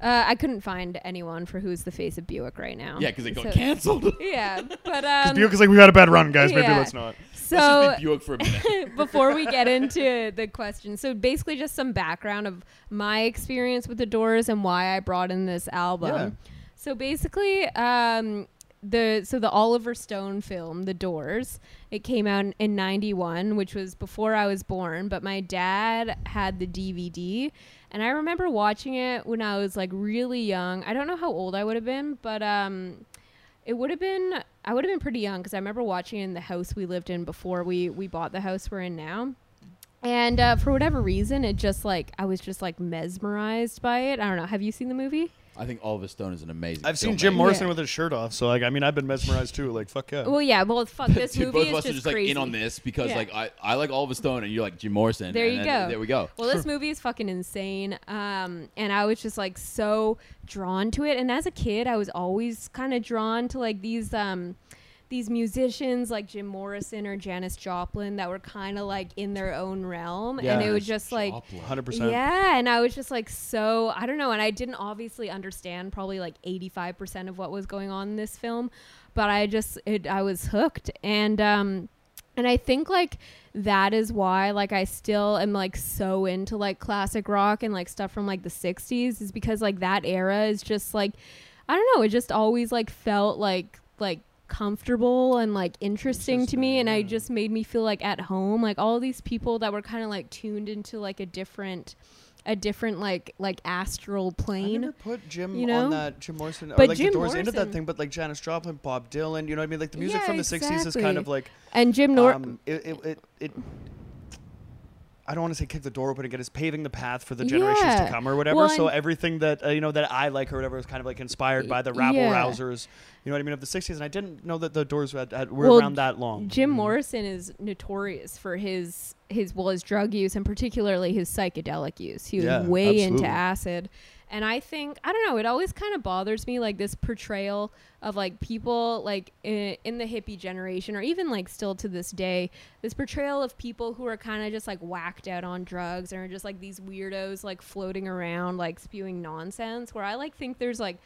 [SPEAKER 2] uh, I couldn't find anyone for who's the face of Buick right now.
[SPEAKER 1] Yeah, because it got
[SPEAKER 2] So-
[SPEAKER 1] canceled. Let's
[SPEAKER 2] Yeah, but um,
[SPEAKER 3] Buick is like, we got a bad run, guys. Maybe
[SPEAKER 2] Yeah.
[SPEAKER 3] let's not.
[SPEAKER 2] so
[SPEAKER 1] just be Buick for a minute.
[SPEAKER 2] before we get into the question, so basically just some background of my experience with the Doors and why I brought in this album.
[SPEAKER 3] Yeah.
[SPEAKER 2] So basically, um, the so the Oliver Stone film, The Doors, it came out in- in '91, which was before I was born. But my dad had the DVD, and I remember watching it when I was like really young. I don't know how old I would have been, but um, it would have been I would have been pretty young because I remember watching it in the house we lived in before we we bought the house we're in now. And uh, for whatever reason, it just like I was just like mesmerized by it. I don't know. Have you seen the movie?
[SPEAKER 1] I think Oliver Stone is an amazing.
[SPEAKER 3] I've seen
[SPEAKER 1] filmmaker.
[SPEAKER 3] Jim Morrison
[SPEAKER 2] Yeah.
[SPEAKER 3] with his shirt off, so like, I mean, I've been mesmerized too. Like, fuck yeah.
[SPEAKER 2] Well, yeah. Well, fuck. This
[SPEAKER 1] Dude, both
[SPEAKER 2] movie is
[SPEAKER 1] of us
[SPEAKER 2] just,
[SPEAKER 1] are just like
[SPEAKER 2] crazy.
[SPEAKER 1] in on this because
[SPEAKER 2] Yeah.
[SPEAKER 1] like I, I like Oliver Stone and you like Jim Morrison.
[SPEAKER 2] There
[SPEAKER 1] and
[SPEAKER 2] you
[SPEAKER 1] then
[SPEAKER 2] go.
[SPEAKER 1] There we go.
[SPEAKER 2] Well, this movie is fucking insane. Um, and I was just like so drawn to it. And as a kid, I was always kind of drawn to like these um, these musicians like Jim Morrison or Janis Joplin that were kind of like in their own realm. and it was
[SPEAKER 3] Janis
[SPEAKER 2] just like
[SPEAKER 3] Hundred percent.
[SPEAKER 2] yeah, and I was just like so I don't know, and I didn't obviously understand probably like eighty five percent of what was going on in this film, but I just it, I was hooked, and um, and I think like that is why like I still am like so into like classic rock and like stuff from like the sixties is because like that era is just like I don't know, it just always like felt like like comfortable and like interesting to me and I just made me feel like at home like all these people that were kind of like tuned into like a different a different like like astral
[SPEAKER 3] I never
[SPEAKER 2] plane
[SPEAKER 3] put Jim
[SPEAKER 2] you know?
[SPEAKER 3] on that Jim Morrison or
[SPEAKER 2] But
[SPEAKER 3] like
[SPEAKER 2] Jim
[SPEAKER 3] the Doors into that
[SPEAKER 2] Morrison-
[SPEAKER 3] thing, but like Janis Joplin, Bob Dylan, you know what I mean? Like the music
[SPEAKER 2] Yeah,
[SPEAKER 3] from the '60s is kind
[SPEAKER 2] exactly.
[SPEAKER 3] of like
[SPEAKER 2] and Jim Nor
[SPEAKER 3] um, it, it, it, it. I don't want to say kick the door open again. It's paving the path for the generations
[SPEAKER 2] Yeah.
[SPEAKER 3] to come or whatever.
[SPEAKER 2] Well,
[SPEAKER 3] so
[SPEAKER 2] and-
[SPEAKER 3] everything that uh, you know that I like or whatever was kind of like inspired by the rabble
[SPEAKER 2] Yeah.
[SPEAKER 3] rousers. You know what I mean of the '60s, and I didn't know that the Doors had, had, were
[SPEAKER 2] Well,
[SPEAKER 3] around that long.
[SPEAKER 2] Jim Morrison is notorious for his his well his drug use and particularly his psychedelic use. He was
[SPEAKER 3] Yeah,
[SPEAKER 2] way into
[SPEAKER 3] absolutely.
[SPEAKER 2] acid. And I think I don't know, it always kind of bothers me like this portrayal of like people like in, in the hippie generation or even like still to this day, this portrayal of people who are kind of just like whacked out on drugs and are just like these weirdos like floating around like spewing nonsense where I like think there's like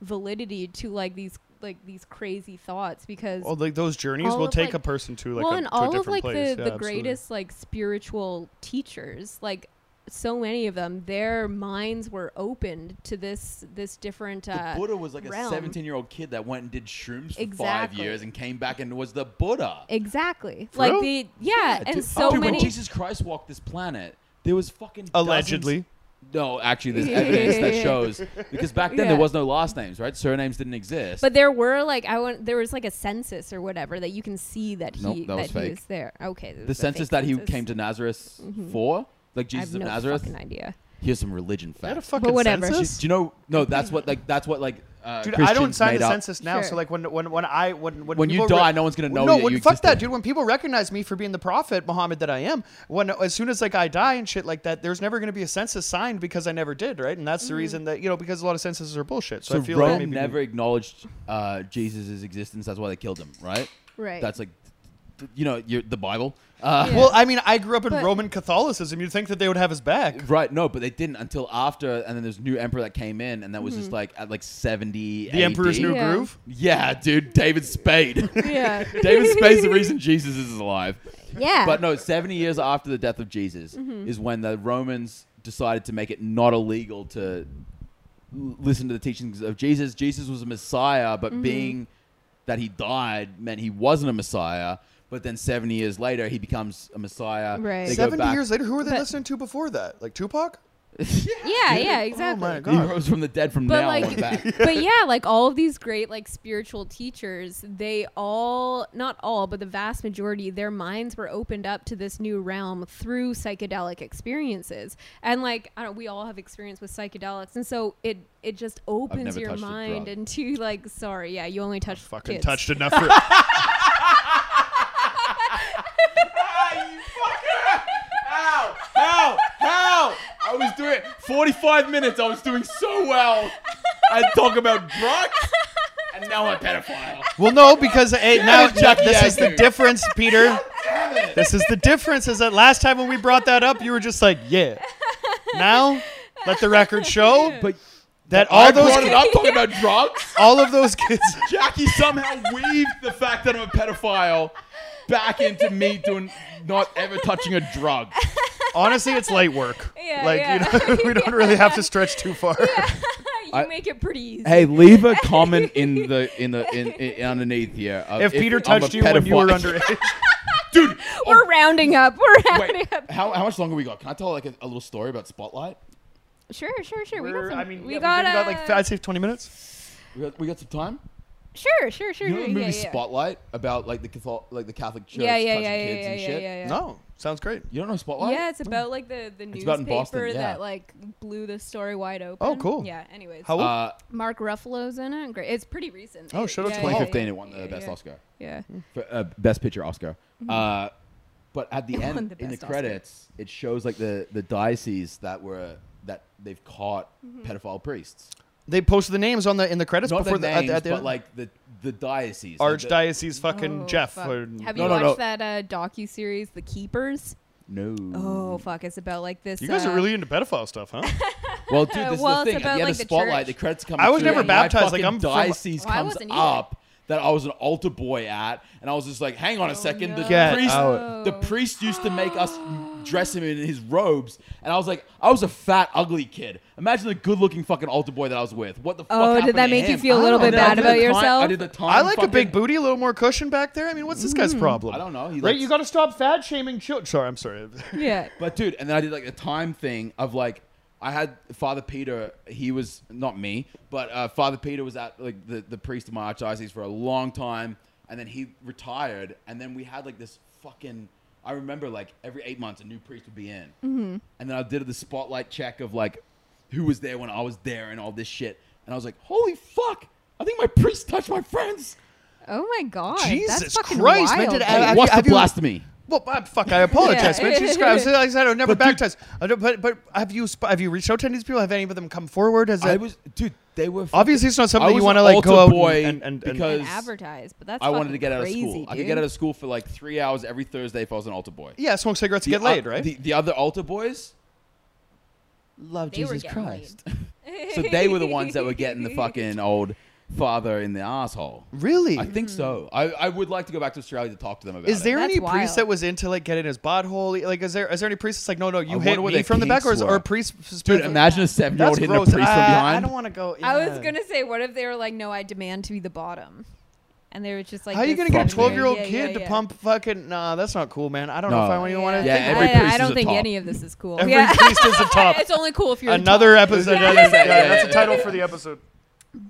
[SPEAKER 2] validity to like these like these crazy thoughts because
[SPEAKER 3] Well, Oh, like those journeys
[SPEAKER 2] all
[SPEAKER 3] will
[SPEAKER 2] of,
[SPEAKER 3] take
[SPEAKER 2] like-
[SPEAKER 3] a person to like
[SPEAKER 2] well,
[SPEAKER 3] a,
[SPEAKER 2] and
[SPEAKER 3] to a
[SPEAKER 2] all of
[SPEAKER 3] different
[SPEAKER 2] like
[SPEAKER 3] place.
[SPEAKER 2] the,
[SPEAKER 3] Yeah,
[SPEAKER 2] the
[SPEAKER 3] absolutely.
[SPEAKER 2] greatest like spiritual teachers, like so many of them, their minds were opened to this this different. Uh,
[SPEAKER 1] The Buddha was like
[SPEAKER 2] realm.
[SPEAKER 1] a 17 year old kid that went and did shrooms for five
[SPEAKER 2] Exactly.
[SPEAKER 1] years and came back and was the Buddha.
[SPEAKER 2] Exactly.
[SPEAKER 3] For
[SPEAKER 2] like
[SPEAKER 3] real?
[SPEAKER 2] the yeah, and
[SPEAKER 1] dude,
[SPEAKER 2] so
[SPEAKER 1] dude,
[SPEAKER 2] many.
[SPEAKER 1] When Jesus Christ walked this planet, there was fucking dozens-
[SPEAKER 3] allegedly.
[SPEAKER 1] no, actually, there's evidence that shows because back then
[SPEAKER 2] Yeah.
[SPEAKER 1] there was no last names, right? Surnames didn't exist.
[SPEAKER 2] But there were like I want there was like a census or whatever that you can see that he
[SPEAKER 1] Nope, that
[SPEAKER 2] that,
[SPEAKER 1] was
[SPEAKER 2] he
[SPEAKER 1] fake.
[SPEAKER 2] was there. Okay, this is
[SPEAKER 1] the
[SPEAKER 2] a
[SPEAKER 1] census
[SPEAKER 2] fake
[SPEAKER 1] that he
[SPEAKER 2] census. Mm-hmm.
[SPEAKER 1] came to Nazareth for, like
[SPEAKER 2] I
[SPEAKER 1] Jesus
[SPEAKER 2] have
[SPEAKER 1] of
[SPEAKER 2] no
[SPEAKER 1] Nazareth.
[SPEAKER 2] fucking idea.
[SPEAKER 1] Here's some religion
[SPEAKER 3] They had a
[SPEAKER 1] facts.
[SPEAKER 3] fucking
[SPEAKER 2] whatever.
[SPEAKER 1] Do,
[SPEAKER 3] census?
[SPEAKER 1] do you know? No, that's what like that's what like uh,
[SPEAKER 3] Dude,
[SPEAKER 1] Christians
[SPEAKER 3] I don't sign
[SPEAKER 1] made
[SPEAKER 3] the
[SPEAKER 1] up.
[SPEAKER 3] census now.
[SPEAKER 2] Sure.
[SPEAKER 3] So like when when when I when when,
[SPEAKER 1] When you
[SPEAKER 3] people
[SPEAKER 1] die, no one's gonna know
[SPEAKER 3] No,
[SPEAKER 1] that
[SPEAKER 3] when,
[SPEAKER 1] you
[SPEAKER 3] fuck that,
[SPEAKER 1] existed.
[SPEAKER 3] dude. When people recognize me for being the prophet Muhammad that I am, when as soon as like I die and shit like that, there's never gonna be a census signed because I never did, right? And that's
[SPEAKER 2] Mm-hmm.
[SPEAKER 3] the reason that you know because a lot of censuses are bullshit. So,
[SPEAKER 1] So
[SPEAKER 3] I feel
[SPEAKER 1] Rome
[SPEAKER 3] like maybe
[SPEAKER 1] never acknowledged uh, Jesus' existence. That's why they killed him, right?
[SPEAKER 2] Right.
[SPEAKER 1] That's like, th- you know, you the Bible. Uh,
[SPEAKER 2] Yeah.
[SPEAKER 3] Well, I mean, I grew up in
[SPEAKER 2] But-
[SPEAKER 3] Roman Catholicism. You'd think that they would have his back.
[SPEAKER 1] Right, no, but they didn't until after, and then there's new emperor that came in, and that was just like at like 70.
[SPEAKER 3] The Emperor's New
[SPEAKER 2] Yeah.
[SPEAKER 3] Groove.
[SPEAKER 1] Yeah, dude, David Spade.
[SPEAKER 2] Yeah,
[SPEAKER 1] David Spade's the reason Jesus is alive.
[SPEAKER 2] yeah. Mm-hmm.
[SPEAKER 1] But no, 70 years after the death of Jesus is when the Romans decided to make it not illegal to l- listen to the teachings of Jesus. Jesus was a Messiah,
[SPEAKER 2] Mm-hmm.
[SPEAKER 1] but being that he died meant he wasn't a Messiah. But then 70 years later, he becomes a Messiah.
[SPEAKER 2] Right.
[SPEAKER 1] They go
[SPEAKER 3] Seventy
[SPEAKER 1] back-
[SPEAKER 3] years later, who were they
[SPEAKER 2] But-
[SPEAKER 3] listening to before that? Like Tupac.
[SPEAKER 2] yeah, yeah,
[SPEAKER 3] Oh
[SPEAKER 2] exactly.
[SPEAKER 3] my
[SPEAKER 1] He
[SPEAKER 3] god.
[SPEAKER 1] rose from the dead from
[SPEAKER 2] But,
[SPEAKER 1] now
[SPEAKER 2] like-
[SPEAKER 1] on back.
[SPEAKER 2] but yeah, like all of these great like spiritual teachers, they all not all, but the vast majority, their minds were opened up to this new realm through psychedelic experiences. And like I don't we all have experience with psychedelics and so it it just opens
[SPEAKER 1] never
[SPEAKER 2] your
[SPEAKER 1] touched a
[SPEAKER 2] mind
[SPEAKER 1] drug.
[SPEAKER 2] into like sorry, yeah, you only touch
[SPEAKER 3] Fucking
[SPEAKER 2] kids.
[SPEAKER 3] touched enough for.
[SPEAKER 1] How? How? How? I was doing 45 minutes. I was doing so well. I talk about drugs, and now I'm a pedophile.
[SPEAKER 3] Well, no, because hey, now
[SPEAKER 1] Chuck,
[SPEAKER 3] this
[SPEAKER 1] yeah,
[SPEAKER 3] is the
[SPEAKER 1] dude.
[SPEAKER 3] difference, Peter. This is the difference. Is that last time when we brought that up, you were just like, yeah. Now, let the record show
[SPEAKER 1] But
[SPEAKER 3] that
[SPEAKER 1] I
[SPEAKER 3] all those
[SPEAKER 1] brought it up talking about drugs.
[SPEAKER 3] all of those kids.
[SPEAKER 1] Jackie somehow weaved the fact that I'm a pedophile back into me doing not ever touching a drug.
[SPEAKER 3] Honestly, it's light work.
[SPEAKER 2] Yeah,
[SPEAKER 3] like
[SPEAKER 2] yeah.
[SPEAKER 3] you know, we don't really have to stretch too far.
[SPEAKER 2] you
[SPEAKER 1] I-
[SPEAKER 2] make it pretty easy.
[SPEAKER 1] Hey, leave a comment in the in the in, in underneath here. of
[SPEAKER 3] If Peter
[SPEAKER 1] I'm a
[SPEAKER 3] touched you when you were
[SPEAKER 1] pedophile.
[SPEAKER 3] underage,
[SPEAKER 1] dude.
[SPEAKER 2] We're rounding up. We're rounding
[SPEAKER 1] Wait,
[SPEAKER 2] up.
[SPEAKER 1] how, how much longer we got? Can I tell like a, a little story about Spotlight?
[SPEAKER 2] Sure, sure, sure. We got
[SPEAKER 3] We're-
[SPEAKER 2] some,
[SPEAKER 3] I mean,
[SPEAKER 2] we
[SPEAKER 3] yeah,
[SPEAKER 2] got,
[SPEAKER 3] we've
[SPEAKER 2] uh,
[SPEAKER 3] got like I'd say twenty minutes.
[SPEAKER 1] We got, we got some time.
[SPEAKER 2] Sure, sure, sure.
[SPEAKER 1] You know
[SPEAKER 2] sure,
[SPEAKER 1] the movie
[SPEAKER 2] yeah, yeah.
[SPEAKER 1] Spotlight about like the Catholic, like the Catholic Church
[SPEAKER 2] Yeah, yeah,
[SPEAKER 1] touching
[SPEAKER 2] yeah, yeah,
[SPEAKER 1] kids
[SPEAKER 2] yeah,
[SPEAKER 1] and
[SPEAKER 2] yeah,
[SPEAKER 1] shit.
[SPEAKER 2] yeah, yeah.
[SPEAKER 3] No, sounds great.
[SPEAKER 1] You don't know Spotlight?
[SPEAKER 2] Yeah, it's about like the the
[SPEAKER 1] It's
[SPEAKER 2] newspaper
[SPEAKER 1] about in Boston, yeah.
[SPEAKER 2] that like blew the story wide open.
[SPEAKER 3] Oh, cool.
[SPEAKER 2] Yeah. Anyways,
[SPEAKER 3] How old?
[SPEAKER 1] Uh,
[SPEAKER 2] Mark Ruffalo's in it. Great. It's pretty recent.
[SPEAKER 3] Oh, shout out to
[SPEAKER 2] yeah,
[SPEAKER 3] Paul.
[SPEAKER 2] yeah,
[SPEAKER 1] 2015,
[SPEAKER 2] yeah,
[SPEAKER 1] it won the
[SPEAKER 2] yeah,
[SPEAKER 1] best
[SPEAKER 2] yeah.
[SPEAKER 1] Oscar,
[SPEAKER 2] Yeah.
[SPEAKER 1] for, uh, best picture Oscar. Uh, but at the
[SPEAKER 2] It won
[SPEAKER 1] end,
[SPEAKER 2] the
[SPEAKER 1] in the
[SPEAKER 2] best Oscar.
[SPEAKER 1] credits, it shows like the the diocese that were that they've caught
[SPEAKER 2] Mm-hmm.
[SPEAKER 1] pedophile priests.
[SPEAKER 3] they posted the names on the in the credits
[SPEAKER 1] Not
[SPEAKER 3] before
[SPEAKER 1] the
[SPEAKER 3] at
[SPEAKER 1] names,
[SPEAKER 3] at the-
[SPEAKER 1] but like the the diocese. like the-
[SPEAKER 3] archdiocese fucking
[SPEAKER 2] Oh,
[SPEAKER 3] Jeff.
[SPEAKER 2] fuck.
[SPEAKER 3] or-
[SPEAKER 2] Have
[SPEAKER 1] No, no,
[SPEAKER 2] you watched
[SPEAKER 1] no.
[SPEAKER 2] that uh, docu series, The Keepers?
[SPEAKER 1] No.
[SPEAKER 2] Oh fuck, it's about like this.
[SPEAKER 3] you guys
[SPEAKER 2] uh,
[SPEAKER 3] are really into pedophile stuff, huh?
[SPEAKER 1] Well, dude, this is
[SPEAKER 2] Well,
[SPEAKER 1] the
[SPEAKER 2] it's
[SPEAKER 1] thing. At the
[SPEAKER 2] about,
[SPEAKER 1] end
[SPEAKER 2] like,
[SPEAKER 1] of
[SPEAKER 2] the
[SPEAKER 1] Spotlight,
[SPEAKER 2] church.
[SPEAKER 1] the credits come.
[SPEAKER 3] I was
[SPEAKER 1] through,
[SPEAKER 2] never
[SPEAKER 1] and my
[SPEAKER 3] baptized, like,
[SPEAKER 1] fucking
[SPEAKER 3] I'm from-
[SPEAKER 1] diocese
[SPEAKER 2] Well, I
[SPEAKER 1] comes
[SPEAKER 2] wasn't either.
[SPEAKER 1] up that I was an altar boy at, and I was just like, hang on a second. The
[SPEAKER 2] Oh, no.
[SPEAKER 1] priest,
[SPEAKER 3] out.
[SPEAKER 1] the priest used to make us dress him in his robes, and I was like, I was a fat, ugly kid. Imagine the good-looking fucking altar boy that I was with. What the fuck?
[SPEAKER 2] Oh,
[SPEAKER 1] happened
[SPEAKER 2] did that
[SPEAKER 1] to
[SPEAKER 2] make you
[SPEAKER 1] him?
[SPEAKER 2] feel
[SPEAKER 3] I
[SPEAKER 2] a little
[SPEAKER 3] don't
[SPEAKER 2] bit
[SPEAKER 1] And then I
[SPEAKER 2] bad
[SPEAKER 1] did
[SPEAKER 2] about
[SPEAKER 1] the time-
[SPEAKER 2] yourself?
[SPEAKER 1] I did the time.
[SPEAKER 3] I like a big
[SPEAKER 1] fucking- Hmm.
[SPEAKER 3] booty, a little more cushion back there. I mean, what's this guy's problem?
[SPEAKER 1] I don't know. He
[SPEAKER 3] Right,
[SPEAKER 1] likes-
[SPEAKER 3] you got to stop fat shaming children. Sorry, I'm sorry.
[SPEAKER 2] yeah.
[SPEAKER 1] But dude, and then I did like the time thing of like I had Father Peter. He was not me, but uh, Father Peter was at like the, the priest of my archdiocese for a long time, and then he retired, and then we had like this fucking. I remember like every eight months a new priest would be in, mm-hmm. and then I did the spotlight check of like who was there when I was there and all this shit, and I was like, holy fuck! I think my priest touched my friends.
[SPEAKER 2] Oh my god.
[SPEAKER 3] Jesus
[SPEAKER 2] that's fucking
[SPEAKER 3] Christ, man,
[SPEAKER 2] wild.
[SPEAKER 3] did
[SPEAKER 1] Hey,
[SPEAKER 3] I- have
[SPEAKER 1] what's
[SPEAKER 3] you-
[SPEAKER 1] the
[SPEAKER 3] have you-
[SPEAKER 1] blasphemy?
[SPEAKER 3] well, uh, fuck, I apologize,
[SPEAKER 2] Yeah.
[SPEAKER 3] man. Jesus Christ, I said I would never
[SPEAKER 1] But dude-
[SPEAKER 3] baptize. I don't, but but have you sp- have you reached out to any of these people? Have any of them come forward? Has
[SPEAKER 1] I
[SPEAKER 3] it-
[SPEAKER 1] was, dude. They were
[SPEAKER 3] obviously it's not
[SPEAKER 1] I
[SPEAKER 3] something you
[SPEAKER 1] was
[SPEAKER 3] want to
[SPEAKER 1] an
[SPEAKER 3] like
[SPEAKER 1] altar
[SPEAKER 3] go out
[SPEAKER 1] boy
[SPEAKER 3] and, and, and,
[SPEAKER 1] because-
[SPEAKER 2] And advertise, but that's
[SPEAKER 1] I wanted
[SPEAKER 2] fucking
[SPEAKER 1] to get out of
[SPEAKER 2] crazy,
[SPEAKER 1] school. I could get
[SPEAKER 2] dude.
[SPEAKER 1] out of school for like three hours every Thursday if I was an altar boy.
[SPEAKER 3] yeah, smoke cigarettes, to
[SPEAKER 1] The
[SPEAKER 3] get laid,
[SPEAKER 1] oth-
[SPEAKER 3] right?
[SPEAKER 1] The, the other altar boys love
[SPEAKER 2] They were
[SPEAKER 1] Jesus
[SPEAKER 2] getting
[SPEAKER 1] Christ. so they were the ones that were getting the fucking old father in the asshole.
[SPEAKER 3] really?
[SPEAKER 1] I think so. I, I would like to go back to Australia to talk to them about
[SPEAKER 3] Is there
[SPEAKER 2] That's
[SPEAKER 3] any priest
[SPEAKER 2] wild.
[SPEAKER 3] that was into like getting his butthole? Like, is there is there any priest that's like, no, no, you
[SPEAKER 1] I
[SPEAKER 3] hit
[SPEAKER 1] wonder what
[SPEAKER 3] me
[SPEAKER 1] their
[SPEAKER 3] from the back, or is
[SPEAKER 1] kinks
[SPEAKER 3] or
[SPEAKER 1] were.
[SPEAKER 3] a priest?
[SPEAKER 1] Dude, imagine a seven year old
[SPEAKER 3] that's
[SPEAKER 1] hitting
[SPEAKER 3] gross.
[SPEAKER 1] a priest
[SPEAKER 3] I-
[SPEAKER 1] from behind.
[SPEAKER 3] I don't want to go.
[SPEAKER 2] I was
[SPEAKER 3] yeah.
[SPEAKER 2] gonna say, what if they were like, no, I demand to be the bottom, and they were just like,
[SPEAKER 3] How are you
[SPEAKER 2] this
[SPEAKER 3] gonna get
[SPEAKER 2] fucking-
[SPEAKER 3] a
[SPEAKER 1] Fuck, man.
[SPEAKER 3] twelve year old
[SPEAKER 2] Yeah,
[SPEAKER 3] kid
[SPEAKER 2] yeah,
[SPEAKER 3] to
[SPEAKER 2] yeah.
[SPEAKER 3] pump fucking? Nah, that's not cool, man. I don't know if
[SPEAKER 1] No.
[SPEAKER 3] I really want to.
[SPEAKER 1] Yeah,
[SPEAKER 3] think
[SPEAKER 1] every
[SPEAKER 2] I,
[SPEAKER 1] priest
[SPEAKER 2] I
[SPEAKER 1] is
[SPEAKER 2] don't
[SPEAKER 1] a
[SPEAKER 2] think
[SPEAKER 1] top.
[SPEAKER 2] any of this is cool.
[SPEAKER 3] Every
[SPEAKER 2] yeah.
[SPEAKER 3] priest is a top.
[SPEAKER 2] it's only cool if you're
[SPEAKER 3] Another
[SPEAKER 2] A top.
[SPEAKER 3] episode. Yeah,
[SPEAKER 1] Yeah.
[SPEAKER 3] yeah, that's a title for the episode.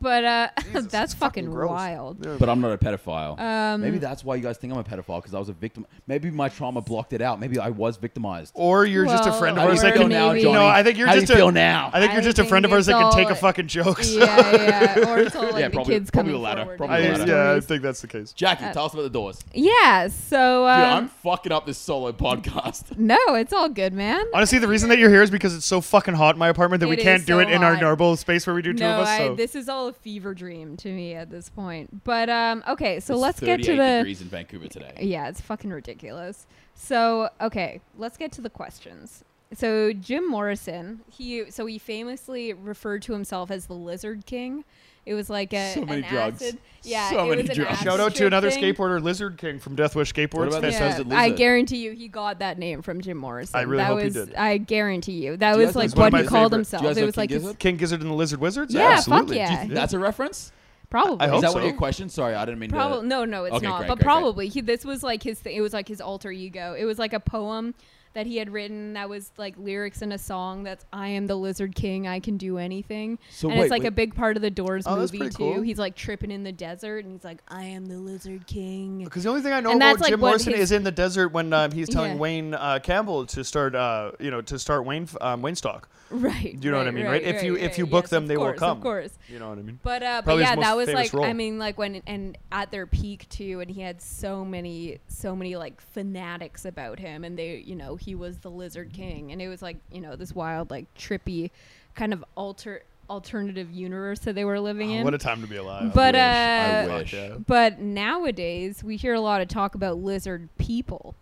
[SPEAKER 2] But uh, that's fucking,
[SPEAKER 3] gross.
[SPEAKER 2] wild.
[SPEAKER 1] But I'm not a pedophile.
[SPEAKER 2] Um,
[SPEAKER 1] Maybe that's why you guys think I'm a pedophile because I was a victim. Maybe my trauma blocked it out. Maybe I was victimized.
[SPEAKER 3] Or you're just a
[SPEAKER 2] Well,
[SPEAKER 3] friend of
[SPEAKER 1] How do you
[SPEAKER 3] ours that
[SPEAKER 1] feel
[SPEAKER 3] can.
[SPEAKER 1] now,
[SPEAKER 2] maybe-
[SPEAKER 1] Johnny?
[SPEAKER 3] No, I think you're
[SPEAKER 1] How do
[SPEAKER 3] just
[SPEAKER 1] you
[SPEAKER 3] a-
[SPEAKER 1] feel now.
[SPEAKER 3] I think you're
[SPEAKER 2] I
[SPEAKER 3] just a
[SPEAKER 2] think
[SPEAKER 3] friend of ours
[SPEAKER 2] it's
[SPEAKER 3] that can take a
[SPEAKER 2] all-
[SPEAKER 3] fucking joke. so-
[SPEAKER 2] yeah, yeah. Or it's all like
[SPEAKER 1] Yeah,
[SPEAKER 2] the
[SPEAKER 1] probably-
[SPEAKER 2] kids
[SPEAKER 1] probably
[SPEAKER 2] coming
[SPEAKER 1] the latter,
[SPEAKER 2] forward.
[SPEAKER 1] probably
[SPEAKER 3] I,
[SPEAKER 1] the latter.
[SPEAKER 3] yeah, I think that's the case.
[SPEAKER 2] Uh,
[SPEAKER 1] Jackie, tell us about the doors.
[SPEAKER 2] Yeah. So
[SPEAKER 1] Dude,
[SPEAKER 2] um,
[SPEAKER 1] I'm fucking up this solo podcast.
[SPEAKER 2] no, it's all good, man.
[SPEAKER 3] Honestly, the reason that you're here is because it's so fucking hot in my apartment that we
[SPEAKER 2] It is
[SPEAKER 3] can't do
[SPEAKER 2] so
[SPEAKER 3] it in our
[SPEAKER 2] hot.
[SPEAKER 3] normal space where we do two
[SPEAKER 2] no,
[SPEAKER 3] of us.
[SPEAKER 2] I,
[SPEAKER 3] So.
[SPEAKER 2] this is all a fever dream to me at this point. But um, okay, so
[SPEAKER 1] It's
[SPEAKER 2] let's get
[SPEAKER 1] 38
[SPEAKER 2] to the.
[SPEAKER 1] degrees in Vancouver today.
[SPEAKER 2] Yeah, it's fucking ridiculous. So, okay, let's get to the questions. So, Jim Morrison, he so he famously referred to himself as the Lizard King. It was like a
[SPEAKER 1] So many
[SPEAKER 2] an
[SPEAKER 1] drugs.
[SPEAKER 2] acid- yeah,
[SPEAKER 1] So
[SPEAKER 2] it
[SPEAKER 1] many
[SPEAKER 2] was an
[SPEAKER 1] drugs.
[SPEAKER 3] Shout out to
[SPEAKER 2] acid
[SPEAKER 3] another
[SPEAKER 2] thing.
[SPEAKER 3] skateboarder, Lizard King from Death Wish Skateboards.
[SPEAKER 1] about this
[SPEAKER 2] Yeah,
[SPEAKER 3] Fantastic.
[SPEAKER 1] Fantastic
[SPEAKER 2] I
[SPEAKER 1] lizard.
[SPEAKER 2] guarantee you, he got that name from Jim Morrison.
[SPEAKER 3] I really
[SPEAKER 2] that
[SPEAKER 3] hope he
[SPEAKER 2] was,
[SPEAKER 3] did.
[SPEAKER 2] I guarantee you, that
[SPEAKER 1] Do you guys
[SPEAKER 2] was
[SPEAKER 1] know
[SPEAKER 2] like
[SPEAKER 1] King
[SPEAKER 2] what he
[SPEAKER 1] Gizzard?
[SPEAKER 2] called
[SPEAKER 1] Do you guys
[SPEAKER 2] himself.
[SPEAKER 1] know
[SPEAKER 2] It was
[SPEAKER 1] King
[SPEAKER 2] like his-
[SPEAKER 1] Gizzard?
[SPEAKER 3] King Gizzard and the Lizard Wizards?
[SPEAKER 2] Yeah, fuck
[SPEAKER 3] Absolutely.
[SPEAKER 2] yeah.
[SPEAKER 1] Do you- That's a reference?
[SPEAKER 2] probably.
[SPEAKER 3] I
[SPEAKER 1] Is
[SPEAKER 3] hope
[SPEAKER 1] that
[SPEAKER 3] so.
[SPEAKER 1] what your question? Sorry, I didn't mean
[SPEAKER 2] Probably
[SPEAKER 1] to.
[SPEAKER 2] no, no, it's
[SPEAKER 1] Okay,
[SPEAKER 2] not.
[SPEAKER 1] great,
[SPEAKER 2] but
[SPEAKER 1] great, great.
[SPEAKER 2] probably he. This was like his. thing. It was like his alter ego. It was like a poem that he had written that was like lyrics in a song that's "I am the Lizard King, I can do anything,"
[SPEAKER 1] So
[SPEAKER 2] and
[SPEAKER 1] wait,
[SPEAKER 2] it's like
[SPEAKER 1] wait.
[SPEAKER 2] a big part of the Doors
[SPEAKER 3] Oh, that's
[SPEAKER 2] movie too.
[SPEAKER 3] pretty cool.
[SPEAKER 2] He's like tripping in the desert, and he's like, "I am the Lizard King."
[SPEAKER 3] Because the only thing I know
[SPEAKER 2] And
[SPEAKER 3] about
[SPEAKER 2] that's, like,
[SPEAKER 3] Jim
[SPEAKER 2] what
[SPEAKER 3] Morrison
[SPEAKER 2] his-
[SPEAKER 3] is in the desert when um, he's telling
[SPEAKER 2] Yeah.
[SPEAKER 3] Wayne uh, Campbell to start, uh, you know, to start Wayne um, Wayne Stock.
[SPEAKER 2] Right.
[SPEAKER 3] You know what I mean, right? If you- if you book
[SPEAKER 2] yes,
[SPEAKER 3] them,
[SPEAKER 2] of
[SPEAKER 3] they will
[SPEAKER 2] course,
[SPEAKER 3] come.
[SPEAKER 2] Of course.
[SPEAKER 3] You know what I mean?
[SPEAKER 2] But uh, but
[SPEAKER 3] Probably his
[SPEAKER 2] yeah,
[SPEAKER 3] most
[SPEAKER 2] that was
[SPEAKER 3] famous
[SPEAKER 2] like
[SPEAKER 3] role.
[SPEAKER 2] I mean like when and at their peak too, and he had so many so many like fanatics about him, and they you know he was the Lizard King, and it was like you know this wild like trippy kind of alter alternative universe that they were living in.
[SPEAKER 3] Ah, what a time to be alive.
[SPEAKER 2] But,
[SPEAKER 1] wish, I
[SPEAKER 2] uh,
[SPEAKER 1] wish.
[SPEAKER 3] Yeah.
[SPEAKER 2] But nowadays, we hear a lot of talk about lizard people.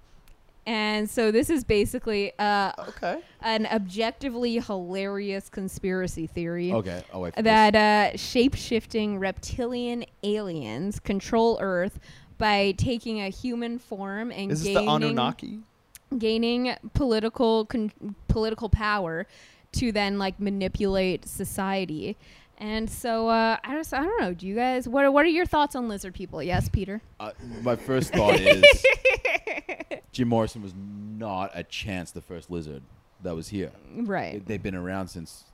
[SPEAKER 2] And so this is basically uh,
[SPEAKER 3] okay.
[SPEAKER 2] an objectively hilarious conspiracy theory
[SPEAKER 1] Okay. Oh, wait. for
[SPEAKER 2] that uh, shape shifting reptilian aliens control Earth by taking a human form and
[SPEAKER 3] Is this the
[SPEAKER 2] gaining,
[SPEAKER 3] Anunnaki?
[SPEAKER 2] gaining political con- political power to then like manipulate society. And so uh, I just I don't know. Do you guys what are, what are your thoughts on lizard people? Yes, Peter.
[SPEAKER 1] Uh, my first thought is Jim Morrison was not a chance the first lizard that was here. They-
[SPEAKER 2] Right,
[SPEAKER 1] They've been around since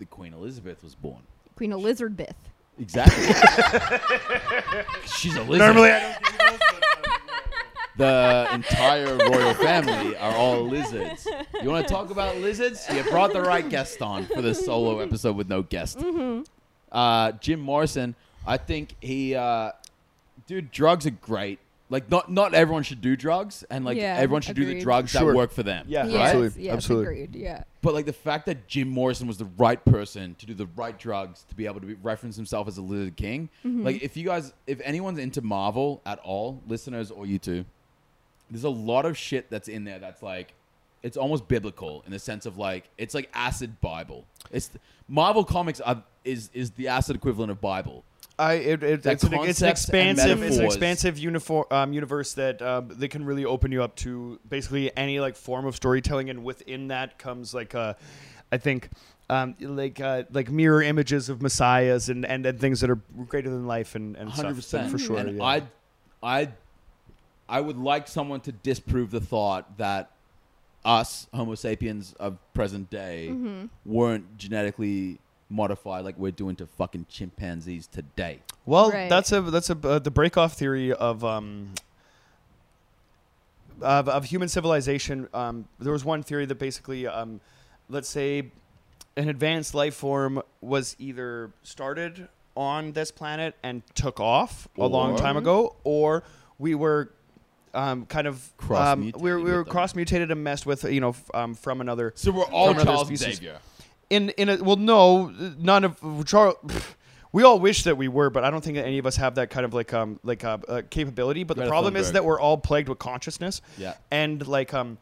[SPEAKER 1] the Queen Elizabeth was born.
[SPEAKER 2] Queen Elizabeth.
[SPEAKER 1] Exactly. She's a lizard.
[SPEAKER 3] Normally, I don't
[SPEAKER 1] the entire royal family are all lizards. You want to talk about lizards? You brought the right guest on for this solo episode with no guest.
[SPEAKER 2] Mm-hmm.
[SPEAKER 1] Uh, Jim Morrison, I think he, uh, dude, drugs are great. Like not not everyone should do drugs, and like
[SPEAKER 2] Yeah,
[SPEAKER 1] everyone should do the
[SPEAKER 2] agreed.
[SPEAKER 1] drugs
[SPEAKER 3] Sure.
[SPEAKER 1] that work for them.
[SPEAKER 3] Yeah.
[SPEAKER 1] right?
[SPEAKER 2] Yes,
[SPEAKER 3] Absolutely,
[SPEAKER 2] yes,
[SPEAKER 3] absolutely.
[SPEAKER 2] agreed, Yeah.
[SPEAKER 1] But like the fact that Jim Morrison was the right person to do the right drugs to be able to be, reference himself as a lizard king. Like if you guys, if anyone's into Marvel at all, listeners or you two, there's a lot of shit that's in there that's like, it's almost biblical in the sense of like it's like acid Bible. It's Marvel comics are, is is the acid equivalent of Bible.
[SPEAKER 3] I it, it,
[SPEAKER 1] The
[SPEAKER 3] it's, an, it's an
[SPEAKER 1] concepts and
[SPEAKER 3] expansive it's an
[SPEAKER 1] metaphors.
[SPEAKER 3] expansive uniform um, universe that um, they can really open you up to basically any like form of storytelling, and within that comes like uh, I think. Um, like uh, like mirror images of messiahs and, and, and things that are greater than life and, and
[SPEAKER 1] hundred
[SPEAKER 3] stuff
[SPEAKER 1] percent
[SPEAKER 3] for sure.
[SPEAKER 1] And
[SPEAKER 3] yeah.
[SPEAKER 1] I, I, I would like someone to disprove the thought that us Homo sapiens of present day
[SPEAKER 3] Mm-hmm.
[SPEAKER 1] weren't genetically modified like we're doing to fucking chimpanzees today.
[SPEAKER 3] Well,
[SPEAKER 2] Right.
[SPEAKER 3] that's a that's a uh, the breakoff theory of um of, of human civilization. Um, there was one theory that basically, um, let's say, an advanced life form was either started on this planet and took off a long
[SPEAKER 1] Or-
[SPEAKER 3] time ago, or we were um, kind of um,
[SPEAKER 1] Cross-mutated
[SPEAKER 3] we were, we were
[SPEAKER 1] with them.
[SPEAKER 3] cross mutated and messed with, you know, f- um, from another
[SPEAKER 1] So we're all
[SPEAKER 3] From another
[SPEAKER 1] Charles and
[SPEAKER 3] species.
[SPEAKER 1] Xavier.
[SPEAKER 3] in in a well no none of Charles we all wish that we were but I don't think that any of us have that kind of like um like uh, uh capability but the
[SPEAKER 1] Greta
[SPEAKER 3] problem is
[SPEAKER 1] Thunberg.
[SPEAKER 3] that we're all plagued with consciousness
[SPEAKER 1] Yeah.
[SPEAKER 3] and like um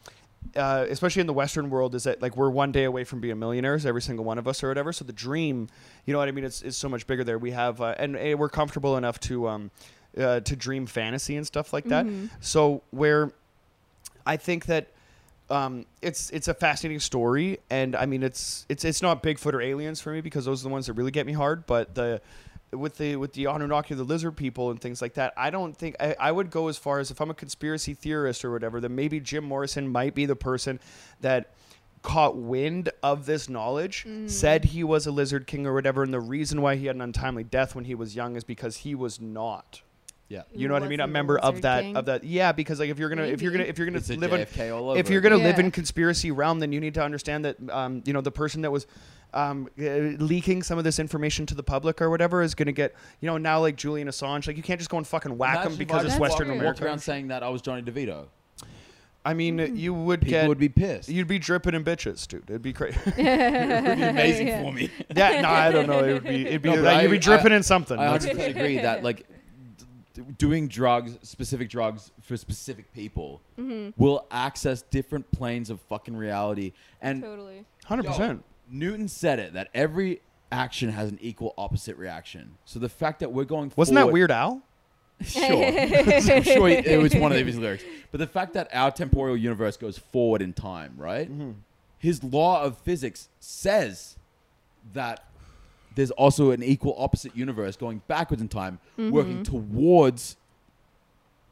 [SPEAKER 3] uh, especially in the Western world, is that like we're one day away from being millionaires, every single one of us, or whatever. So the dream, you know what I mean, it's, it's so much bigger there. We have, uh, and, uh, we're comfortable enough to, um, uh, to dream fantasy and stuff like that. So where I think that um, it's it's a fascinating story, and I mean it's it's it's not Bigfoot or aliens for me because those are the ones that really get me hard. But the with the with the Anunnaki, the lizard people, and things like that, I don't think I, I would go as far as if I'm a conspiracy theorist or whatever, then maybe Jim Morrison might be the person that caught wind of this knowledge, said he was a lizard king or whatever, and the reason why he had an untimely death when he was young is because he was not.
[SPEAKER 1] Yeah.
[SPEAKER 3] You know what I mean? A
[SPEAKER 2] wasn't the
[SPEAKER 3] member of
[SPEAKER 2] Lizard
[SPEAKER 3] that
[SPEAKER 2] King.
[SPEAKER 3] of that. Yeah, because like if you're gonna if you're gonna if you're gonna
[SPEAKER 1] It's a
[SPEAKER 3] live on-
[SPEAKER 1] JFK all over
[SPEAKER 3] if you're gonna
[SPEAKER 2] again.
[SPEAKER 3] live
[SPEAKER 2] Yeah.
[SPEAKER 3] in conspiracy realm, then you need to understand that um, you know the person that was um, uh, leaking some of this information to the public or whatever is gonna get you know now like Julian Assange like you can't just go and fucking whack
[SPEAKER 1] Imagine
[SPEAKER 3] him
[SPEAKER 1] if I
[SPEAKER 3] because it's
[SPEAKER 1] just
[SPEAKER 3] Western
[SPEAKER 1] walked- walked
[SPEAKER 3] America.
[SPEAKER 1] around saying that I was Johnny DeVito.
[SPEAKER 3] I mean, you would
[SPEAKER 1] People
[SPEAKER 3] get
[SPEAKER 1] would be pissed.
[SPEAKER 3] you'd be dripping in bitches, dude. It'd be crazy.
[SPEAKER 1] It would be amazing for me.
[SPEAKER 3] yeah, no, I don't know. It would be it'd be
[SPEAKER 1] No, but
[SPEAKER 3] like,
[SPEAKER 1] I-
[SPEAKER 3] you'd be dripping
[SPEAKER 1] I-
[SPEAKER 3] in something.
[SPEAKER 1] I
[SPEAKER 3] That's-
[SPEAKER 1] 100% agree that like d- d- doing drugs, specific drugs for specific people, will access different planes of fucking reality. And
[SPEAKER 2] Totally.
[SPEAKER 3] Hundred percent.
[SPEAKER 1] Yo, Newton said it that every action has an equal opposite reaction. So the fact that we're going
[SPEAKER 3] Wasn't that
[SPEAKER 1] forward,
[SPEAKER 3] Weird Al?
[SPEAKER 1] Sure, I'm sure it it was one of his lyrics. But the fact that our temporal universe goes forward in time, right? His law of physics says that there's also an equal opposite universe going backwards in time, working towards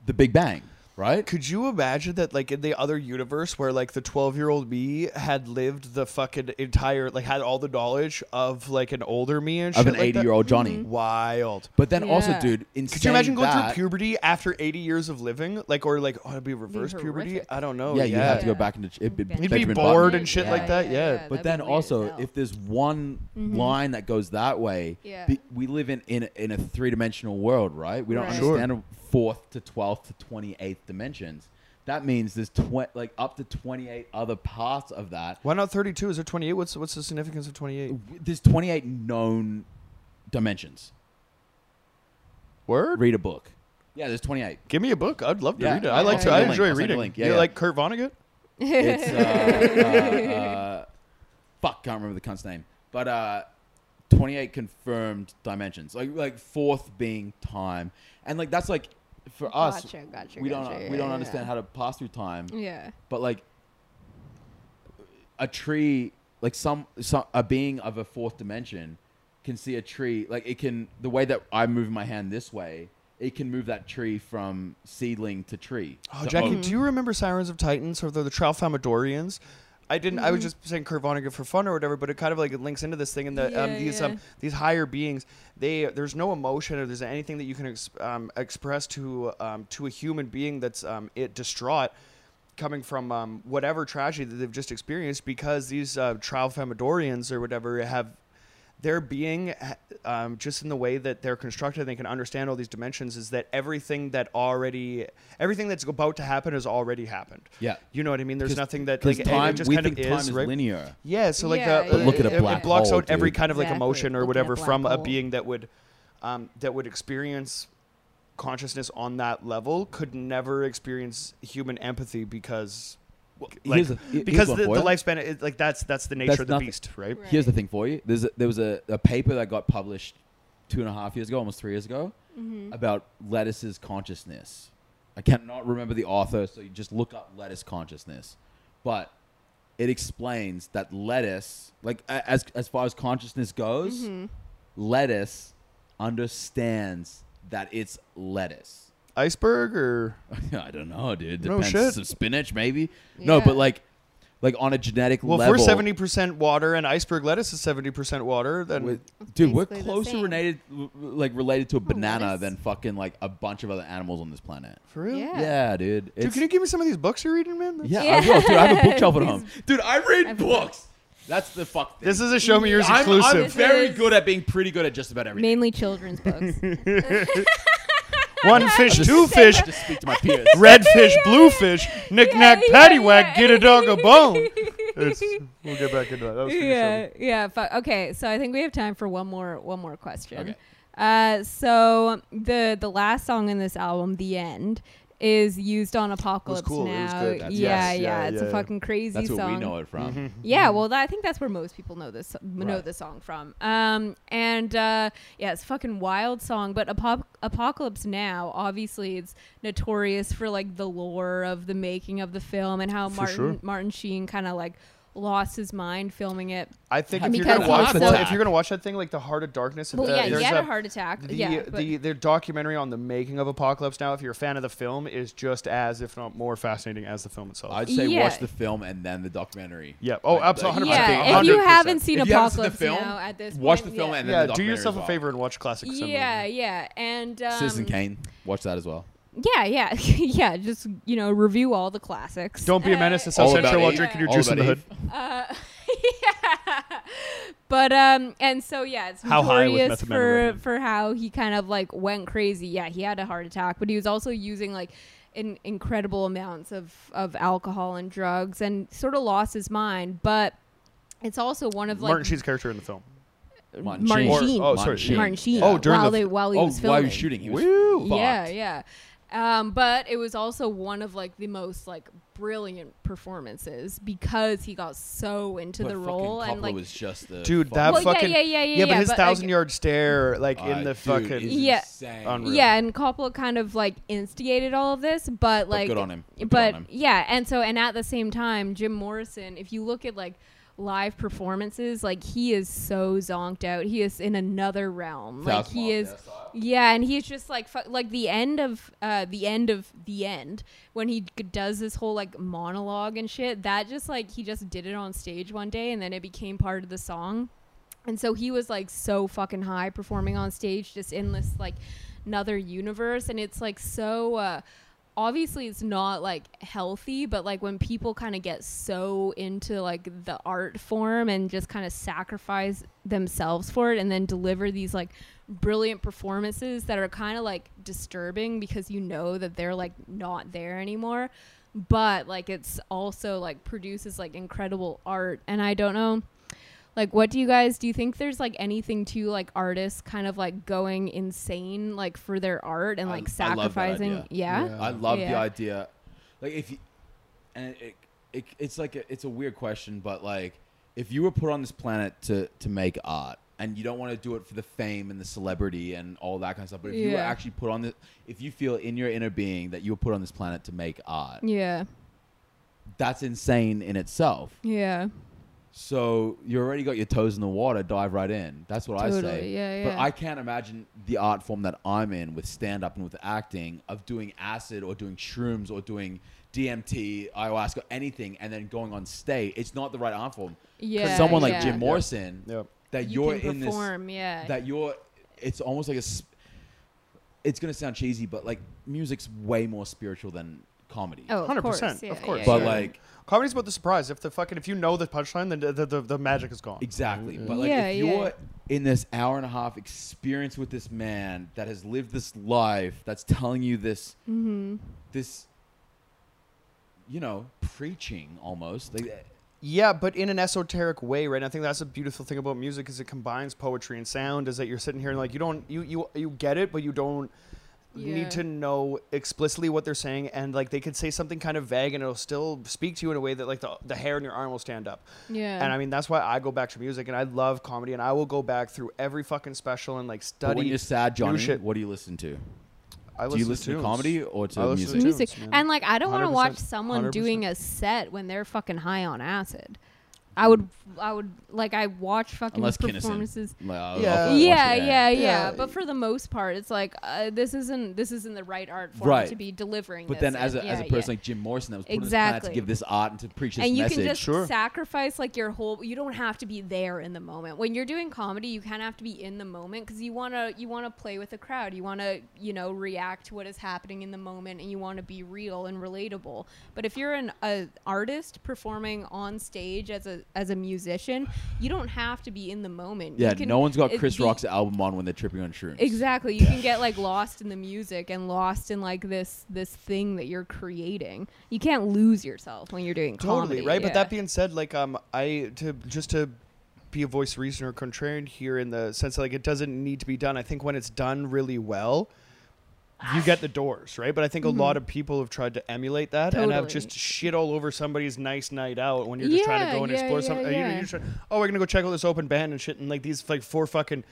[SPEAKER 1] the Big Bang. right?
[SPEAKER 3] Could you imagine that, like in the other universe, where like the twelve-year-old me had lived the fucking entire, like had all the knowledge of like an older me and
[SPEAKER 1] Of
[SPEAKER 3] shit
[SPEAKER 1] an
[SPEAKER 3] like that?
[SPEAKER 1] eighty-year-old Johnny.
[SPEAKER 3] Wild.
[SPEAKER 1] But then also,
[SPEAKER 2] Yeah.
[SPEAKER 1] dude, in
[SPEAKER 3] Could you imagine going
[SPEAKER 1] that,
[SPEAKER 3] through puberty after 80 years of living? Like, or like, oh, it'd be reverse puberty?
[SPEAKER 2] horrific.
[SPEAKER 3] I don't know.
[SPEAKER 1] Yeah, you'd have to go
[SPEAKER 5] Yeah.
[SPEAKER 1] back into. It'd be,
[SPEAKER 5] You'd
[SPEAKER 3] You'd be
[SPEAKER 1] Benjamin Button.
[SPEAKER 3] bored and shit
[SPEAKER 2] Yeah,
[SPEAKER 3] like that.
[SPEAKER 2] yeah,
[SPEAKER 3] Yeah.
[SPEAKER 2] yeah.
[SPEAKER 1] But
[SPEAKER 2] That'd
[SPEAKER 1] then
[SPEAKER 2] be weird as
[SPEAKER 1] also,
[SPEAKER 2] hell. Mm-hmm.
[SPEAKER 1] if there's one line that goes that way,
[SPEAKER 5] Yeah.
[SPEAKER 1] be- we live in in a, in a three dimensional world, right? We don't
[SPEAKER 5] Right.
[SPEAKER 3] Sure.
[SPEAKER 1] understand a fourth to twelfth to twenty eighth dimensions. That means there's tw- like up to twenty eight other parts of that.
[SPEAKER 3] Why not 32? Is there 28? What's what's the significance of 28?
[SPEAKER 1] There's twenty eight known dimensions.
[SPEAKER 3] Word?
[SPEAKER 1] Read a book. Yeah, there's twenty eight.
[SPEAKER 3] Give me a book. I'd love to
[SPEAKER 1] Yeah.
[SPEAKER 3] read it. I like
[SPEAKER 1] I'll send
[SPEAKER 3] to.
[SPEAKER 1] you
[SPEAKER 3] I
[SPEAKER 1] a link.
[SPEAKER 3] enjoy
[SPEAKER 1] I'll send you a
[SPEAKER 3] reading.
[SPEAKER 1] link. Yeah,
[SPEAKER 3] You're
[SPEAKER 1] yeah.
[SPEAKER 3] like Kurt Vonnegut?
[SPEAKER 1] It's uh, uh, uh, fuck, can't remember the cunt's name, but uh, twenty eight confirmed dimensions, like like fourth being time, and like that's like for us,
[SPEAKER 5] Gotcha, gotcha,
[SPEAKER 1] we don't
[SPEAKER 5] gotcha.
[SPEAKER 1] we don't
[SPEAKER 5] Yeah,
[SPEAKER 1] understand
[SPEAKER 5] yeah. Mm.
[SPEAKER 1] how to pass through time,
[SPEAKER 5] Yeah.
[SPEAKER 1] but like a tree, like some some a being of a fourth dimension can see a tree, like it can the way that I move my hand this way. It can move that tree from seedling to tree.
[SPEAKER 3] Oh,
[SPEAKER 1] to
[SPEAKER 3] Jackie,
[SPEAKER 1] oak.
[SPEAKER 3] do you remember Sirens of Titans or the, the Tralfamadorians? I didn't.
[SPEAKER 2] Mm-hmm.
[SPEAKER 3] I was just saying Kurt Vonnegut for fun or whatever, but it kind of like it links into this thing. And the um,
[SPEAKER 2] Yeah,
[SPEAKER 3] these
[SPEAKER 2] yeah.
[SPEAKER 3] um, these higher beings, they there's no emotion or there's anything that you can ex- um, express to um, to a human being that's um, it distraught, coming from um, whatever tragedy that they've just experienced because these uh, Tralfamadorians or whatever have their being ha- um, just in the way that they're constructed and they can understand all these dimensions is that everything that already everything that's about to happen has already happened
[SPEAKER 1] Yeah.
[SPEAKER 3] you know what i mean there's
[SPEAKER 1] 'Cause-
[SPEAKER 3] nothing that
[SPEAKER 1] 'cause
[SPEAKER 3] like it-
[SPEAKER 1] time,
[SPEAKER 3] it just
[SPEAKER 1] we
[SPEAKER 3] kind of
[SPEAKER 1] think time is,
[SPEAKER 3] is, right
[SPEAKER 1] linear.
[SPEAKER 3] yeah so like
[SPEAKER 2] Yeah,
[SPEAKER 3] the, uh,
[SPEAKER 2] But yeah,
[SPEAKER 1] look at a
[SPEAKER 3] it-
[SPEAKER 1] black
[SPEAKER 3] it blocks
[SPEAKER 1] hole,
[SPEAKER 3] out every
[SPEAKER 1] dude.
[SPEAKER 3] kind of like
[SPEAKER 5] Exactly.
[SPEAKER 3] emotion
[SPEAKER 5] Look
[SPEAKER 3] or
[SPEAKER 5] at a
[SPEAKER 3] whatever
[SPEAKER 5] black
[SPEAKER 3] from a
[SPEAKER 5] hole.
[SPEAKER 3] being that would um, that would experience consciousness on that level could never experience human empathy because like,
[SPEAKER 1] here's a- here's
[SPEAKER 3] because
[SPEAKER 1] one
[SPEAKER 3] the, the
[SPEAKER 1] for ya.
[SPEAKER 3] lifespan is like that's that's the nature
[SPEAKER 1] That's
[SPEAKER 3] of the
[SPEAKER 1] nothing.
[SPEAKER 3] beast right
[SPEAKER 1] Here's the thing for you. There's a, there was a, a paper that got published two and a half years ago, almost three years ago, about lettuce's consciousness. I cannot remember the author, so you just look up lettuce consciousness. But it explains that lettuce, like a- as as far as consciousness goes, lettuce understands that it's lettuce.
[SPEAKER 3] iceberg or
[SPEAKER 1] I don't know, dude.
[SPEAKER 3] No
[SPEAKER 1] Depends.
[SPEAKER 3] shit.
[SPEAKER 1] Some spinach, maybe. No,
[SPEAKER 5] Yeah.
[SPEAKER 1] but like, like on a genetic
[SPEAKER 3] Well,
[SPEAKER 1] level.
[SPEAKER 3] if we're seventy percent water and iceberg lettuce is seventy percent water, then
[SPEAKER 1] With, dude, we're
[SPEAKER 5] basically the
[SPEAKER 1] closer
[SPEAKER 5] same.
[SPEAKER 1] related, like related
[SPEAKER 2] Oh,
[SPEAKER 1] to a banana
[SPEAKER 5] lettuce.
[SPEAKER 1] than fucking like a bunch of other animals on this planet.
[SPEAKER 3] for real,
[SPEAKER 5] Yeah.
[SPEAKER 1] Yeah, dude.
[SPEAKER 3] dude,
[SPEAKER 1] It's-
[SPEAKER 3] can you give me some of these books you're reading, man? That's-
[SPEAKER 1] yeah,
[SPEAKER 5] Yeah.
[SPEAKER 1] I will, dude. I have a bookshelf at home, dude. I read books. That's the fuck thing.
[SPEAKER 3] this is a show me yours
[SPEAKER 1] I'm, I'm
[SPEAKER 3] exclusive.
[SPEAKER 1] very
[SPEAKER 5] is-
[SPEAKER 1] good at being pretty good at just about everything.
[SPEAKER 5] Mainly children's books.
[SPEAKER 3] One fish,
[SPEAKER 1] Just-
[SPEAKER 3] two fish,
[SPEAKER 1] I just speak to my peers.
[SPEAKER 3] red fish, blue fish, knick knack,
[SPEAKER 5] yeah,
[SPEAKER 3] patty whack,
[SPEAKER 5] yeah.
[SPEAKER 3] get a dog a bone. It's, we'll get back into that. That was for you,
[SPEAKER 2] yeah,
[SPEAKER 3] Shelby.
[SPEAKER 2] yeah. Fuck. Okay, so I think we have time for one more one more question.
[SPEAKER 1] Okay.
[SPEAKER 2] Uh, so the the last song in this album, "The End," is used on Apocalypse
[SPEAKER 3] cool. It was
[SPEAKER 2] Now.
[SPEAKER 3] good. That's-
[SPEAKER 2] yeah,
[SPEAKER 3] yes.
[SPEAKER 2] yeah,
[SPEAKER 3] Yeah,
[SPEAKER 2] It's
[SPEAKER 3] yeah,
[SPEAKER 2] a
[SPEAKER 3] yeah.
[SPEAKER 2] fucking crazy
[SPEAKER 1] That's
[SPEAKER 2] song.
[SPEAKER 1] what we know it from.
[SPEAKER 3] Mm-hmm.
[SPEAKER 2] Yeah, well, that, I think that's where most people know this know
[SPEAKER 1] Mm. Right.
[SPEAKER 2] the song from. Um, and uh, yeah, it's a fucking wild song. But Apo- Apocalypse Now, obviously, it's notorious for like the lore of the making of the film and how Martin
[SPEAKER 3] sure.
[SPEAKER 2] Martin Sheen kind of like lost his mind filming it.
[SPEAKER 3] I think if you're
[SPEAKER 2] Because
[SPEAKER 3] gonna
[SPEAKER 2] he
[SPEAKER 3] watch,
[SPEAKER 2] was
[SPEAKER 3] well,
[SPEAKER 1] so-
[SPEAKER 3] if you're gonna watch that thing like the Heart of Darkness,
[SPEAKER 2] Well,
[SPEAKER 3] the,
[SPEAKER 1] uh,
[SPEAKER 2] yeah,
[SPEAKER 3] there's
[SPEAKER 2] he had a,
[SPEAKER 3] a
[SPEAKER 2] heart attack.
[SPEAKER 3] The,
[SPEAKER 2] yeah, but-
[SPEAKER 3] the their documentary on the making of Apocalypse Now, if you're a fan of the film, is just as, if not more, fascinating as the film itself.
[SPEAKER 1] I'd say
[SPEAKER 2] Yeah.
[SPEAKER 1] watch the film and then the documentary.
[SPEAKER 3] Yeah. Oh,
[SPEAKER 1] Like,
[SPEAKER 3] absolutely,
[SPEAKER 1] like,
[SPEAKER 2] yeah,
[SPEAKER 1] I
[SPEAKER 2] if
[SPEAKER 1] think-
[SPEAKER 2] you
[SPEAKER 3] 100%.
[SPEAKER 2] haven't seen
[SPEAKER 1] If you haven't
[SPEAKER 2] Apocalypse
[SPEAKER 1] seen the film,
[SPEAKER 2] Now at this
[SPEAKER 1] watch
[SPEAKER 2] point,
[SPEAKER 1] the film
[SPEAKER 2] yeah.
[SPEAKER 1] and then
[SPEAKER 3] yeah,
[SPEAKER 1] the
[SPEAKER 3] do
[SPEAKER 1] documentary
[SPEAKER 3] yourself
[SPEAKER 1] as
[SPEAKER 3] a
[SPEAKER 1] well.
[SPEAKER 3] favor and watch classic cinema.
[SPEAKER 2] yeah, yeah, and um,
[SPEAKER 1] Citizen Kane, watch that as well.
[SPEAKER 2] Yeah, yeah, yeah. Just you know, review all the classics.
[SPEAKER 3] Don't be a
[SPEAKER 2] Uh,
[SPEAKER 3] menace to South
[SPEAKER 1] All about
[SPEAKER 3] Central while
[SPEAKER 1] Eve.
[SPEAKER 3] drinking your
[SPEAKER 1] All
[SPEAKER 3] juice in
[SPEAKER 1] about
[SPEAKER 3] the hood.
[SPEAKER 1] Eve.
[SPEAKER 2] yeah. But um, and so yeah, it's
[SPEAKER 3] How high was
[SPEAKER 2] notorious
[SPEAKER 3] Method Man
[SPEAKER 2] for
[SPEAKER 3] Redman?
[SPEAKER 2] for how he kind of like went crazy. Yeah, he had a heart attack, but he was also using like in incredible amounts of of alcohol and drugs, and sort of lost his mind. But it's also one of like
[SPEAKER 3] Martin Sheen's character in the film.
[SPEAKER 1] Martin
[SPEAKER 2] Martin
[SPEAKER 1] Sheen.
[SPEAKER 2] Sheen.
[SPEAKER 3] Or- oh,
[SPEAKER 1] Martin
[SPEAKER 3] sorry.
[SPEAKER 1] Sheen.
[SPEAKER 2] Martin Sheen.
[SPEAKER 3] Oh, during
[SPEAKER 2] while
[SPEAKER 3] the-
[SPEAKER 2] they, while he
[SPEAKER 1] oh,
[SPEAKER 2] was
[SPEAKER 1] while
[SPEAKER 2] filming.
[SPEAKER 1] he was shooting, he was
[SPEAKER 3] Woo.
[SPEAKER 2] Yeah,
[SPEAKER 1] fucked.
[SPEAKER 2] yeah. Um, but it was also one of like the most like brilliant performances because he got so into
[SPEAKER 1] But
[SPEAKER 2] the
[SPEAKER 1] fucking
[SPEAKER 2] role and
[SPEAKER 1] Coppola
[SPEAKER 2] like
[SPEAKER 1] was just the
[SPEAKER 3] Dude,
[SPEAKER 1] fucking-
[SPEAKER 3] that
[SPEAKER 2] Well, yeah,
[SPEAKER 3] fucking
[SPEAKER 2] yeah, yeah, yeah,
[SPEAKER 3] yeah. But
[SPEAKER 2] yeah,
[SPEAKER 3] his
[SPEAKER 2] but, like-
[SPEAKER 3] thousand yard stare, like in the
[SPEAKER 1] Uh, dude,
[SPEAKER 3] fucking.
[SPEAKER 1] it's
[SPEAKER 2] Yeah.
[SPEAKER 1] insane.
[SPEAKER 3] Unreal.
[SPEAKER 2] yeah, and Coppola kind of like instigated all of this, but like
[SPEAKER 1] good on him. Good
[SPEAKER 2] but
[SPEAKER 1] on him.
[SPEAKER 2] yeah, and so and at the same time, Jim Morrison, if you look at like live performances, like he is so zonked out. He is in another realm. Like he is yeah, and he's just like fu- like the end of uh the end of the end when he g- does this whole like monologue and shit. That just like he just did it on stage one day and then it became part of the song. And so he was like so fucking high performing on stage just in this like another universe and it's like so uh obviously it's not like healthy but like when people kind of get so into like the art form and just kind of sacrifice themselves for it and then deliver these like brilliant performances that are kind of like disturbing because you know that they're like not there anymore but like it's also like produces like incredible art and i don't know like what do you guys do you think there's like anything to like artists kind of like going insane like for their art and
[SPEAKER 1] I-
[SPEAKER 2] like
[SPEAKER 1] I love that
[SPEAKER 2] sacrificing
[SPEAKER 1] idea.
[SPEAKER 2] yeah
[SPEAKER 1] I love the
[SPEAKER 2] Yeah.
[SPEAKER 1] idea. Like if you, and it, it it's like a, it's a weird question, but like if you were put on this planet to to make art and you don't want to do it for the fame and the celebrity and all that kind of stuff, but if you were
[SPEAKER 2] Yeah.
[SPEAKER 1] actually put on the if you feel in your inner being that you were put on this planet to make art,
[SPEAKER 2] yeah
[SPEAKER 1] that's insane in itself.
[SPEAKER 2] yeah
[SPEAKER 1] So you already got your toes in the water, dive right in. That's what I say.
[SPEAKER 2] Totally, yeah,
[SPEAKER 1] But
[SPEAKER 2] yeah.
[SPEAKER 1] I can't imagine the art form that I'm in with stand up and with acting of doing acid or doing shrooms or doing DMT, ayahuasca, anything, and then going on stage. It's not the right art form. 'Cause
[SPEAKER 2] Yeah,
[SPEAKER 1] someone like
[SPEAKER 2] yeah.
[SPEAKER 1] Jim Morrison,
[SPEAKER 3] Yep.
[SPEAKER 1] that
[SPEAKER 2] you
[SPEAKER 1] are
[SPEAKER 2] can
[SPEAKER 1] in this
[SPEAKER 2] perform yeah
[SPEAKER 1] that you're it's almost like a sp- it's gonna sound cheesy but like music's way more spiritual than comedy
[SPEAKER 2] oh of
[SPEAKER 3] 100%,
[SPEAKER 2] course
[SPEAKER 3] of
[SPEAKER 2] yeah,
[SPEAKER 3] course.
[SPEAKER 2] yeah,
[SPEAKER 1] but
[SPEAKER 2] yeah.
[SPEAKER 1] like
[SPEAKER 3] Comedy's about the surprise. If the fucking if you know the punchline, then the, the, the, the magic is gone.
[SPEAKER 1] Exactly.
[SPEAKER 3] Mm-hmm.
[SPEAKER 1] But like
[SPEAKER 2] Yeah,
[SPEAKER 1] if
[SPEAKER 2] yeah.
[SPEAKER 1] you're in this hour and a half experience with this man that has lived this life that's telling you this
[SPEAKER 2] Mm-hmm.
[SPEAKER 1] this you know, preaching almost. Like
[SPEAKER 3] Yeah, but in an esoteric way, right? And I think that's the beautiful thing about music is it combines poetry and sound. Is that you're sitting here and like you don't you you you get it, but you don't
[SPEAKER 2] Yeah.
[SPEAKER 3] need to know explicitly what they're saying. And like they could say something kind of vague, and it'll still speak to you in a way that like the the hair on your arm will stand up.
[SPEAKER 2] Yeah.
[SPEAKER 3] And I mean that's why I go back to music, and I love comedy, and I will go back through every fucking special and like
[SPEAKER 1] but
[SPEAKER 3] study.
[SPEAKER 1] when you're sad,
[SPEAKER 3] new
[SPEAKER 1] Johnny,
[SPEAKER 3] shit.
[SPEAKER 1] what do you listen to?
[SPEAKER 3] I
[SPEAKER 1] do you listen to
[SPEAKER 3] tunes.
[SPEAKER 1] comedy or to
[SPEAKER 3] I
[SPEAKER 1] music?
[SPEAKER 3] listen tunes,
[SPEAKER 2] music
[SPEAKER 3] man.
[SPEAKER 2] and like i don't want to
[SPEAKER 3] 100%,
[SPEAKER 2] watch someone
[SPEAKER 3] 100%.
[SPEAKER 2] doing a set when they're fucking high on acid i would i would like i watch fucking
[SPEAKER 1] Unless Kinnison.
[SPEAKER 2] performances
[SPEAKER 1] Like, I'll- I'll
[SPEAKER 3] Yeah.
[SPEAKER 1] fucking watch
[SPEAKER 2] yeah,
[SPEAKER 1] it,
[SPEAKER 2] yeah, yeah,
[SPEAKER 3] Yeah.
[SPEAKER 2] But for the most part, it's like uh, this isn't this isn't the right art form
[SPEAKER 1] Right.
[SPEAKER 2] to be delivering.
[SPEAKER 1] But
[SPEAKER 2] this
[SPEAKER 1] then as
[SPEAKER 2] in.
[SPEAKER 1] a, as a
[SPEAKER 2] Yeah,
[SPEAKER 1] person
[SPEAKER 2] yeah.
[SPEAKER 1] like Jim Morrison that was put on this planet to
[SPEAKER 2] Exactly.
[SPEAKER 1] give this art and to preach this
[SPEAKER 2] and you
[SPEAKER 1] message.
[SPEAKER 2] can just
[SPEAKER 3] Sure.
[SPEAKER 2] sacrifice like your whole. You don't have to be there in the moment. When you're doing comedy, you kind of have to be in the moment because you wanna you wanna play with the crowd. You wanna you know react to what is happening in the moment, and you wanna be real and relatable. But if you're an a artist performing on stage as a as a musician, you don't have to be in the moment. You
[SPEAKER 1] yeah,
[SPEAKER 2] can-
[SPEAKER 1] no one's got
[SPEAKER 2] it-
[SPEAKER 1] Chris
[SPEAKER 2] the-
[SPEAKER 1] Rock's album on when they're tripping on shrooms.
[SPEAKER 2] Exactly. You can get like lost in the music and lost in like this this thing that you're creating. You can't lose yourself when you're doing
[SPEAKER 3] totally
[SPEAKER 2] comedy,
[SPEAKER 3] right but
[SPEAKER 2] yeah.
[SPEAKER 3] that being said like um i to just to be a voice of reason or contrarian here in the sense that, like it doesn't need to be done i think when it's done really well you get the doors right but i think a lot of people have tried to emulate that and have
[SPEAKER 2] Mm-hmm. Totally.
[SPEAKER 3] just shit all over somebody's nice night out when you're just trying to
[SPEAKER 2] Yeah,
[SPEAKER 3] go and
[SPEAKER 2] yeah,
[SPEAKER 3] explore
[SPEAKER 2] yeah,
[SPEAKER 3] something you,
[SPEAKER 2] yeah.
[SPEAKER 3] you try- oh we're gonna go check out this open band and shit and like these like four fucking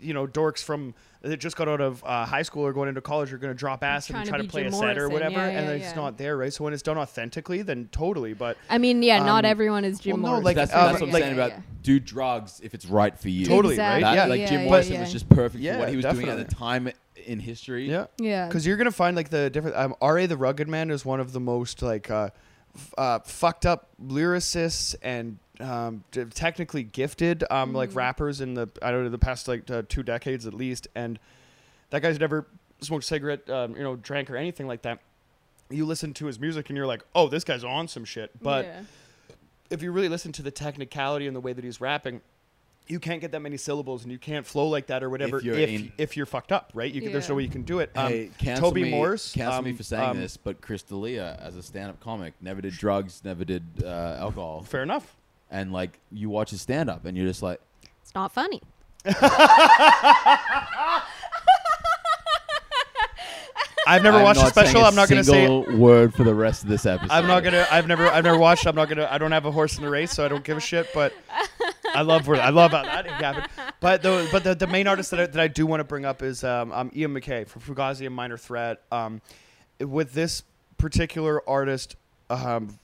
[SPEAKER 3] you know dorks from that just got out of uh, high school or going into college are gonna drop ass
[SPEAKER 2] Trying
[SPEAKER 3] and
[SPEAKER 2] to
[SPEAKER 3] try to,
[SPEAKER 2] be
[SPEAKER 3] play
[SPEAKER 2] Jim
[SPEAKER 3] a set or
[SPEAKER 2] Morrison.
[SPEAKER 3] whatever
[SPEAKER 2] Yeah,
[SPEAKER 3] and
[SPEAKER 2] yeah,
[SPEAKER 3] it's
[SPEAKER 2] yeah.
[SPEAKER 3] not there right so when it's done authentically then totally but
[SPEAKER 2] I mean, yeah, not
[SPEAKER 3] Um,
[SPEAKER 2] everyone is Jim
[SPEAKER 3] well, no,
[SPEAKER 2] Morrison.
[SPEAKER 3] like,
[SPEAKER 1] that's,
[SPEAKER 3] um,
[SPEAKER 1] that's what I'm
[SPEAKER 3] like-
[SPEAKER 1] saying about do drugs if it's right for you.
[SPEAKER 3] Totally, right?
[SPEAKER 1] That,
[SPEAKER 3] Yeah.
[SPEAKER 1] like Jim
[SPEAKER 2] yeah,
[SPEAKER 1] Morrison
[SPEAKER 2] yeah.
[SPEAKER 1] was just perfect
[SPEAKER 3] Yeah,
[SPEAKER 1] for what he was doing at
[SPEAKER 3] definitely.
[SPEAKER 1] the time in history.
[SPEAKER 3] Yeah.
[SPEAKER 2] yeah.
[SPEAKER 3] Because you're gonna find like the different. Um, Ra the Rugged Man is one of the most like uh, f- uh, fucked up lyricists and um, t- technically gifted um, like
[SPEAKER 2] Mm-hmm.
[SPEAKER 3] rappers in the I don't know the past like uh, two decades at least. And that guy's never smoked a cigarette, um, you know, drank or anything like that. You listen to his music and you're like, oh, this guy's on some shit. But
[SPEAKER 2] yeah.
[SPEAKER 3] if you really listen to the technicality and the way that he's rapping, you can't get that many syllables and you can't flow like that or whatever if
[SPEAKER 1] you're
[SPEAKER 3] you're, if,
[SPEAKER 1] in-
[SPEAKER 3] you're fucked up, right? You can, There's no
[SPEAKER 2] Yeah.
[SPEAKER 3] way you can do it. Um,
[SPEAKER 1] Hey, cancel
[SPEAKER 3] Toby
[SPEAKER 1] me,
[SPEAKER 3] Morse.
[SPEAKER 1] Cancel
[SPEAKER 3] um,
[SPEAKER 1] me for saying
[SPEAKER 3] um,
[SPEAKER 1] this, but Chris D'Elia, as a stand-up comic, never did drugs, never did uh, alcohol,
[SPEAKER 3] Fair enough.
[SPEAKER 1] and like you watch his stand-up, and you're just like,
[SPEAKER 2] it's not funny.
[SPEAKER 3] I've never
[SPEAKER 1] I'm
[SPEAKER 3] watched a
[SPEAKER 1] not saying
[SPEAKER 3] special. I'm not going to say.
[SPEAKER 1] single word for the rest of this episode.
[SPEAKER 3] I'm not gonna. I've never. I've never watched. I'm not gonna. I don't have a horse in the race, so I don't give a shit. But I love where I love how that happened. But the but the, the main artist that I, that I do want to bring up is um, um Ian McKay from Fugazi and Minor Threat. Um, with this particular artist, um,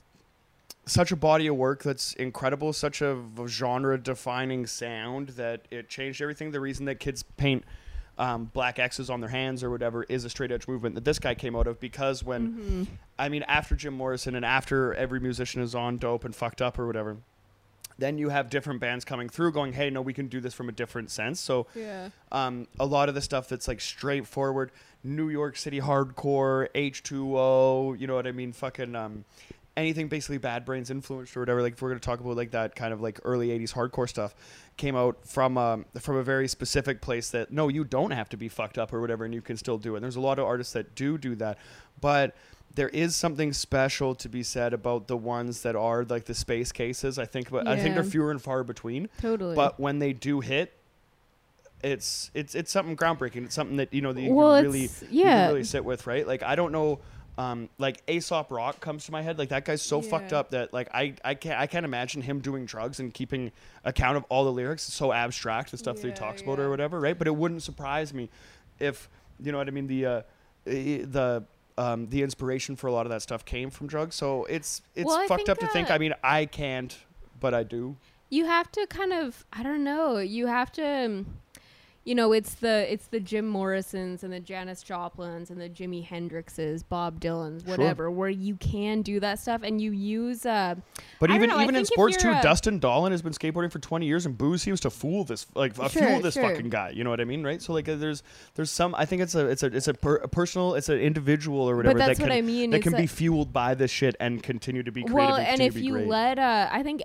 [SPEAKER 3] such a body of work that's incredible, such a genre defining sound that it changed everything. The reason that kids paint um, black X's on their hands or whatever is a straight edge movement that this guy came out of because when, I mean, after Jim Morrison and after every musician is on dope and fucked up or whatever, then you have different bands coming through going, hey, no, we can do this from a different sense. So
[SPEAKER 2] Yeah.
[SPEAKER 3] um, a lot of the stuff that's like straightforward New York City hardcore, H2O, you know what I mean? Fucking um, anything basically Bad Brains influenced or whatever. Like if we're going to talk about like that kind of like early 80s hardcore stuff came out from um, from a very specific place that no, you don't have to be fucked up or whatever and you can still do it. And there's a lot of artists that do do that. But there is something special to be said about the ones that are like the space cases. I think, but I think
[SPEAKER 2] Yeah.
[SPEAKER 3] they're fewer and far between.
[SPEAKER 2] Totally.
[SPEAKER 3] But when they do hit, it's it's it's something groundbreaking. It's something that you know that you
[SPEAKER 2] Well,
[SPEAKER 3] can really
[SPEAKER 2] it's-
[SPEAKER 3] you can
[SPEAKER 2] yeah.
[SPEAKER 3] really sit with, right? Like I don't know, um, like Aesop Rock comes to my head. Like that guy's so fucked
[SPEAKER 2] Yeah.
[SPEAKER 3] up that like I I can't I can't imagine him doing drugs and keeping account of all the lyrics. It's so abstract the stuff that he
[SPEAKER 2] Yeah,
[SPEAKER 3] talks about or
[SPEAKER 2] yeah.
[SPEAKER 3] whatever, right? But it wouldn't surprise me if you know what I mean. The uh, eh, the um, the inspiration for a lot of that stuff came from drugs. So it's it's
[SPEAKER 6] Well, I
[SPEAKER 3] fucked up
[SPEAKER 6] think,
[SPEAKER 3] to think.
[SPEAKER 6] uh,
[SPEAKER 3] I mean, I can't, but I do.
[SPEAKER 2] you have to kind of i don't know you have to um, you know it's the it's the jim morrisons and the janis joplins and the jimi hendrixes bob dylan's
[SPEAKER 3] Sure.
[SPEAKER 2] whatever where you can do that stuff and you use uh
[SPEAKER 3] But
[SPEAKER 2] I don't
[SPEAKER 3] even
[SPEAKER 2] know, I
[SPEAKER 3] even in
[SPEAKER 2] think if
[SPEAKER 3] sports too,
[SPEAKER 2] you're a-
[SPEAKER 3] Dustin Dolan has been skateboarding for 20 years, and booze seems to fool this like uh, fuel
[SPEAKER 2] Sure,
[SPEAKER 3] this
[SPEAKER 2] sure.
[SPEAKER 3] fucking guy. You know what I mean, right? So like, uh, there's there's some. I think it's a it's a it's a, per, a personal, it's an individual or whatever
[SPEAKER 2] that's
[SPEAKER 3] that
[SPEAKER 2] what
[SPEAKER 3] can
[SPEAKER 2] I mean,
[SPEAKER 3] that
[SPEAKER 2] it's
[SPEAKER 3] can be
[SPEAKER 2] like-
[SPEAKER 3] fueled by this shit and continue to be creative.
[SPEAKER 2] well
[SPEAKER 3] and,
[SPEAKER 2] and
[SPEAKER 3] continue
[SPEAKER 2] if
[SPEAKER 3] to be
[SPEAKER 2] you
[SPEAKER 3] great.
[SPEAKER 2] let uh i think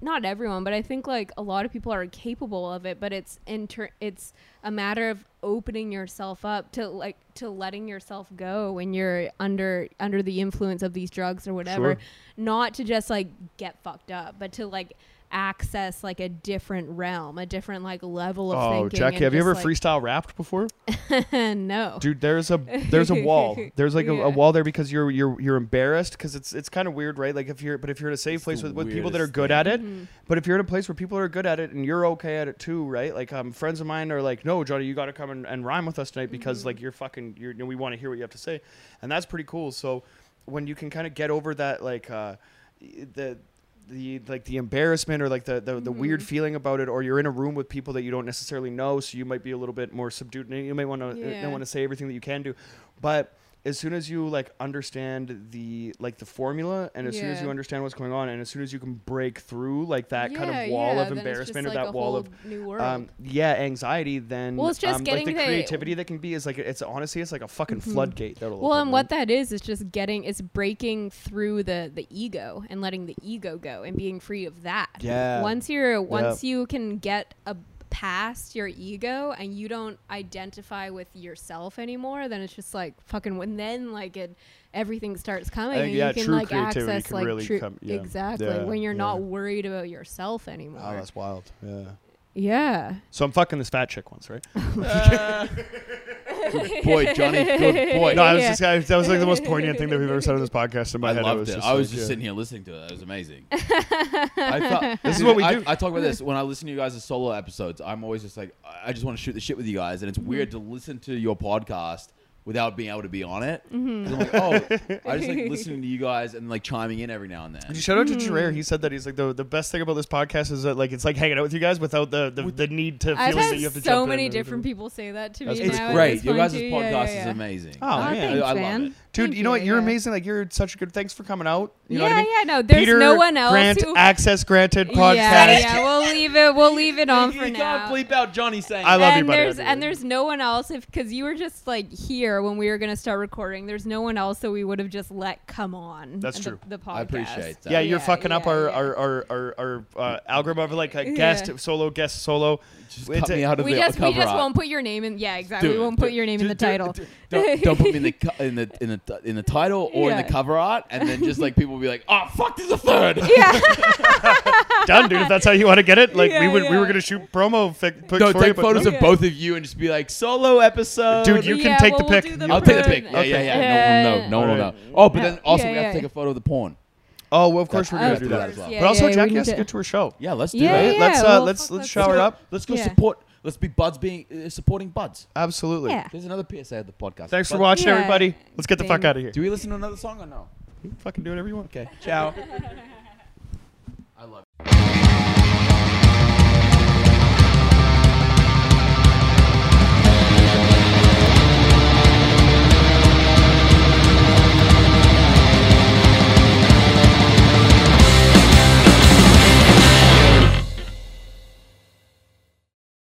[SPEAKER 2] not everyone but i think like a lot of people are capable of it but it's inter it's a matter of opening yourself up to like to letting yourself go when you're under under the influence of these drugs or whatever
[SPEAKER 3] Sure.
[SPEAKER 2] not to just like get fucked up but to like access like a different realm a different like level of
[SPEAKER 3] Oh,
[SPEAKER 2] thinking
[SPEAKER 3] Jackie,
[SPEAKER 2] and
[SPEAKER 3] have you
[SPEAKER 2] just,
[SPEAKER 3] ever
[SPEAKER 2] like,
[SPEAKER 3] freestyle rapped before?
[SPEAKER 2] no
[SPEAKER 3] dude there's a there's a wall there's like a,
[SPEAKER 2] Yeah.
[SPEAKER 3] a wall there because you're you're you're embarrassed because it's it's kind of weird right like if you're but if you're in a safe place
[SPEAKER 1] the
[SPEAKER 3] with, with people that are
[SPEAKER 1] weirdest
[SPEAKER 3] good at it but if you're in a place where people are good at it and you're okay at it too right like um friends of mine are like no johnny you got to come and, and rhyme with us tonight because like you're fucking you're, you know, we want to hear what you have to say and that's pretty cool so when you can kind of get over that like uh the the like the embarrassment or like the the, the weird feeling about it or you're in a room with people that you don't necessarily know so you might be a little bit more subdued and you might want to
[SPEAKER 2] Yeah.
[SPEAKER 3] want to say everything that you can do but as soon as you like understand the like the formula and as soon as
[SPEAKER 2] Yeah.
[SPEAKER 3] you understand what's going on and as soon as you can break through like that kind
[SPEAKER 2] Yeah,
[SPEAKER 3] of wall
[SPEAKER 2] yeah, then it's
[SPEAKER 3] of
[SPEAKER 2] just,
[SPEAKER 3] embarrassment
[SPEAKER 2] like,
[SPEAKER 3] or
[SPEAKER 2] a
[SPEAKER 3] that wall
[SPEAKER 2] whole
[SPEAKER 3] of
[SPEAKER 2] new world
[SPEAKER 3] um, yeah anxiety then
[SPEAKER 2] Well, it's just
[SPEAKER 3] um,
[SPEAKER 2] getting
[SPEAKER 3] like the
[SPEAKER 2] the-
[SPEAKER 3] creativity that can be is like it's honestly it's like a fucking floodgate that'll
[SPEAKER 2] Well,
[SPEAKER 3] open,
[SPEAKER 2] and
[SPEAKER 3] right?
[SPEAKER 2] what that is is just getting it's breaking through the the ego and letting the ego go and being free of that.
[SPEAKER 3] Yeah.
[SPEAKER 2] Once you're once you can get a past your ego and you don't identify with yourself anymore, then it's just like fucking when then like it everything starts coming
[SPEAKER 3] think,
[SPEAKER 2] and
[SPEAKER 3] yeah,
[SPEAKER 2] you can
[SPEAKER 3] true
[SPEAKER 2] like
[SPEAKER 3] creativity
[SPEAKER 2] access
[SPEAKER 3] can
[SPEAKER 2] like
[SPEAKER 3] really
[SPEAKER 2] true-
[SPEAKER 3] come- yeah.
[SPEAKER 2] exactly
[SPEAKER 3] Yeah,
[SPEAKER 2] when you're
[SPEAKER 3] yeah.
[SPEAKER 2] not worried about yourself anymore.
[SPEAKER 3] oh that's wild yeah
[SPEAKER 2] yeah.
[SPEAKER 3] so I'm fucking this fat chick once, right?
[SPEAKER 1] boy, Johnny, good boy.
[SPEAKER 3] No, I was
[SPEAKER 2] Yeah.
[SPEAKER 3] just I, that was like the most poignant thing that we've ever said on this podcast. In my
[SPEAKER 1] I
[SPEAKER 3] head,
[SPEAKER 1] loved
[SPEAKER 3] I was
[SPEAKER 1] it.
[SPEAKER 3] just
[SPEAKER 1] I was
[SPEAKER 3] like,
[SPEAKER 1] just
[SPEAKER 3] yeah.
[SPEAKER 1] sitting here listening to it. It was amazing. I thought,
[SPEAKER 3] This is
[SPEAKER 1] dude,
[SPEAKER 3] what we
[SPEAKER 1] I,
[SPEAKER 3] do.
[SPEAKER 1] I talk about this when I listen to you guys' solo episodes. I'm always just like, I I just want to shoot the shit with you guys, and
[SPEAKER 2] Mm-hmm.
[SPEAKER 1] it's weird to listen to your podcast without being able to be on it.
[SPEAKER 2] Mm-hmm.
[SPEAKER 1] 'Cause I'm like, oh, I just like listening to you guys and like chiming in every now and then.
[SPEAKER 3] Shout out to Gerard.
[SPEAKER 2] Hmm.
[SPEAKER 3] He said that he's like the, the best thing about this podcast is that like it's like hanging out with you guys without the the, the need to
[SPEAKER 2] I've
[SPEAKER 3] feel that
[SPEAKER 2] had
[SPEAKER 3] you have to
[SPEAKER 2] so
[SPEAKER 3] jump
[SPEAKER 2] many
[SPEAKER 3] in or
[SPEAKER 2] different
[SPEAKER 3] whatever.
[SPEAKER 2] people say that to
[SPEAKER 3] That's
[SPEAKER 2] me.
[SPEAKER 3] pretty
[SPEAKER 2] now
[SPEAKER 1] It's
[SPEAKER 2] at
[SPEAKER 1] great.
[SPEAKER 2] this
[SPEAKER 1] Your
[SPEAKER 2] point,
[SPEAKER 1] guys'
[SPEAKER 2] too.
[SPEAKER 1] podcast
[SPEAKER 2] Yeah, yeah, yeah.
[SPEAKER 1] is amazing.
[SPEAKER 3] Oh,
[SPEAKER 2] Aw,
[SPEAKER 3] man.
[SPEAKER 1] I-
[SPEAKER 2] thanks,
[SPEAKER 1] I, love
[SPEAKER 2] man.
[SPEAKER 1] it.
[SPEAKER 3] Dude,
[SPEAKER 2] Thank
[SPEAKER 3] you know what?
[SPEAKER 2] you,
[SPEAKER 3] You're
[SPEAKER 2] yeah.
[SPEAKER 3] amazing. Like you're such a good. Thanks for coming out. You know
[SPEAKER 2] yeah,
[SPEAKER 3] what I mean?
[SPEAKER 2] yeah, no. There's
[SPEAKER 3] Peter
[SPEAKER 2] no one else
[SPEAKER 3] Grant
[SPEAKER 2] who.
[SPEAKER 3] Access Granted podcast.
[SPEAKER 2] Yeah, yeah. We'll leave it. We'll leave it on for
[SPEAKER 1] you
[SPEAKER 2] now.
[SPEAKER 1] can't bleep out Johnny saying.
[SPEAKER 3] I love you,
[SPEAKER 2] and
[SPEAKER 3] buddy,
[SPEAKER 2] there's
[SPEAKER 3] anyway.
[SPEAKER 2] and there's no one else if because you were just like here when we were gonna start recording. There's no one else that we would have just let come on.
[SPEAKER 3] That's
[SPEAKER 2] the-
[SPEAKER 3] true.
[SPEAKER 2] The podcast.
[SPEAKER 1] I appreciate that.
[SPEAKER 3] Yeah, you're
[SPEAKER 2] Yeah,
[SPEAKER 3] fucking up
[SPEAKER 2] yeah,
[SPEAKER 3] our,
[SPEAKER 2] yeah.
[SPEAKER 3] our our our our uh, algorithm of like a
[SPEAKER 2] Yeah.
[SPEAKER 3] guest solo guest solo.
[SPEAKER 1] Just
[SPEAKER 3] It's
[SPEAKER 1] cut
[SPEAKER 3] a-
[SPEAKER 1] me out of
[SPEAKER 2] We
[SPEAKER 1] the
[SPEAKER 2] just we
[SPEAKER 1] cover
[SPEAKER 2] just
[SPEAKER 1] art.
[SPEAKER 2] won't put your name in. Yeah, exactly.
[SPEAKER 1] Dude,
[SPEAKER 2] we won't put
[SPEAKER 1] dude,
[SPEAKER 2] your name in the
[SPEAKER 1] dude, dude,
[SPEAKER 2] title.
[SPEAKER 1] dude, Don't, don't put me in the co- in the in the t- in the title or in
[SPEAKER 2] Yeah.
[SPEAKER 1] the cover art, and then just like people will be like, "Oh fuck, there's a third.
[SPEAKER 3] Done, dude. If that's how you want to get it, like we
[SPEAKER 2] Yeah,
[SPEAKER 3] would we
[SPEAKER 2] yeah.
[SPEAKER 3] were gonna shoot promo fic, pics
[SPEAKER 1] No,
[SPEAKER 3] for you,
[SPEAKER 1] take
[SPEAKER 3] but
[SPEAKER 1] photos
[SPEAKER 3] no.
[SPEAKER 1] of both of you and just be like solo episode.
[SPEAKER 3] Dude, you can
[SPEAKER 2] Yeah,
[SPEAKER 3] take
[SPEAKER 2] well,
[SPEAKER 3] the
[SPEAKER 2] we'll
[SPEAKER 3] pic.
[SPEAKER 2] do the
[SPEAKER 3] You
[SPEAKER 1] I'll
[SPEAKER 3] can-
[SPEAKER 1] take the pic. Yeah, yeah, yeah. No one will know. No one will know.
[SPEAKER 3] Alright.
[SPEAKER 1] Oh, but
[SPEAKER 2] Yeah.
[SPEAKER 1] then also
[SPEAKER 2] Yeah,
[SPEAKER 1] we have
[SPEAKER 2] yeah.
[SPEAKER 1] to take a photo of the porn.
[SPEAKER 3] Oh, well, of course we're
[SPEAKER 1] That's-
[SPEAKER 3] gonna
[SPEAKER 1] of
[SPEAKER 3] do that
[SPEAKER 1] course,
[SPEAKER 3] as well.
[SPEAKER 2] yeah,
[SPEAKER 3] but also,
[SPEAKER 2] yeah, we
[SPEAKER 3] Jackie
[SPEAKER 2] need
[SPEAKER 3] has to
[SPEAKER 2] to-
[SPEAKER 3] get to her show.
[SPEAKER 1] Yeah, let's do
[SPEAKER 2] Yeah,
[SPEAKER 1] that.
[SPEAKER 3] Right? let's uh,
[SPEAKER 2] well,
[SPEAKER 3] let's
[SPEAKER 2] fuck,
[SPEAKER 3] let's
[SPEAKER 2] let's
[SPEAKER 3] shower
[SPEAKER 2] do
[SPEAKER 3] up.
[SPEAKER 1] Let's go
[SPEAKER 2] Yeah.
[SPEAKER 1] support. Let's be buds being uh, supporting buds.
[SPEAKER 3] Absolutely.
[SPEAKER 2] Yeah.
[SPEAKER 1] There's another PSA of the podcast.
[SPEAKER 3] Thanks for
[SPEAKER 1] But-
[SPEAKER 3] watching,
[SPEAKER 2] Yeah.
[SPEAKER 3] everybody. Let's get the fuck
[SPEAKER 2] Thank-
[SPEAKER 3] out of here.
[SPEAKER 1] Do we listen to another song or no?
[SPEAKER 3] fucking do whatever you want.
[SPEAKER 1] Okay, ciao.